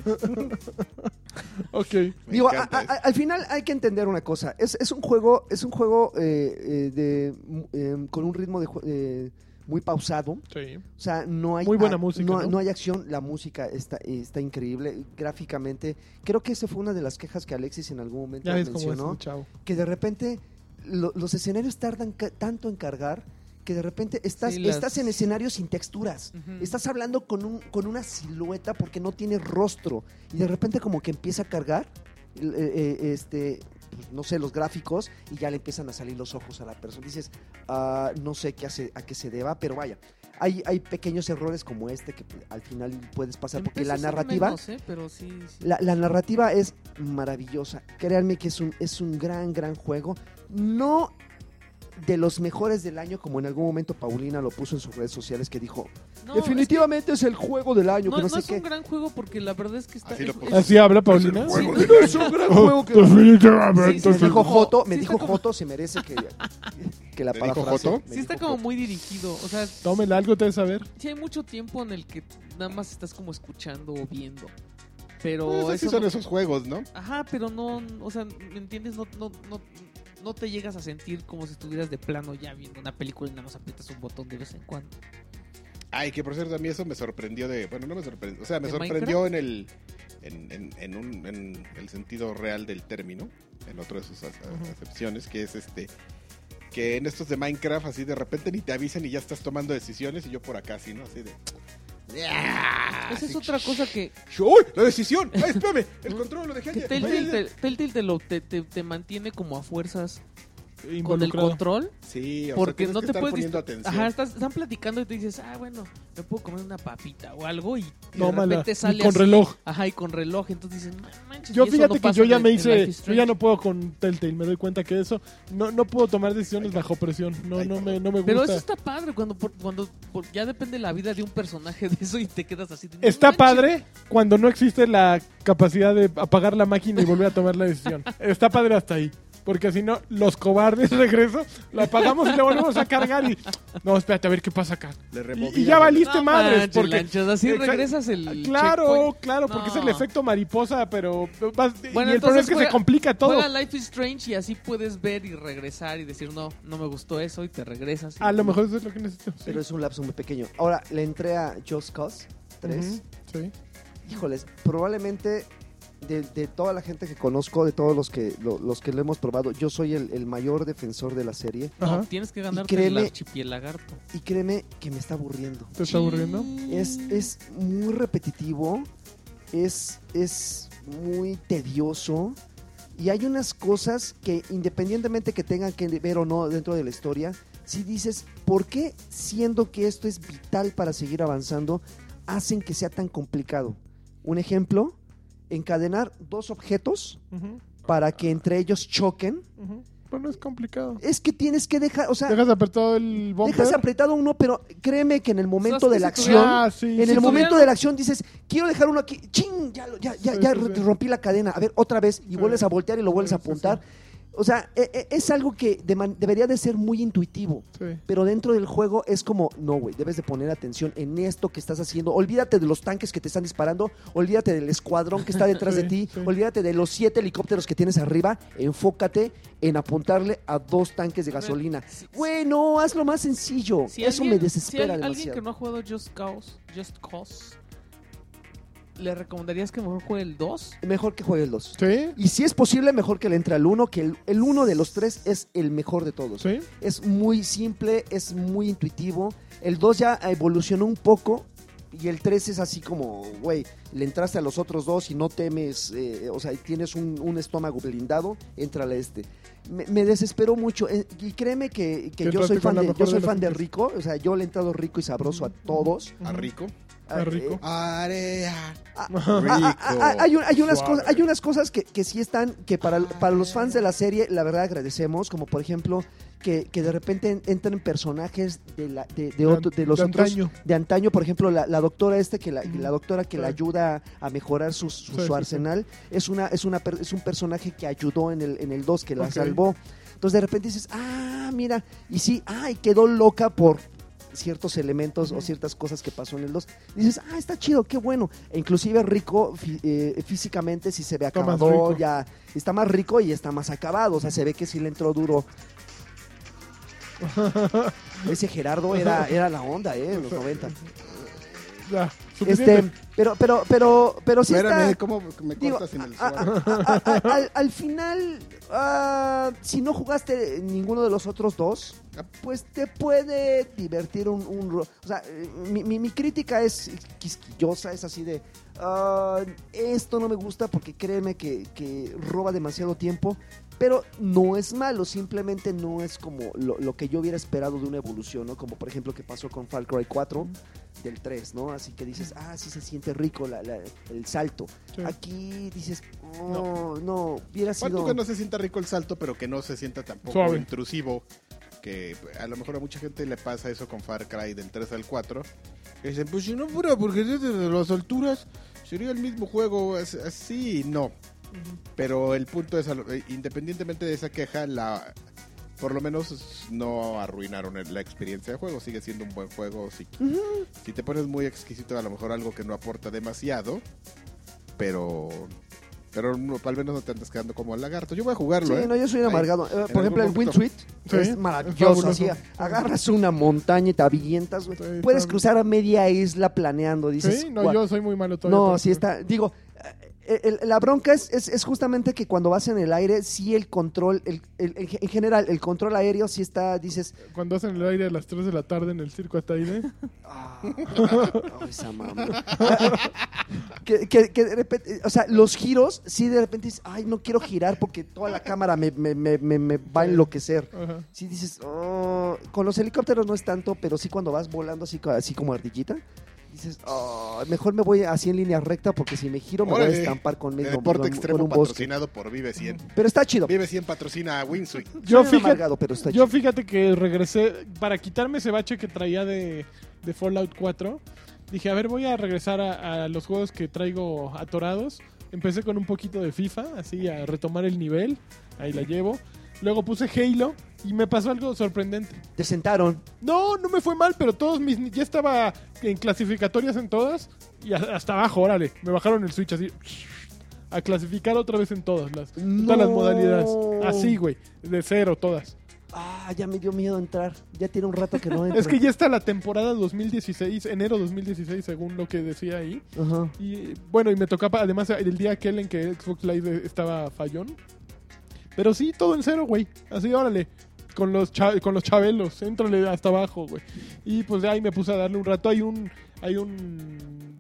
S1: Ok.
S4: Me
S2: Digo, a-
S4: encanta
S2: a- a- al final hay que entender una cosa. Es, es un juego, es un juego eh, eh, de, mm, eh, con un ritmo de, jue- eh, muy pausado.
S1: Sí.
S2: O sea, no hay
S1: Muy buena
S2: ac-
S1: música,
S2: no,
S1: ¿no?
S2: no hay acción, la música está, está increíble gráficamente. Creo que esa fue una de las quejas que Alexis en algún momento
S1: Ya ves cómo es
S2: mencionó,
S1: un chavo.
S2: que de repente lo- los escenarios tardan ca- tanto en cargar que de repente estás
S3: Sí, las-
S2: estás en escenarios sin texturas.
S3: Ujú.
S2: Estás hablando con un con una silueta porque no tiene rostro y de repente como que empieza a cargar el- eh, eh, este pues, no sé, los gráficos y ya le empiezan a salir los ojos a la persona. Dices, ah, no sé qué hace, a qué se deba, pero vaya. Hay, hay pequeños errores como este que al final puedes pasar porque la
S3: Empezó a ser
S2: narrativa...
S3: menos, ¿eh? Pero sí, sí.
S2: La, la narrativa es maravillosa. Créanme que es un, es un gran, gran juego. No de los mejores del año, como en algún momento Paulina lo puso en sus redes sociales, que dijo,
S3: No,
S2: definitivamente es, el juego del
S3: es que
S2: año,
S3: no,
S2: que no,
S3: no
S2: sé
S3: es un
S2: qué.
S3: gran juego porque la verdad es que está.
S4: Así lo
S3: es-
S4: puso.
S3: es-
S1: Así habla Paulina. Oh,
S4: Es el juego
S3: Sí.
S4: del
S2: Es
S4: año.
S2: un gran juego que...
S1: Definitivamente.
S3: Sí, sí,
S2: Me
S1: es el-
S2: dijo Joto, me
S3: Sí,
S2: dijo
S3: está como-
S2: Joto, se merece que, que la
S4: ¿Te dijo
S2: parafrase.
S4: Joto?
S2: Me
S3: sí está
S2: dijo
S3: como
S2: Joto.
S3: muy dirigido. O sea, sí
S1: Tómela algo, te debes saber.
S3: hay mucho tiempo en el que nada más estás como escuchando o viendo. Pero
S4: Pues así
S3: eso
S4: son
S3: no-
S4: esos juegos, ¿no?
S3: Ajá, pero no, o sea, ¿me entiendes? No, no, no, no te llegas a sentir como si estuvieras de plano ya viendo una película y nada más aprietas un botón de vez en cuando.
S4: Ay, que por cierto, a mí eso me sorprendió de. Bueno, no me sorprendió. O sea, me
S3: ¿De
S4: sorprendió en el. En, en- en un- en el sentido real del término. En otro de sus a- a- acepciones, que es este. Que en estos de Minecraft, así de repente ni te avisan y ya estás tomando decisiones. Y yo por acá, así, ¿no? Así de. ¡Ah!
S3: Esa es otra cosa que,
S4: ¡Uy! ¡La decisión! ¡Ay, espérame! El control lo dejé
S3: que
S4: allá.
S3: Telltale, te, Telltale te, lo, te, te- te mantiene como a fuerzas con el
S1: Involucrado.
S3: control.
S4: Sí, o
S3: Porque
S4: sea, tienes
S3: no
S4: que
S3: te
S4: estar
S3: puedes.
S4: poniendo
S3: dist-
S4: atención.
S3: Ajá, estás- están platicando y te dices, ah, bueno, me puedo comer una papita o algo y, y de
S1: Tómala.
S3: repente sale
S1: Con
S3: así.
S1: reloj.
S3: Ajá, y con reloj. Entonces dices, "No manches.
S1: Yo
S3: y eso no
S1: fíjate que
S3: pasa
S1: yo
S3: en
S1: ya
S3: el-
S1: me
S3: en Life
S1: hice,
S3: is
S1: yo
S3: Strange".
S1: ya no puedo con Telltale, me doy cuenta que eso, no, no puedo tomar decisiones bajo presión, no,
S4: Ay,
S1: no me,
S4: perdón.
S1: no me
S3: Pero eso
S1: gusta.
S3: está padre cuando, por- cuando por- ya depende la vida de un personaje de eso y te quedas así. de, "No
S1: Está
S3: manches".
S1: padre cuando no existe la capacidad de apagar la máquina y volver a tomar la decisión. Está padre hasta ahí. Porque si no, los cobardes regreso, lo apagamos y lo volvemos a cargar y... No, espérate, a ver qué pasa acá.
S4: Le
S1: Y-
S4: removía
S1: Y, ya
S4: la-
S1: valiste
S3: No
S1: madres,
S3: manches,
S1: porque...
S3: Lanchas, así
S1: Exacto.
S3: regresas el.
S1: Claro,
S3: checkpoint.
S1: claro, porque es el
S3: No.
S1: efecto mariposa, pero... vas-
S3: Bueno,
S1: y el problema
S3: entonces
S1: es que
S3: juega-
S1: se complica todo.
S3: Juega Life is Strange y así puedes ver y regresar y decir, no, no me gustó eso y te regresas. y-
S1: A lo mejor eso es lo que necesito. sí.
S2: Pero es un lapso muy pequeño. Ahora, le entré a Just Cause 3.
S1: Ujú, sí.
S2: Híjoles, probablemente de, de toda la gente que conozco, de todos los que lo, los que lo hemos probado, yo soy el, el mayor defensor de la serie.
S3: No,
S1: Ajá.
S3: tienes que ganarte
S2: créeme-
S3: el archipielagarto.
S2: Y créeme que me está aburriendo.
S1: ¿Te está aburriendo?
S2: Es, es muy repetitivo, es, es muy tedioso. Y hay unas cosas que independientemente que tengan que ver o no dentro de la historia, si dices, ¿por qué siendo que esto es vital para seguir avanzando, hacen que sea tan complicado? Un ejemplo, encadenar dos objetos
S1: Ujú,
S2: para que entre ellos choquen.
S1: ujú. Bueno, es complicado.
S2: Es que tienes que dejar, o sea,
S1: Dejas apretado el bumper.
S2: dejas apretado uno, pero créeme que en el momento
S3: que
S2: de
S3: si
S2: la
S3: tuviera-
S2: acción...
S1: Ah, sí.
S2: En
S1: sí,
S2: el
S1: sí.
S2: momento
S3: tuvieran-
S2: de la acción dices, quiero dejar uno aquí, ching, ya, lo- ya, ya,
S1: Sí,
S2: ya
S1: sí,
S2: r-
S1: sí.
S2: rompí la cadena, a ver, otra vez, y
S1: Sí.
S2: vuelves a voltear y lo vuelves a
S1: Sí, sí,
S2: apuntar. O sea, e- e- es algo que de man- debería de ser muy intuitivo,
S1: Sí.
S2: pero dentro del juego es como, no, güey, debes de poner atención en esto que estás haciendo, olvídate de los tanques que te están disparando, olvídate del escuadrón que está detrás
S1: Sí,
S2: de ti,
S1: sí.
S2: olvídate de los siete helicópteros que tienes arriba, enfócate en apuntarle a dos tanques de
S3: A ver,
S2: gasolina.
S3: si-
S2: Güey, no, hazlo más sencillo,
S3: si
S2: eso me
S3: alguien-
S2: desespera
S3: si hay alguien
S2: demasiado.
S3: que no ha jugado Just Cause, Just Cause, ¿le recomendarías que mejor juegue el 2?
S2: Mejor que juegues los.
S1: Sí,
S2: Y si es posible, mejor que le entre al uno, que el, el uno de los tres es el mejor de todos.
S1: sí.
S2: Es muy simple, es muy intuitivo. El 2 ya evolucionó un poco y el 3 es así como, güey, le entraste a los otros dos y no temes, eh, o sea, tienes un, un estómago blindado, entrale a este. Me, me desesperó mucho eh, y créeme que, que
S1: Que
S2: yo soy
S1: entraste
S2: fan
S1: con la
S2: de, yo
S1: mejor de
S2: soy
S1: las
S2: fan de
S1: fichas.
S2: Rico, o sea, yo le he entrado rico y sabroso a todos. eh,
S4: ¿A rico?
S1: A Rico.
S4: Area.
S2: Ah, Ah, ah, ah,
S4: Rico.
S2: hay, un- hay unas
S1: Suave.
S2: cosas, hay unas cosas que, que sí están, que para, para los fans de la serie, la verdad agradecemos, como por ejemplo, que, que de repente en- entren personajes de, la, de, de otro- de los
S1: de
S2: otros-
S1: antaño.
S2: de antaño, por ejemplo, la, la doctora este que la,
S1: Ujú.
S2: la doctora que la
S1: Sí.
S2: ayuda a mejorar su, su,
S1: Sí, sí,
S2: su
S1: sí.
S2: arsenal, es una, es una per- es un personaje que ayudó en el, en el 2, que la
S1: Ok.
S2: salvó. Entonces de repente dices, ah, mira, y sí, ay, quedó loca por ciertos elementos o
S1: Ujú.
S2: ciertas cosas que pasó en el 2. Dices, ah, está chido, qué bueno. E inclusive rico fí- eh, físicamente, si se ve
S1: Está más
S2: acabado,
S1: rico.
S2: ya está más rico y está más acabado. O sea, se ve que sí le entró duro. Ese Gerardo era, era la onda, ¿eh? En los 90.
S1: Ya, suficiente.
S2: Este, pero, pero, pero, pero sí
S4: Espérame, ¿eh?
S2: está...
S4: ¿cómo me
S2: Digo, ah,
S4: cortas en el
S2: a-
S4: suave?
S2: a- a- a- al, al final, ah, si no jugaste ninguno de los otros dos,
S4: Ah.
S2: pues te puede divertir un... un ro- o sea, eh, mi, mi- mi crítica es quisquillosa, es así de... ah, esto no me gusta porque créeme que, que roba demasiado tiempo, pero no es malo, simplemente no es como lo, lo que yo hubiera esperado de una evolución, ¿no? Como por ejemplo que pasó con Far Cry 4 del 3, ¿no? Así que dices, ah, sí se siente rico la- la- el salto.
S1: Sí.
S2: Aquí dices, oh, no, hubiera
S4: ¿Cuánto
S2: sido...
S4: que no se sienta rico el salto, pero que no se sienta tampoco
S1: Suave.
S4: intrusivo? Que a lo mejor a mucha gente le pasa eso con Far Cry del 3 al 4. Que dicen, pues si no fuera porque desde las alturas sería el mismo juego. Es- Así no. Pero el punto es, a lo- eh, independientemente de esa queja, la por lo menos es- no arruinaron el- la experiencia de juego. Sigue siendo un buen juego. Si, si te pones muy exquisito, a lo mejor algo que no aporta demasiado. Pero pero no- al menos no te andas quedando como el lagarto. Yo voy a jugarlo,
S2: Sí,
S4: ¿eh?
S2: no, yo soy un
S4: Ahí.
S2: amargado. Eh,
S4: algún
S2: Por ejemplo, el Win
S4: punto.
S2: Suite
S1: Sí,
S2: es
S1: es
S2: maravilloso.
S1: fabuloso.
S2: así,
S1: Sí.
S2: agarras una montaña y te avientas, güey.
S1: Sí,
S2: Puedes
S1: está-
S2: cruzar a media isla planeando, dices.
S1: Sí, no,
S2: "Guau".
S1: yo soy muy malo todavía.
S2: No,
S1: para
S2: sí
S1: eso.
S2: está. Digo, eh, el- el- la bronca es, es, es justamente que cuando vas en el aire, sí el control, el- el- el- en general, el control aéreo sí está, dices,
S1: Cuando hacen el aire a las 3 de la tarde en el circo ¿eh? Ataide.
S2: Ah, ay, esa mamá. que, que- que de repente, o sea, los giros, sí de repente dices, ay, no quiero girar porque toda la cámara me, me- me- me- me va a enloquecer.
S1: Ajá.
S2: Sí dices, "Oh", con los helicópteros no es tanto, pero sí cuando vas volando así, co- así como ardillita, dices, "Oh, mejor me voy así en línea recta porque si me giro me voy a
S4: Órale.
S2: estampar con,
S4: El
S2: con-
S4: deporte
S2: pues, con- con
S4: extremo
S2: un bosque.
S4: patrocinado por Vive 100.
S2: Pero está chido.
S4: Vive 100 patrocina a Winsweet.
S1: Yo
S2: Suena
S1: fíjate,
S2: amargado, pero está
S1: yo
S2: chido.
S1: fíjate que regresé para quitarme ese bache que traía de, de Fallout 4. Dije, a ver, voy a regresar a, a los juegos que traigo atorados. Empecé con un poquito de FIFA, así a retomar el nivel. Ahí la llevo. Luego puse Halo y me pasó algo sorprendente.
S2: Te sentaron.
S1: No, no me fue mal, pero todos mis. ni- Ya estaba en clasificatorias en todas y a- hasta abajo, órale. Me bajaron el Switch así. A clasificar otra vez en todas las, en todas las
S2: No.
S1: modalidades. Así, güey. De cero, todas.
S2: Ah, ya me dio miedo entrar. Ya tiene un rato que no entro.
S1: Es que ya está la temporada 2016, enero 2016, según lo que decía ahí.
S2: Ajá.
S1: Y bueno, y me tocaba además el día aquel en que Xbox Live estaba fallón. Pero sí, todo en cero, güey. Así, órale. Con los, cha- con los chabelos, éntrale hasta abajo, güey. Y pues de ahí me puse a darle un rato. Hay un. Hay un.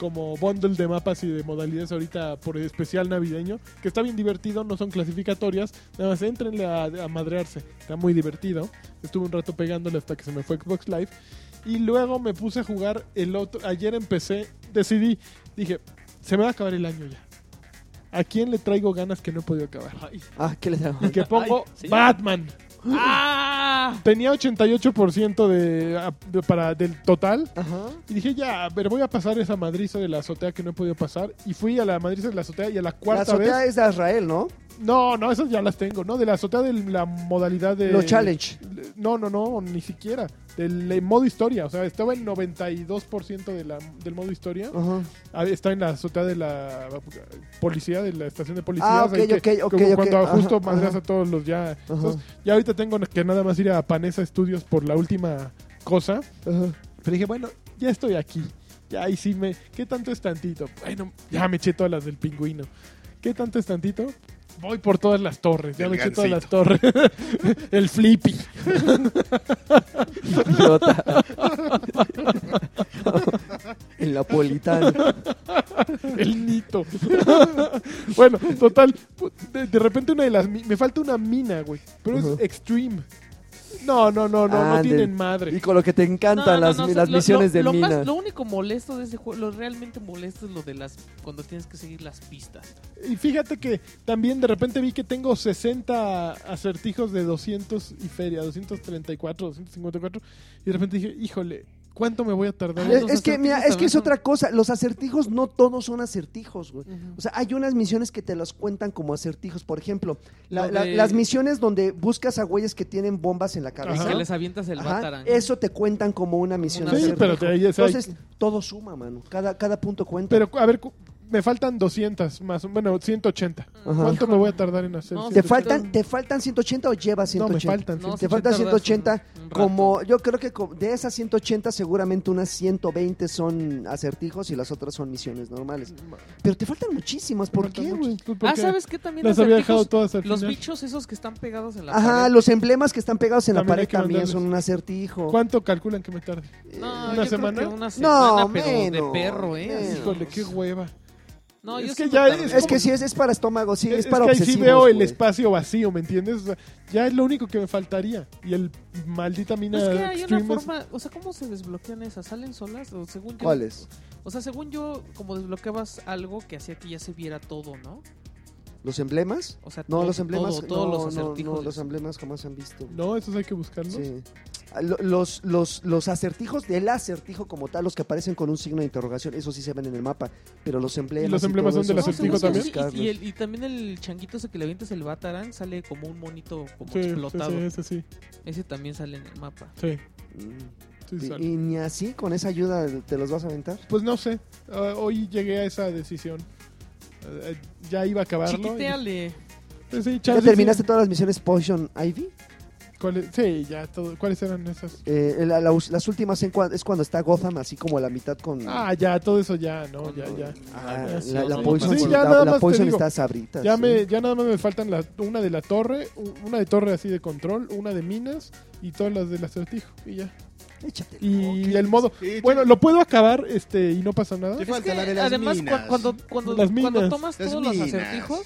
S1: Como bundle de mapas y de modalidades ahorita por especial navideño. Que está bien divertido, no son clasificatorias. Nada más entrenle a, a madrearse. Está muy divertido. Estuve un rato pegándole hasta que se me fue Xbox Live. Y luego me puse a jugar el otro. Ayer empecé, decidí, dije, se me va a acabar el año ya. ¿A quién le traigo ganas que no he podido acabar?
S2: Ah, ¿qué le traigo?
S1: Y que pongo
S6: Ay, señor.
S1: Batman.
S3: ¡Ah!
S1: Tenía 88% de, a- de- para, del total.
S2: Ajá.
S1: Y dije, ya, pero voy a pasar esa madriza de la azotea que no he podido pasar. Y fui a la madriza de la azotea y a la
S2: La
S1: cuarta
S2: azotea
S1: vez.
S2: es de Israel, ¿no?
S1: No, no, esas ya las tengo. No, de la azotea de la modalidad de.
S2: Los challenge.
S1: No, no, no, ni siquiera. Del eh, modo historia. O sea, estaba el 92% de la, del modo historia.
S2: Ajá.
S1: Ah, Está en la azotea de la policía, de la estación de policía.
S2: Ah, ok,
S1: ahí que-
S2: ok, ok,
S1: como
S2: ok.
S1: Cuando
S2: Ajá,
S1: justo
S2: ajá.
S1: madreas a todos los ya. Entonces, ya ahorita tengo que nada más ir a Panesa Studios por la última cosa.
S2: Ajá.
S1: Pero dije, bueno, ya estoy aquí. Ya ahí sí me. ¿Qué tanto es tantito? Bueno, ya me eché todas las del pingüino. ¿Qué tanto es tantito? Voy por todas las torres. Ya
S4: El
S1: me eché todas las
S4: gansito.
S1: torres. El flippy.
S2: El napolitano.
S1: El nito. bueno, total. De, de repente una de las. mi- Me falta una mina, güey. Pero es
S2: Ujú.
S1: extreme. No, no, no, no. no
S2: Anden.
S1: tienen
S2: Ah, y
S1: madre.
S2: con lo que te encantan
S3: No, no,
S2: las,
S3: no, o sea,
S2: las
S3: lo-
S2: misiones
S3: lo-
S2: de
S3: lo más-
S2: minas.
S3: lo único molesto de ese juego, lo realmente molesto es lo de las. cuando tienes que seguir las pistas.
S1: Y fíjate que también de repente vi que tengo 60 acertijos de 200 y feria. 234, 254. Y de repente dije, híjole, ¿cuánto me voy a tardar?
S2: Es,
S1: en-
S3: Los
S2: es que, mira, es que es
S3: acertijos también son-
S2: otra cosa. Los acertijos no todos son acertijos, güey. O sea, hay unas misiones que te las cuentan como acertijos. Por ejemplo, la-
S3: Lo
S2: la-
S3: de-
S2: las misiones donde buscas a güeyes que tienen bombas en la
S1: Ajá.
S2: cabeza.
S3: Que les avientas el
S2: Ajá,
S3: batarán.
S2: Eso te cuentan como una misión.
S3: una-
S1: Sí,
S2: acertijo.
S1: pero te- ahí es-
S2: Entonces, todo suma, mano. Cada, cada punto cuenta.
S1: Pero a ver, cu- me faltan 200 más. Bueno, 180.
S3: Mm.
S2: Ajá.
S1: ¿Cuánto me voy a tardar en hacer?
S3: No,
S2: ¿Te
S1: 180?
S2: faltan, ¿Te faltan 180 o llevas
S1: No,
S2: 180?
S1: me faltan.
S3: No,
S2: Te
S3: sí
S2: faltan
S3: tardas un-
S2: 180.
S3: un rato.
S2: Como yo creo que co- de esas 180 seguramente unas 120 son acertijos y las otras son misiones normales. Pero te faltan muchísimas, ¿por
S1: Faltan
S2: qué,
S1: muchos.
S2: güey?
S1: Pues
S3: Ah,
S1: porque
S3: ¿sabes qué también?
S1: Las había dejado
S3: acertijos?
S1: todas al
S3: Los
S1: final.
S3: bichos esos que están pegados en la
S2: Ajá,
S3: pared.
S2: los emblemas que están pegados en la
S1: También hay
S2: pared
S1: que
S2: también
S1: mandarles.
S2: son un acertijo. Eh,
S1: ¿Cuánto calculan que me tarde?
S3: No,
S1: ¿Una
S3: yo creo
S1: semana?
S3: que una semana, pero
S2: menos,
S3: de perro, ¿eh?
S2: menos.
S3: Así.
S1: Híjole, qué hueva.
S3: No,
S1: Es
S3: yo
S1: que
S3: sí me
S1: ya
S3: tardé.
S1: es
S2: Es que sí, es, es para estómago, sí, es, para
S1: que ahí sí
S2: obsesivos,
S1: veo el
S2: güey.
S1: espacio vacío, ¿me entiendes? O sea, ya es lo único que me faltaría. Y el maldita mina
S3: Es que hay una
S1: Extreme es-
S3: forma, o sea, ¿cómo se desbloquean esas? ¿Salen solas? O según yo,
S2: ¿Cuáles?
S3: O sea, según yo, como desbloqueabas algo que hacía que ya se viera todo, ¿no?
S2: ¿Los emblemas?
S3: O sea,
S2: No,
S3: todo-
S2: los emblemas.
S3: todo- todos
S2: no,
S3: los
S2: no,
S3: acertijos.
S2: No, los emblemas jamás se han visto.
S1: No, esos hay que buscarlos.
S2: Sí. Ah, lo- Los, los, los acertijos del acertijo como tal, los que aparecen con un signo de interrogación, eso sí se ven en el mapa, pero los emblemas...
S1: ¿Y los emblemas
S2: todo
S1: son del
S2: eso sí
S1: acertijo
S3: según yo
S2: puedes
S1: también?
S3: sí,
S2: buscarlos.
S3: Y, y el- y también el changuito ese que le avientas el Batarang sale como un monito como
S1: Sí, sí,
S3: explotado.
S1: sí, ese sí.
S3: Ese también sale en el mapa.
S1: Sí,
S2: Mm.
S1: sí,
S2: Y,
S1: sale.
S2: y ni así, con esa ayuda, te los vas a aventar.
S1: Pues no sé. Ah, hoy llegué a esa decisión. Ah, eh, ya iba a acabarlo. y-
S3: Chiquiteale.
S1: Pues sí,
S2: ¿Ya
S1: chance,
S2: terminaste
S1: sí.
S2: todas las misiones Potion Ivy?
S1: ¿Cuáles? Sí, ya todo. ¿Cuáles eran esas?
S2: Eh, la- la- las últimas en cua- es cuando está Gotham así como a la mitad con...
S1: Ah, ya, todo eso ya, no, ya, ya.
S2: Ah,
S1: ya, sí,
S2: la, la
S1: sí,
S2: Poison,
S1: sí,
S2: sí,
S1: ya
S2: la-
S1: nada
S2: la
S1: más te
S2: Poison
S1: digo.
S2: está sabrita.
S1: Ya,
S2: sí.
S1: me, ya nada más me faltan la- una de la torre, u- una de torre así de control, una de minas y todas las del acertijo. Y ya.
S2: Échate.
S1: Y
S4: Ok.
S1: el modo.
S4: Sí,
S1: Bueno,
S4: sí.
S1: lo puedo acabar este y no pasa nada.
S4: Te
S3: Es
S4: falta
S3: que,
S4: la de las
S3: además, cua-
S4: minas.
S3: cuando, cuando,
S1: Las
S3: cuando
S1: minas.
S3: tomas
S4: Las
S3: todos los
S4: minas.
S3: acertijos,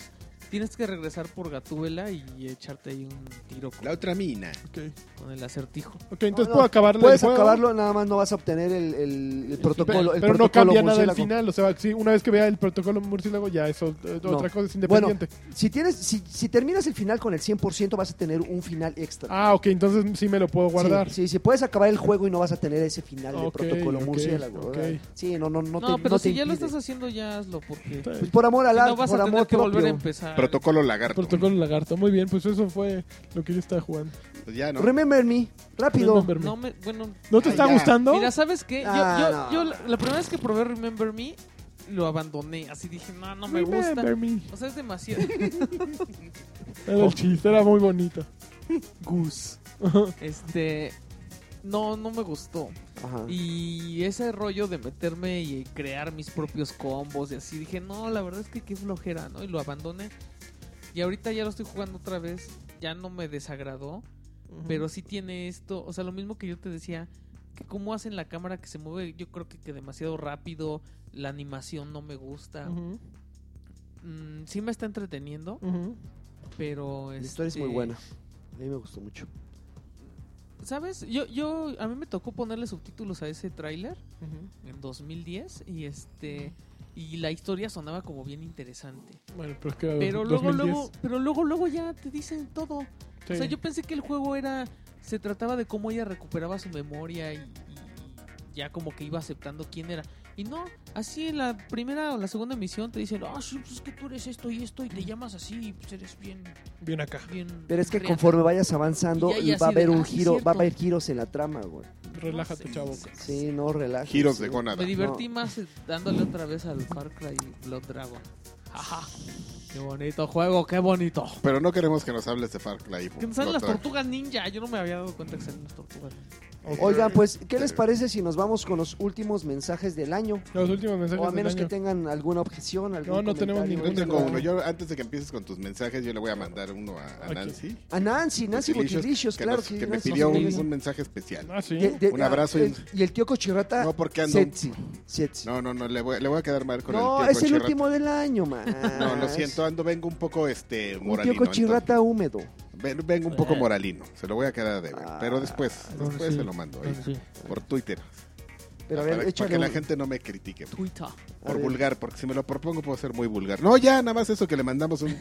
S3: tienes que regresar por Gatúbela y echarte ahí un tiro con,
S4: La otra mina.
S1: Ok,
S3: con el acertijo.
S1: Ok, entonces
S2: No, no,
S1: puedo acabarlo.
S2: Puedes
S1: el juego,
S2: acabarlo, nada más no vas a obtener el, el- el protocolo. el
S1: pero no
S2: protocolo
S1: cambia nada el
S2: murciélago.
S1: final. O sea, sí, una vez que vea el protocolo murciélago, ya eso, eh,
S2: No.
S1: otra cosa es
S2: Bueno,
S1: independiente.
S2: Si, tienes, si, si terminas el final con el 100% vas a tener un final extra.
S1: ah, ok, entonces sí me lo puedo guardar.
S2: Sí, sí, sí, puedes acabar el juego y no vas a tener ese final de
S1: Ok,
S2: protocolo
S1: ok,
S2: murciélago.
S1: ok.
S2: ¿verdad? Sí, no, no, no,
S3: No,
S2: te
S3: pero
S2: no te
S3: si ya lo
S2: impide.
S3: estás haciendo, ya hazlo porque
S1: Está
S3: si
S1: bien.
S2: Pues por amor al arte,
S3: no vas
S2: por
S3: a tener
S2: amor
S3: que volver a
S2: propio.
S3: empezar.
S1: Ah.
S4: Protocolo lagarto.
S1: Protocolo lagarto. Muy bien, pues eso fue lo que yo estaba jugando.
S4: Pues ya, ¿no?
S2: Remember me, rápido.
S1: Remember me.
S3: No me, bueno,
S1: ¿No te
S4: Ay,
S1: está
S4: ya.
S1: gustando?
S3: mira, ¿sabes qué? Yo,
S2: Ah, no.
S3: yo, yo la, la primera vez que probé Remember Me, lo abandoné. Así dije, no, no me gusta.
S1: Remember me.
S3: O sea, es demasiado.
S1: Era
S2: Oh.
S1: el chiste, era muy bonito.
S3: Goose. Este. No, no me gustó.
S2: Ajá.
S3: Y ese rollo de meterme y crear mis propios combos y así, dije, no, la verdad es que qué flojera, ¿no? Y lo abandoné. Y ahorita ya lo estoy jugando otra vez, ya no me desagradó, pero sí tiene esto, o sea, lo mismo que yo te decía, que cómo hacen la cámara que se mueve, yo creo que, que demasiado rápido, la animación no me gusta.
S1: Ujú,
S3: Mm, sí me está entreteniendo,
S1: ujú.
S3: pero...
S2: La historia es
S3: este,
S2: muy buena. A mí me gustó mucho.
S3: ¿Sabes? Yo, yo, a mí me tocó ponerle subtítulos a ese tráiler. en 2010 y este y la historia sonaba como bien interesante.
S1: Bueno, pero es que era
S3: Pero luego
S1: 2010.
S3: luego pero luego luego ya te dicen todo.
S1: Sí.
S3: O sea, yo pensé que el juego era se trataba de cómo ella recuperaba su memoria y, y ya como que iba aceptando quién era. Y no, así en la primera o la segunda misión te dicen, "Ah, sí, pues es que tú eres esto y esto y te llamas así, y pues eres bien
S1: Bien acá.
S3: bien
S2: Pero es que
S3: reata".
S2: conforme vayas avanzando,
S3: Y ya- y así
S2: va a haber
S3: de,
S2: un
S3: ah, sí,
S2: giro, va a
S3: cierto.
S2: haber giros en la trama, güey.
S1: Relájate,
S3: No sé,
S1: chavo.
S3: sí, sí.
S2: Sí, no relajes.
S4: Giros de
S2: sí.
S4: gónada.
S3: Me divertí
S2: No.
S3: más eh, dándole otra vez al Far Cry Blood Dragon. Ajá. Qué bonito juego, qué bonito.
S4: Pero no queremos que nos hables de Far Cry.
S3: Que me salen
S4: Lo
S3: las
S4: tra-
S3: tortugas ninja. Yo no me había dado cuenta que salen las tortugas ninja.
S2: Oigan, pues, ¿qué les parece si nos vamos con los últimos mensajes del año?
S1: Los últimos mensajes
S2: O a menos
S1: Pues del
S2: que
S1: año.
S2: tengan alguna objeción, algún
S1: no tenemos
S2: comentario. este,
S1: ningún-
S4: Yo tengo uno. Yo, antes de que empieces con tus mensajes, yo le voy a mandar uno a, a
S1: Ok.
S4: Ah, Nancy.
S2: A Nancy, Nancy
S4: Botilicious,
S2: Botilicious,
S4: que
S2: claro.
S4: nos-
S2: sí,
S4: que me
S2: Nancy
S4: pidió un,
S2: Botilicious.
S4: un mensaje especial.
S1: Ah, sí.
S2: De- de-
S4: Un abrazo y-
S2: el- y el tío Cochirrata,
S4: No, porque ando-
S2: Setsi. Setsi.
S4: No, no, no, le voy, le voy a quedar mal con
S2: No,
S4: el tío
S2: es el
S4: Cochirrata.
S2: último del año, man.
S4: No, lo siento, ando, vengo un poco este
S2: Un
S4: moralino.
S2: tío Cochirrata húmedo.
S4: entonces. Ven- vengo un poco moralino, se lo voy a quedar de ver.
S2: Ah,
S4: Pero después,
S1: bueno,
S4: después
S1: sí.
S4: se lo mando ahí, por Twitter.
S2: Pero a
S4: para,
S2: ver,
S4: para
S2: échale
S4: que la
S2: un-
S4: gente no me critique.
S3: Twitter.
S2: a
S4: Por
S2: ver.
S4: vulgar, porque si me lo propongo puedo ser muy vulgar. No, ya, nada más eso que le mandamos un,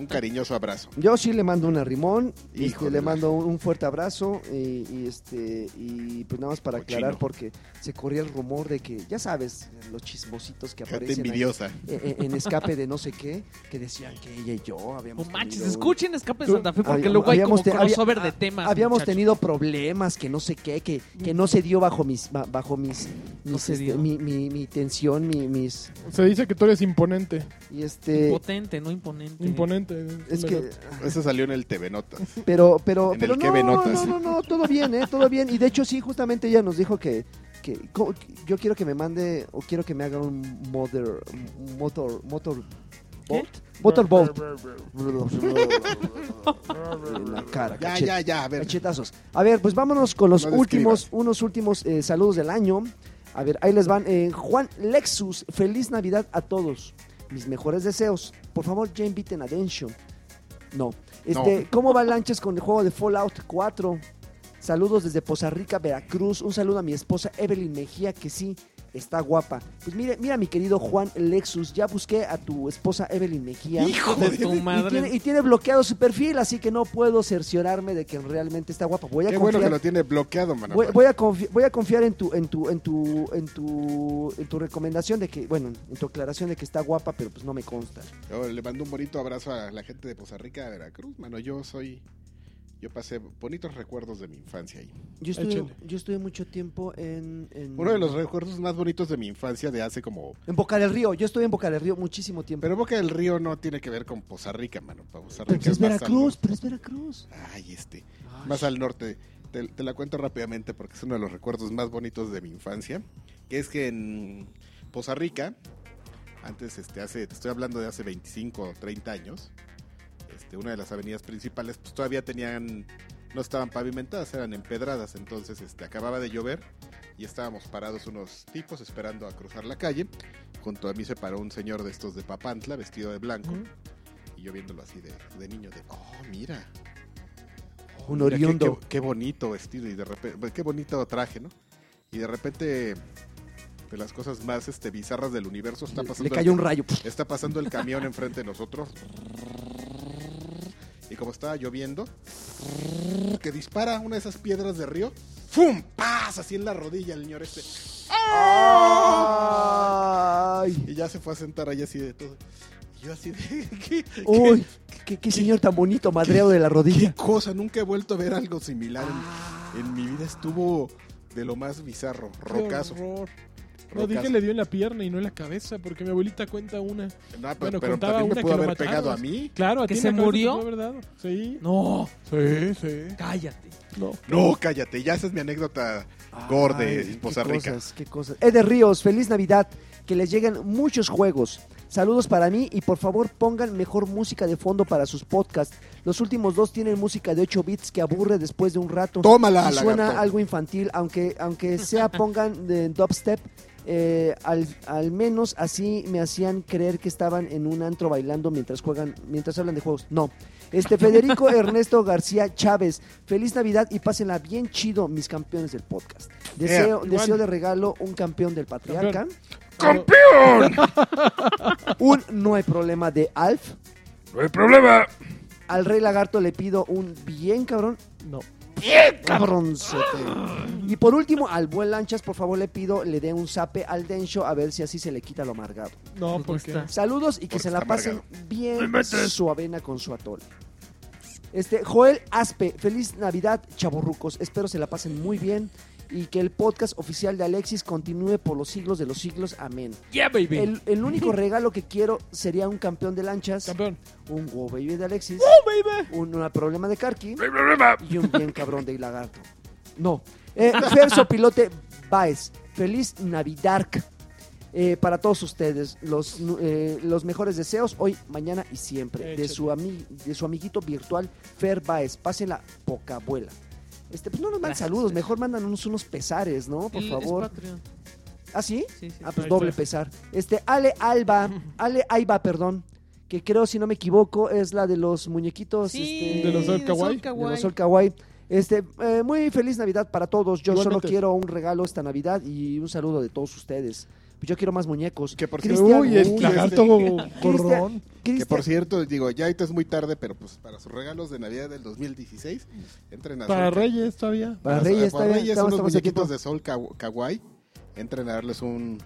S4: un cariñoso abrazo.
S2: Yo sí le mando una rimón, este,
S4: Híjole.
S2: le mando un, un fuerte abrazo y, y, este y pues nada más para
S4: Cochino.
S2: aclarar porque se corría el rumor de que ya sabes los chismositos que
S4: Gente
S2: aparecen ahí,
S4: envidiosa.
S2: eh, eh, en escape de no sé qué que decían que ella y yo habíamos
S3: No manches,
S2: tenido un-
S3: escuchen Escape de Santa Fe porque
S2: Habíamos-
S3: luego hay como
S2: habíamos te- había-
S3: crossover de
S2: ah,
S3: temas.
S2: Habíamos
S3: muchachos.
S2: tenido problemas que no sé qué, que, que no se dio bajo mis ba- bajo mis, mis,
S3: se
S2: este,
S3: dio.
S2: mi, mi, mi tensión, mi, mis
S1: Se dice que tú eres imponente.
S2: y este
S3: Potente, no imponente.
S1: Imponente. eh,
S2: es que
S4: Eso salió en el TV Notas.
S2: Pero, pero,
S4: En
S2: pero
S4: el
S2: no,
S4: que ve
S2: no,
S4: notas.
S2: no, no, todo bien, ¿eh? Todo bien. Y de hecho, sí, justamente ella nos dijo que, que co- yo quiero que me mande o quiero que me haga un motor, un motor, motor, boat, motorboat. en la cara,
S4: Ya,
S2: cachet-
S4: ya, ya, a ver.
S2: cachetazos. A ver, pues vámonos con los
S4: No
S2: últimos, unos últimos eh, saludos del año. A ver, ahí les van. Eh, Juan Lexus, feliz Navidad a todos. Mis mejores deseos. Por favor, ya inviten a Densho. No. Este, ¿Cómo va Lanchas con el juego de Fallout 4? Saludos desde Poza Rica, Veracruz. Un saludo a mi esposa Evelyn Mejía, que sí, está guapa. Pues mire, mira, mi querido Juan Lexus, ya busqué a tu esposa Evelyn Mejía.
S3: Hijo de tu
S2: Y tiene,
S3: madre.
S2: y tiene bloqueado su perfil, así que no puedo cerciorarme de que realmente está guapa. Voy a
S4: Qué
S2: confiar,
S4: bueno que lo tiene bloqueado, mano.
S2: voy, voy a confi- voy a confiar en tu, en tu, en tu, en tu, en tu recomendación de que, bueno, en tu aclaración de que está guapa, pero pues no me consta.
S4: Yo le mando un bonito abrazo a la gente de Poza Rica, de Veracruz, mano. Yo soy Yo pasé bonitos recuerdos de mi infancia ahí.
S2: Yo estuve,
S1: Échenle.
S2: yo estuve mucho tiempo en, en,
S4: Uno de los recuerdos más bonitos de mi infancia de hace como...
S2: en Boca del Río. Yo estuve en Boca del Río muchísimo tiempo.
S4: Pero Boca del Río no tiene que ver con Poza Rica, mano. Poza
S2: Pero
S4: Rica
S2: Pues es
S4: más
S2: Veracruz, pero es Veracruz.
S4: al nor- Ay, este. Más al norte. Te, te la cuento rápidamente porque es uno de los recuerdos más bonitos de mi infancia. Que es que en Poza Rica, antes, este, hace, te estoy hablando de hace 25 o 30 años, este, una de las avenidas principales, pues todavía tenían, no estaban pavimentadas, eran empedradas. Entonces, este, acababa de llover y estábamos parados unos tipos esperando a cruzar la calle. Junto a mí se paró un señor de estos de Papantla, vestido de blanco.
S1: Ujú.
S4: Y yo viéndolo así de, de niño, de, oh, mira.
S2: Un
S4: Pues Mira, qué-
S2: oriundo.
S4: Qué, qué bonito vestido y de repente, qué bonito traje, ¿no? Y de repente, de las cosas más este, bizarras del universo, está pasando,
S2: Le
S4: el-
S2: cayó un rayo.
S4: está pasando el camión enfrente de nosotros. Y como estaba lloviendo, que dispara una de esas piedras de río, ¡fum! ¡Paz! Así en la rodilla el señor este.
S2: ¡Ay!
S4: Y ya se fue a sentar ahí así de todo. Y yo así de, ¿qué, qué-
S2: ¡Uy! Qué, qué señor tan bonito, madreado de la
S4: ¿Qué
S2: rodilla.
S4: cosa? Nunca he vuelto a ver algo similar. en- En, mi vida estuvo de lo más bizarro, rocazo.
S1: horror. No,
S4: rocazo.
S1: dije le dio en la pierna y no en la cabeza, porque mi abuelita cuenta una.
S4: No, pero,
S1: bueno,
S4: pero
S1: contaba
S4: también
S1: una
S4: me
S1: que
S4: pudo
S1: lo
S4: haber pegado a
S1: mataron.
S4: mí.
S1: Claro, a
S3: ¿Que
S1: ti en
S3: se
S1: la cabeza
S3: murió?
S1: te pudo haber dado. Sí.
S3: No,
S1: Sí, sí.
S3: cállate.
S4: No, cállate, ya esa es mi anécdota gorde y
S2: Ay,
S4: Poza
S2: qué
S4: Rica.
S2: Cosas, qué cosas. Eder Ríos, feliz Navidad. Que les lleguen muchos juegos. Saludos para mí y por favor pongan mejor música de fondo para sus podcasts. Los últimos dos tienen música de 8 bits que aburre después de un rato.
S4: Tómala,
S2: Y suena
S4: lagarto.
S2: algo infantil, aunque, aunque sea pongan de dubstep, eh, al, al menos así me hacían creer que estaban en un antro bailando mientras juegan, mientras hablan de juegos. No. Este Federico Ernesto García Chávez, feliz Navidad y pásenla bien chido, mis campeones del podcast. Deseo,
S1: Ea, igual.
S2: deseo de regalo un campeón del patriarca,
S1: ¡Campeón!
S2: un no hay problema de Alf.
S4: No hay problema.
S2: Al Rey Lagarto le pido un bien cabrón
S1: No.
S2: cabronzote. Y por último, al buen Lanchas, por favor, le pido, le dé un zape al Dencho a ver si así se le quita lo amargado.
S1: No,
S3: Me
S1: porque.
S3: gusta.
S2: Saludos y que
S4: Porque
S2: se la
S4: está
S2: pasen
S4: amargado.
S2: bien su avena con su atole. Este, Joel Aspe, feliz Navidad, chaburrucos. Espero se la pasen muy bien y que el podcast oficial de Alexis continúe por los siglos de los siglos. Amén.
S3: Yeah, baby.
S2: El, el único regalo que quiero sería un campeón de lanchas,
S1: Campeón.
S2: un wow baby de Alexis,
S1: Oh,
S3: ¡Oh!
S2: un una problema de Karki y un bien cabrón de Lagarto. No. Eh, Ferso Pilote Baez, feliz Navidad eh, para todos ustedes. Los, nu- eh, los mejores deseos hoy, mañana y siempre. De
S1: Échale.
S2: su, ami- de su amiguito virtual, Fer Baez. Pásenla, poca abuela. Este, pues no nos mandan
S3: Gracias,
S2: saludos,
S3: Fer.
S2: mejor mándanos unos pesares, ¿no? Por
S3: El-
S2: favor.
S3: Es Patreon.
S2: ¿Ah, sí?
S3: Sí, sí.
S2: Ah, pues
S1: Ahí
S2: doble
S1: está.
S2: pesar. Este, Ale Alba, Ale Aiba, perdón, que creo, si no me equivoco, es la de los muñequitos
S3: Sí,
S2: este,
S1: De los Sol
S3: de
S1: Kawaii.
S2: de los
S3: Kawaii.
S2: Sol Kawaii. Este, eh, muy feliz Navidad para todos. Yo solo
S1: Igualmente.
S2: quiero un regalo esta Navidad y un saludo de todos ustedes. Yo quiero más muñecos.
S4: Que por
S2: Cristian,
S4: cierto, uy, es
S2: uy, este,
S1: Lagarto
S2: Cristian,
S1: gorrón.
S4: Que por
S2: Cristian,
S4: cierto, digo, ya ahorita es muy tarde, pero pues para sus regalos de Navidad del 2016, entren a
S1: Para
S4: Sol-
S1: Reyes todavía.
S2: Para Reyes, está
S4: para
S2: bien,
S4: Reyes,
S2: estamos-
S4: unos
S2: estamos a
S4: muñequitos
S2: tiempo.
S4: de Sol Kaw- Kawaii, entren a darles un,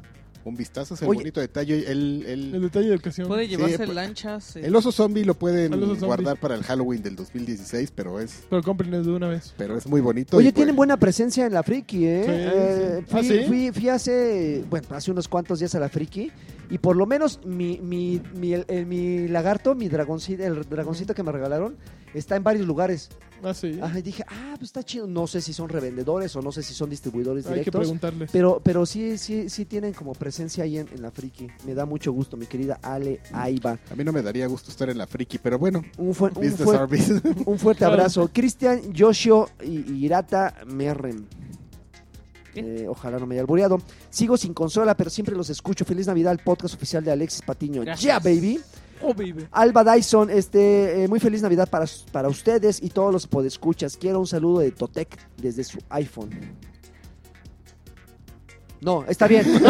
S4: un vistazo, es el
S2: Oye.
S4: bonito detalle, el, el-
S1: El detalle de educación.
S3: Puede llevarse
S4: pues-
S3: lanchas. eh,
S4: el oso zombie lo pueden
S1: Al oso zombie.
S4: guardar para el Halloween del 2016, pero es...
S1: Pero cómprenlo de una vez.
S4: Pero es muy bonito.
S2: Oye,
S4: y, pues,
S2: tienen buena presencia en la Friki, ¿eh?
S1: Sí,
S2: Eh,
S1: sí. ¿Ah,
S2: fui-
S1: sí?
S2: fui- fui hace, bueno, hace unos cuantos días a la Friki y por lo menos mi, mi, mi, el- el- mi lagarto, mi dragoncito, el dragoncito que me regalaron, está en varios lugares.
S1: Ah, sí.
S2: Ajá, y dije, ah, pues está chido. No sé si son revendedores o no sé si son distribuidores
S1: Hay que
S2: directos.
S1: preguntarles.
S2: Pero, pero sí, sí, sí tienen como presencia ahí en, en la friki. Me da mucho gusto, mi querida Ale Aiba.
S4: A mí no me daría gusto estar en la friki, pero bueno,
S2: Un, fue- un,
S4: business
S2: fue-
S4: are business.
S2: un fuerte
S1: Claro.
S2: abrazo. Cristian, Yoshio y y Hirata Merrem.
S3: ¿Qué?
S2: Eh, ojalá no me haya albureado. Sigo sin consola, pero siempre los escucho. Feliz Navidad al podcast oficial de Alexis Patiño. Ya,
S3: Gracias.
S2: baby.
S1: Oh, baby.
S2: Alba Dyson, este, eh, muy feliz Navidad para, para ustedes y todos los podescuchas. Quiero un saludo de Totec desde su iPhone. No, está bien. Este,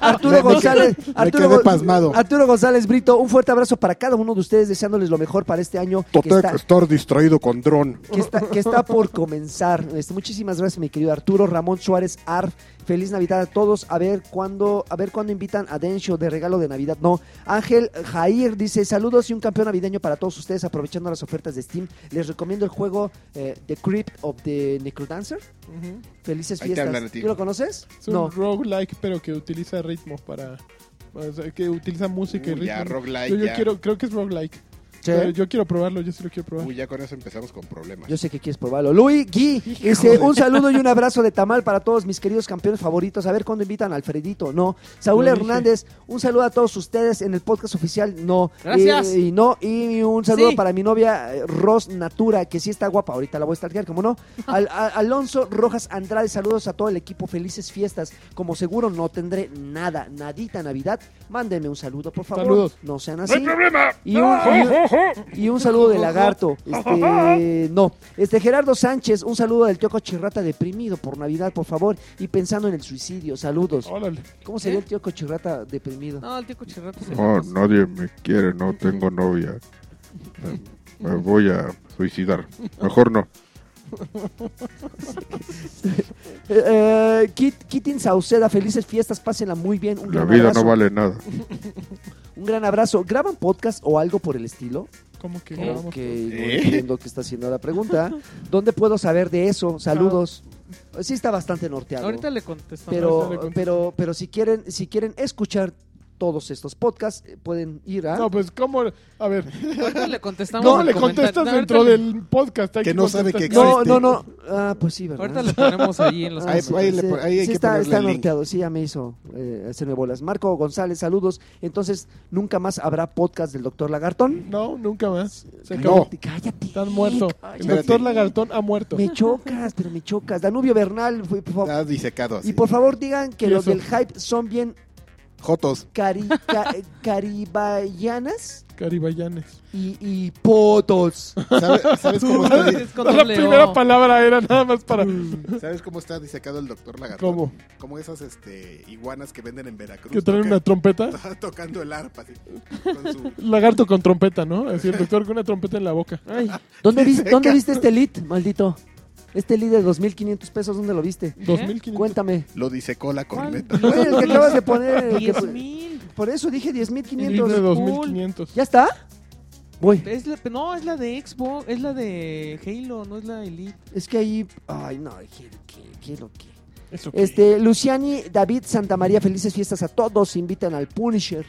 S2: Arturo
S6: Me- me
S2: González.
S6: quedé- me
S2: Arturo,
S6: quedé
S2: Go-
S6: pasmado.
S2: Arturo González Brito, un fuerte abrazo para cada uno de ustedes, deseándoles lo mejor para este año que
S6: Total,
S2: está,
S6: estar distraído con dron.
S2: que está- que está por comenzar. Este, muchísimas gracias, mi querido Arturo. Ramón Suárez Arf, feliz Navidad a todos. A ver cuándo, a ver cuándo invitan a Dencho de regalo de Navidad. No. Ángel Jair dice: saludos y un campeón navideño para todos ustedes, aprovechando las ofertas de Steam. Les recomiendo el juego eh, The Crypt of the Necrodancer.
S1: Ujú.
S2: Felices
S4: Ahí te
S2: fiestas.
S4: hablan a ti.
S2: ¿Tú lo conoces?
S1: Es un roguelike, pero que utiliza ritmos para. o sea, que utiliza música y
S4: Uy, ya,
S1: ritmos.
S4: roguelike,
S1: Yo, yo
S4: ya.
S1: quiero, creo que es roguelike.
S2: Sí.
S1: Pero yo quiero probarlo, yo sí lo quiero probar.
S4: Uy, ya con eso empezamos con problemas.
S2: Yo sé que quieres probarlo. Luis Gui dice: Un saludo y un abrazo de Tamal para todos mis queridos campeones favoritos. A ver cuándo invitan a Alfredito. No. Saúl
S1: Lo dije.
S2: Hernández, un saludo a todos ustedes en el podcast oficial. No.
S3: Gracias.
S2: Y, y no. Y un saludo
S3: Sí.
S2: para mi novia eh, Ros Natura, que sí está guapa. Ahorita la voy a estar como no. Al- a- Alonso Rojas Andrade, saludos a todo el equipo. Felices fiestas. Como seguro no tendré nada, nadita Navidad. Mándenme un saludo, por favor.
S1: Saludos.
S2: No sean así. Y un, y un- y un saludo de lagarto. Este, no. Este Gerardo Sánchez, un saludo del Tío Cochirrata deprimido por Navidad, por favor. Y pensando en el suicidio, saludos.
S1: Órale.
S2: ¿Cómo sería el Tío Cochirrata deprimido?
S3: No, el tío Cochirrato se
S4: Oh,
S7: No, nadie me quiere, no tengo novia. Me, me voy a suicidar. Mejor no.
S2: Eh, eh, Kit- Kitin Sauceda, felices fiestas, pásenla muy bien. Un
S7: La
S2: gran
S7: vida
S2: abrazo.
S7: no vale nada.
S2: Un gran abrazo. ¿Graban podcast o algo por el estilo?
S1: ¿Cómo que grabamos?
S2: Ok, no
S4: ¿Eh?
S2: entiendo qué está haciendo la pregunta. ¿Dónde puedo saber de eso? Saludos. Sí está bastante norteado.
S3: Ahorita le contestamos.
S1: Ahorita
S2: pero
S1: le contestamos.
S2: pero pero si quieren si quieren escuchar todos estos podcasts eh, pueden ir a
S1: No, pues, ¿cómo? A ver,
S3: Ahorita le contestamos.
S1: ¿cómo
S3: el
S1: le
S3: comentario.
S1: contestas
S3: No,
S1: dentro
S3: ahorita le-
S1: del podcast? Hay
S4: Que no sabe
S1: contestar.
S4: que pues, existe.
S2: no no no ah pues sí verdad
S3: Ahorita le ponemos pues, ahí en los
S2: Ah,
S4: Ahí-
S2: sí,
S4: ahí le
S2: sí,
S4: pon- ahí hay
S2: sí
S4: que
S2: está,
S4: ponerle
S2: está
S4: el link.
S2: norteado, sí, ya me hizo eh, hacerme bolas. Marco González, saludos. Entonces, ¿nunca más habrá podcast del doctor Lagartón?
S1: No, nunca más. Se
S2: Cállate,
S1: acabó.
S2: cállate.
S1: Están muertos. El
S2: Cállate.
S1: doctor Lagartón ha muerto.
S2: Me chocas, pero me chocas. Danubio Bernal, fue- por favor.
S4: Está disecado así.
S2: Y por favor digan que
S1: Y
S2: los
S1: eso.
S2: del hype son bien
S4: Jotos.
S2: cari- ca- caribayanas
S1: Caribayanes.
S2: y, y potos.
S4: ¿Sabe- ¿Sabes, cómo está, di-
S3: Es con
S1: La
S3: doble O.
S1: primera palabra era nada más para...
S2: Mm.
S4: sabes cómo está disecado el doctor Lagartón?
S1: ¿Cómo?
S4: Como esas este, iguanas que venden en Veracruz.
S1: ¿Que traen una
S4: Toca-
S1: trompeta?
S4: tocando el arpa. así, con su-
S1: Lagarto con trompeta, ¿no? Así el doctor con una trompeta en la boca.
S2: Ay, ¿dónde, viste, ¿Dónde viste este lead, maldito? Este lead de 2.500 pesos, ¿dónde lo viste?
S1: 2500.
S2: Cuéntame.
S4: Lo disecó la corneta.
S2: Güey, el que acabas de poner. el que-
S3: 10,000.
S2: por eso dije
S1: Y de
S2: 10.500.
S1: 2500.
S2: ¿Ya está? Voy.
S3: Es la- no, es la de Xbox, es la de Halo, no es la Elite.
S2: Es que ahí. Ay, no, ¿qué, qué, qué, lo que?
S1: Eso qué.
S2: Este, Luciani, David, Santa María, felices fiestas a todos. Invitan al Punisher.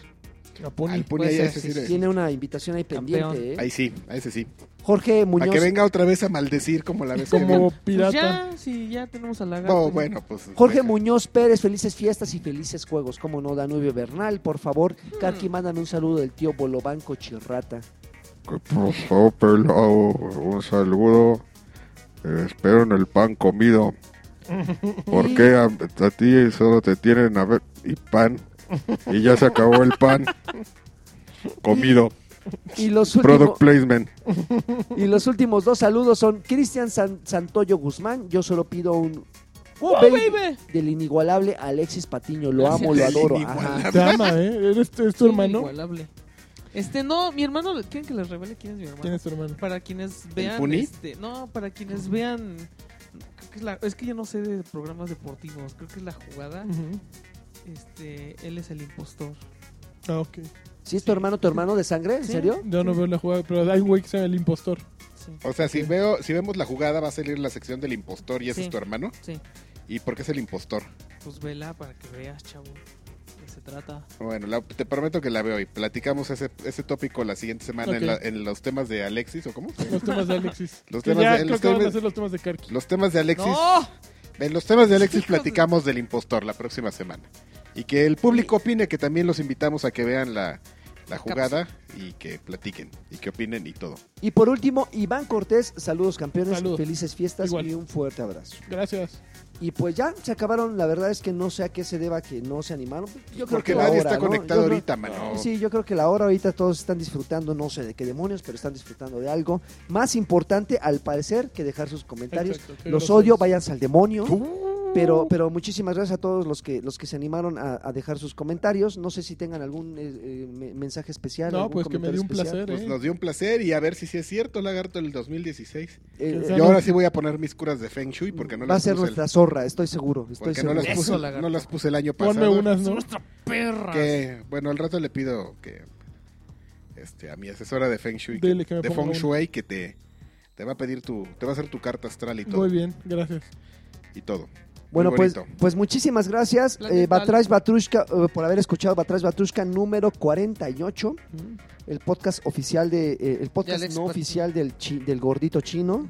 S1: Capone.
S4: Al pone
S3: Pues
S4: ahí,
S3: sí,
S4: a ese
S3: sí,
S4: sí le-
S2: Tiene una invitación ahí
S3: Campeón.
S2: pendiente. ¿eh?
S4: ahí sí, a ese sí.
S2: Jorge
S4: Para
S2: Muñoz.
S4: que venga otra vez a maldecir como la vez que
S1: Como
S4: vino.
S3: Pues
S1: pirata.
S3: ya, sí, ya tenemos a Lagarto.
S4: No, bueno, pues.
S2: Jorge
S4: deja.
S2: Muñoz Pérez, felices fiestas y felices juegos. Como no, Danubio Bernal, por favor. Karki,
S4: Mm.
S2: mándame un saludo del tío Bolobanco Chirrata.
S7: ¿Qué pasó, pelao? Un saludo. Eh, espero en el pan comido. ¿Por qué a, a ti solo te tienen a ver y pan? Y ya se acabó el pan. Comido.
S2: Y los, últimos,
S7: Product placement.
S2: y los últimos dos saludos son Cristian San- Santoyo Guzmán. Yo solo pido un baby
S3: ¡Uh, baby.
S2: del inigualable Alexis Patiño. Lo
S3: Gracias.
S2: amo, lo
S4: Del
S2: adoro.
S4: inigualable.
S2: Ajá.
S1: Te ama, ¿eh? ¿Eres, es tu hermano?
S3: Inigualable. Este, no, mi hermano, ¿quieren que les revele quién es mi hermano?
S1: ¿Quién es tu hermano?
S3: Para quienes vean,
S4: Puni?
S3: este, no, para quienes vean, creo que es, la- es que yo no sé de programas deportivos, creo que es la jugada,
S1: Ujú.
S3: este, él es el impostor.
S1: Ah, ok.
S2: ¿Sí es tu hermano, tu hermano de sangre? ¿En
S3: Sí.
S2: serio?
S1: Yo no veo la jugada, pero hay un güey que se llama el impostor.
S3: Sí,
S4: O sea, si veo, si vemos la jugada, va a salir la sección del impostor y
S3: Sí.
S4: ese es tu hermano.
S3: sí,
S4: ¿Y por qué es el impostor?
S3: pues vela para que veas, chavo, de qué se trata.
S4: Bueno, la- te prometo que la veo y platicamos ese, ese tópico la siguiente semana en,
S1: Ok.
S4: la- en los temas de Alexis o cómo.
S1: Los temas de Alexis.
S4: Los
S1: Que
S4: temas
S1: ya
S4: de-
S1: creo
S4: los
S1: que van a
S4: temas-
S1: ser los temas de Karki.
S4: Los temas de Alexis.
S3: ¡No!
S4: En los temas de Alexis
S3: Hijos de-
S4: platicamos del impostor la próxima semana. Y que el público opine, que también los invitamos a que vean la, la jugada y que platiquen y que opinen y todo.
S2: Y por último, Iván Cortés, saludos campeones,
S1: Saludos.
S2: felices fiestas
S1: Igual.
S2: y un fuerte abrazo.
S1: Gracias.
S2: Y pues ya se acabaron, la verdad es que no sé a qué se deba que no se animaron. Yo creo
S4: Porque
S2: que la
S4: nadie
S2: hora,
S4: está
S2: ¿no?
S4: conectado
S2: Yo creo-
S4: ahorita, mano.
S2: Sí, yo creo que la hora ahorita todos están disfrutando, no sé de qué demonios, pero están disfrutando de algo. Más importante, al parecer, que dejar sus comentarios.
S1: Exacto, que
S2: Los
S1: los
S2: odio,
S1: odio.
S2: váyanse al demonio.
S4: Uh,
S2: Pero, pero muchísimas gracias a todos los que los que se animaron a, a dejar sus comentarios. No sé si tengan algún eh, eh, me- mensaje especial.
S1: No,
S2: algún
S1: pues que me
S2: comentario
S1: dio un
S2: especial.
S1: placer,
S4: Pues
S1: ¿eh?
S4: nos dio un placer y a ver si sí es cierto, Lagarto, el 2016.
S2: Eh, eh,
S1: ¿Quién sabe?
S4: Yo ahora sí voy a poner mis curas de Feng Shui porque no
S2: va a
S4: las
S2: ser
S4: puse. el-
S2: nuestra zorra, estoy seguro. Estoy
S4: porque no
S2: seguro.
S4: las,
S3: Eso,
S4: puse,
S3: Lagarto.
S4: no las puse el año
S1: Ponme
S4: pasado.
S1: unas,
S3: Son
S1: ¿no?
S3: nuestra perra.
S4: Que, bueno, al rato le pido que este, a mi asesora de Feng Shui,
S1: Dile que me
S4: de
S1: ponga
S4: Feng
S1: una.
S4: Shui, que te, te va a pedir tu, te va a hacer tu carta astral y todo.
S1: Muy bien, gracias.
S4: Y todo.
S2: Bueno,
S4: Muy
S2: pues,
S4: bonito.
S2: pues muchísimas gracias,
S3: Planeta.
S2: eh, Batrash Batrushka, eh, por haber escuchado Batrash Batrushka número 48,
S1: Mm.
S2: el podcast oficial de, eh, el podcast
S3: Alex
S2: no
S3: Pat-
S2: oficial del, chi- del gordito chino.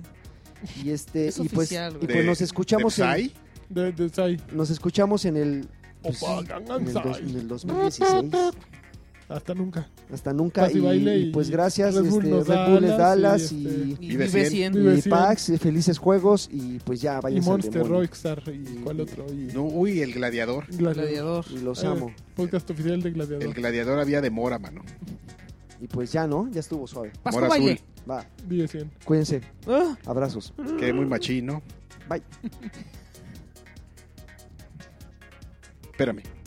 S2: Y este,
S3: Es
S2: y pues,
S3: oficial,
S2: y
S3: güey.
S2: pues
S4: De-
S2: nos escuchamos
S4: de
S2: en,
S4: Psy,
S1: De, de Sai.
S2: nos escuchamos en el, pues,
S1: Opa,
S2: en el, dos- en
S1: Gangansai.
S2: el 2016.
S1: Hasta nunca.
S2: Hasta nunca.
S1: Paz y
S2: Y,
S1: baile
S2: y
S1: y
S2: pues gracias,
S1: Red
S2: Red
S1: Bull
S2: Bull,
S1: nos
S2: Red
S1: da
S2: Bull les da
S1: alas
S2: alas
S1: y, este,
S2: y,
S3: Y
S4: Vive
S3: vive 100.
S4: 100.
S1: Vive
S2: y
S1: cien.
S2: Pax, eh, felices juegos y pues ya,
S1: Y
S2: vayan
S1: Monster Rockstar. ¿Y cuál otro? Y
S4: no, uy, el gladiador.
S3: Gladiador.
S2: Y los
S1: Eh,
S2: amo.
S1: Podcast oficial de
S4: El
S1: Gladiador.
S4: gladiador había de mora, mano.
S2: Y pues ya, ¿no? Ya estuvo suave.
S3: Pasco
S4: Mora
S3: Valle.
S2: Va,
S1: Vive 100.
S2: cuídense.
S3: Ah.
S2: Abrazos.
S4: azul. Que muy machino.
S2: Bye.
S4: Espérame.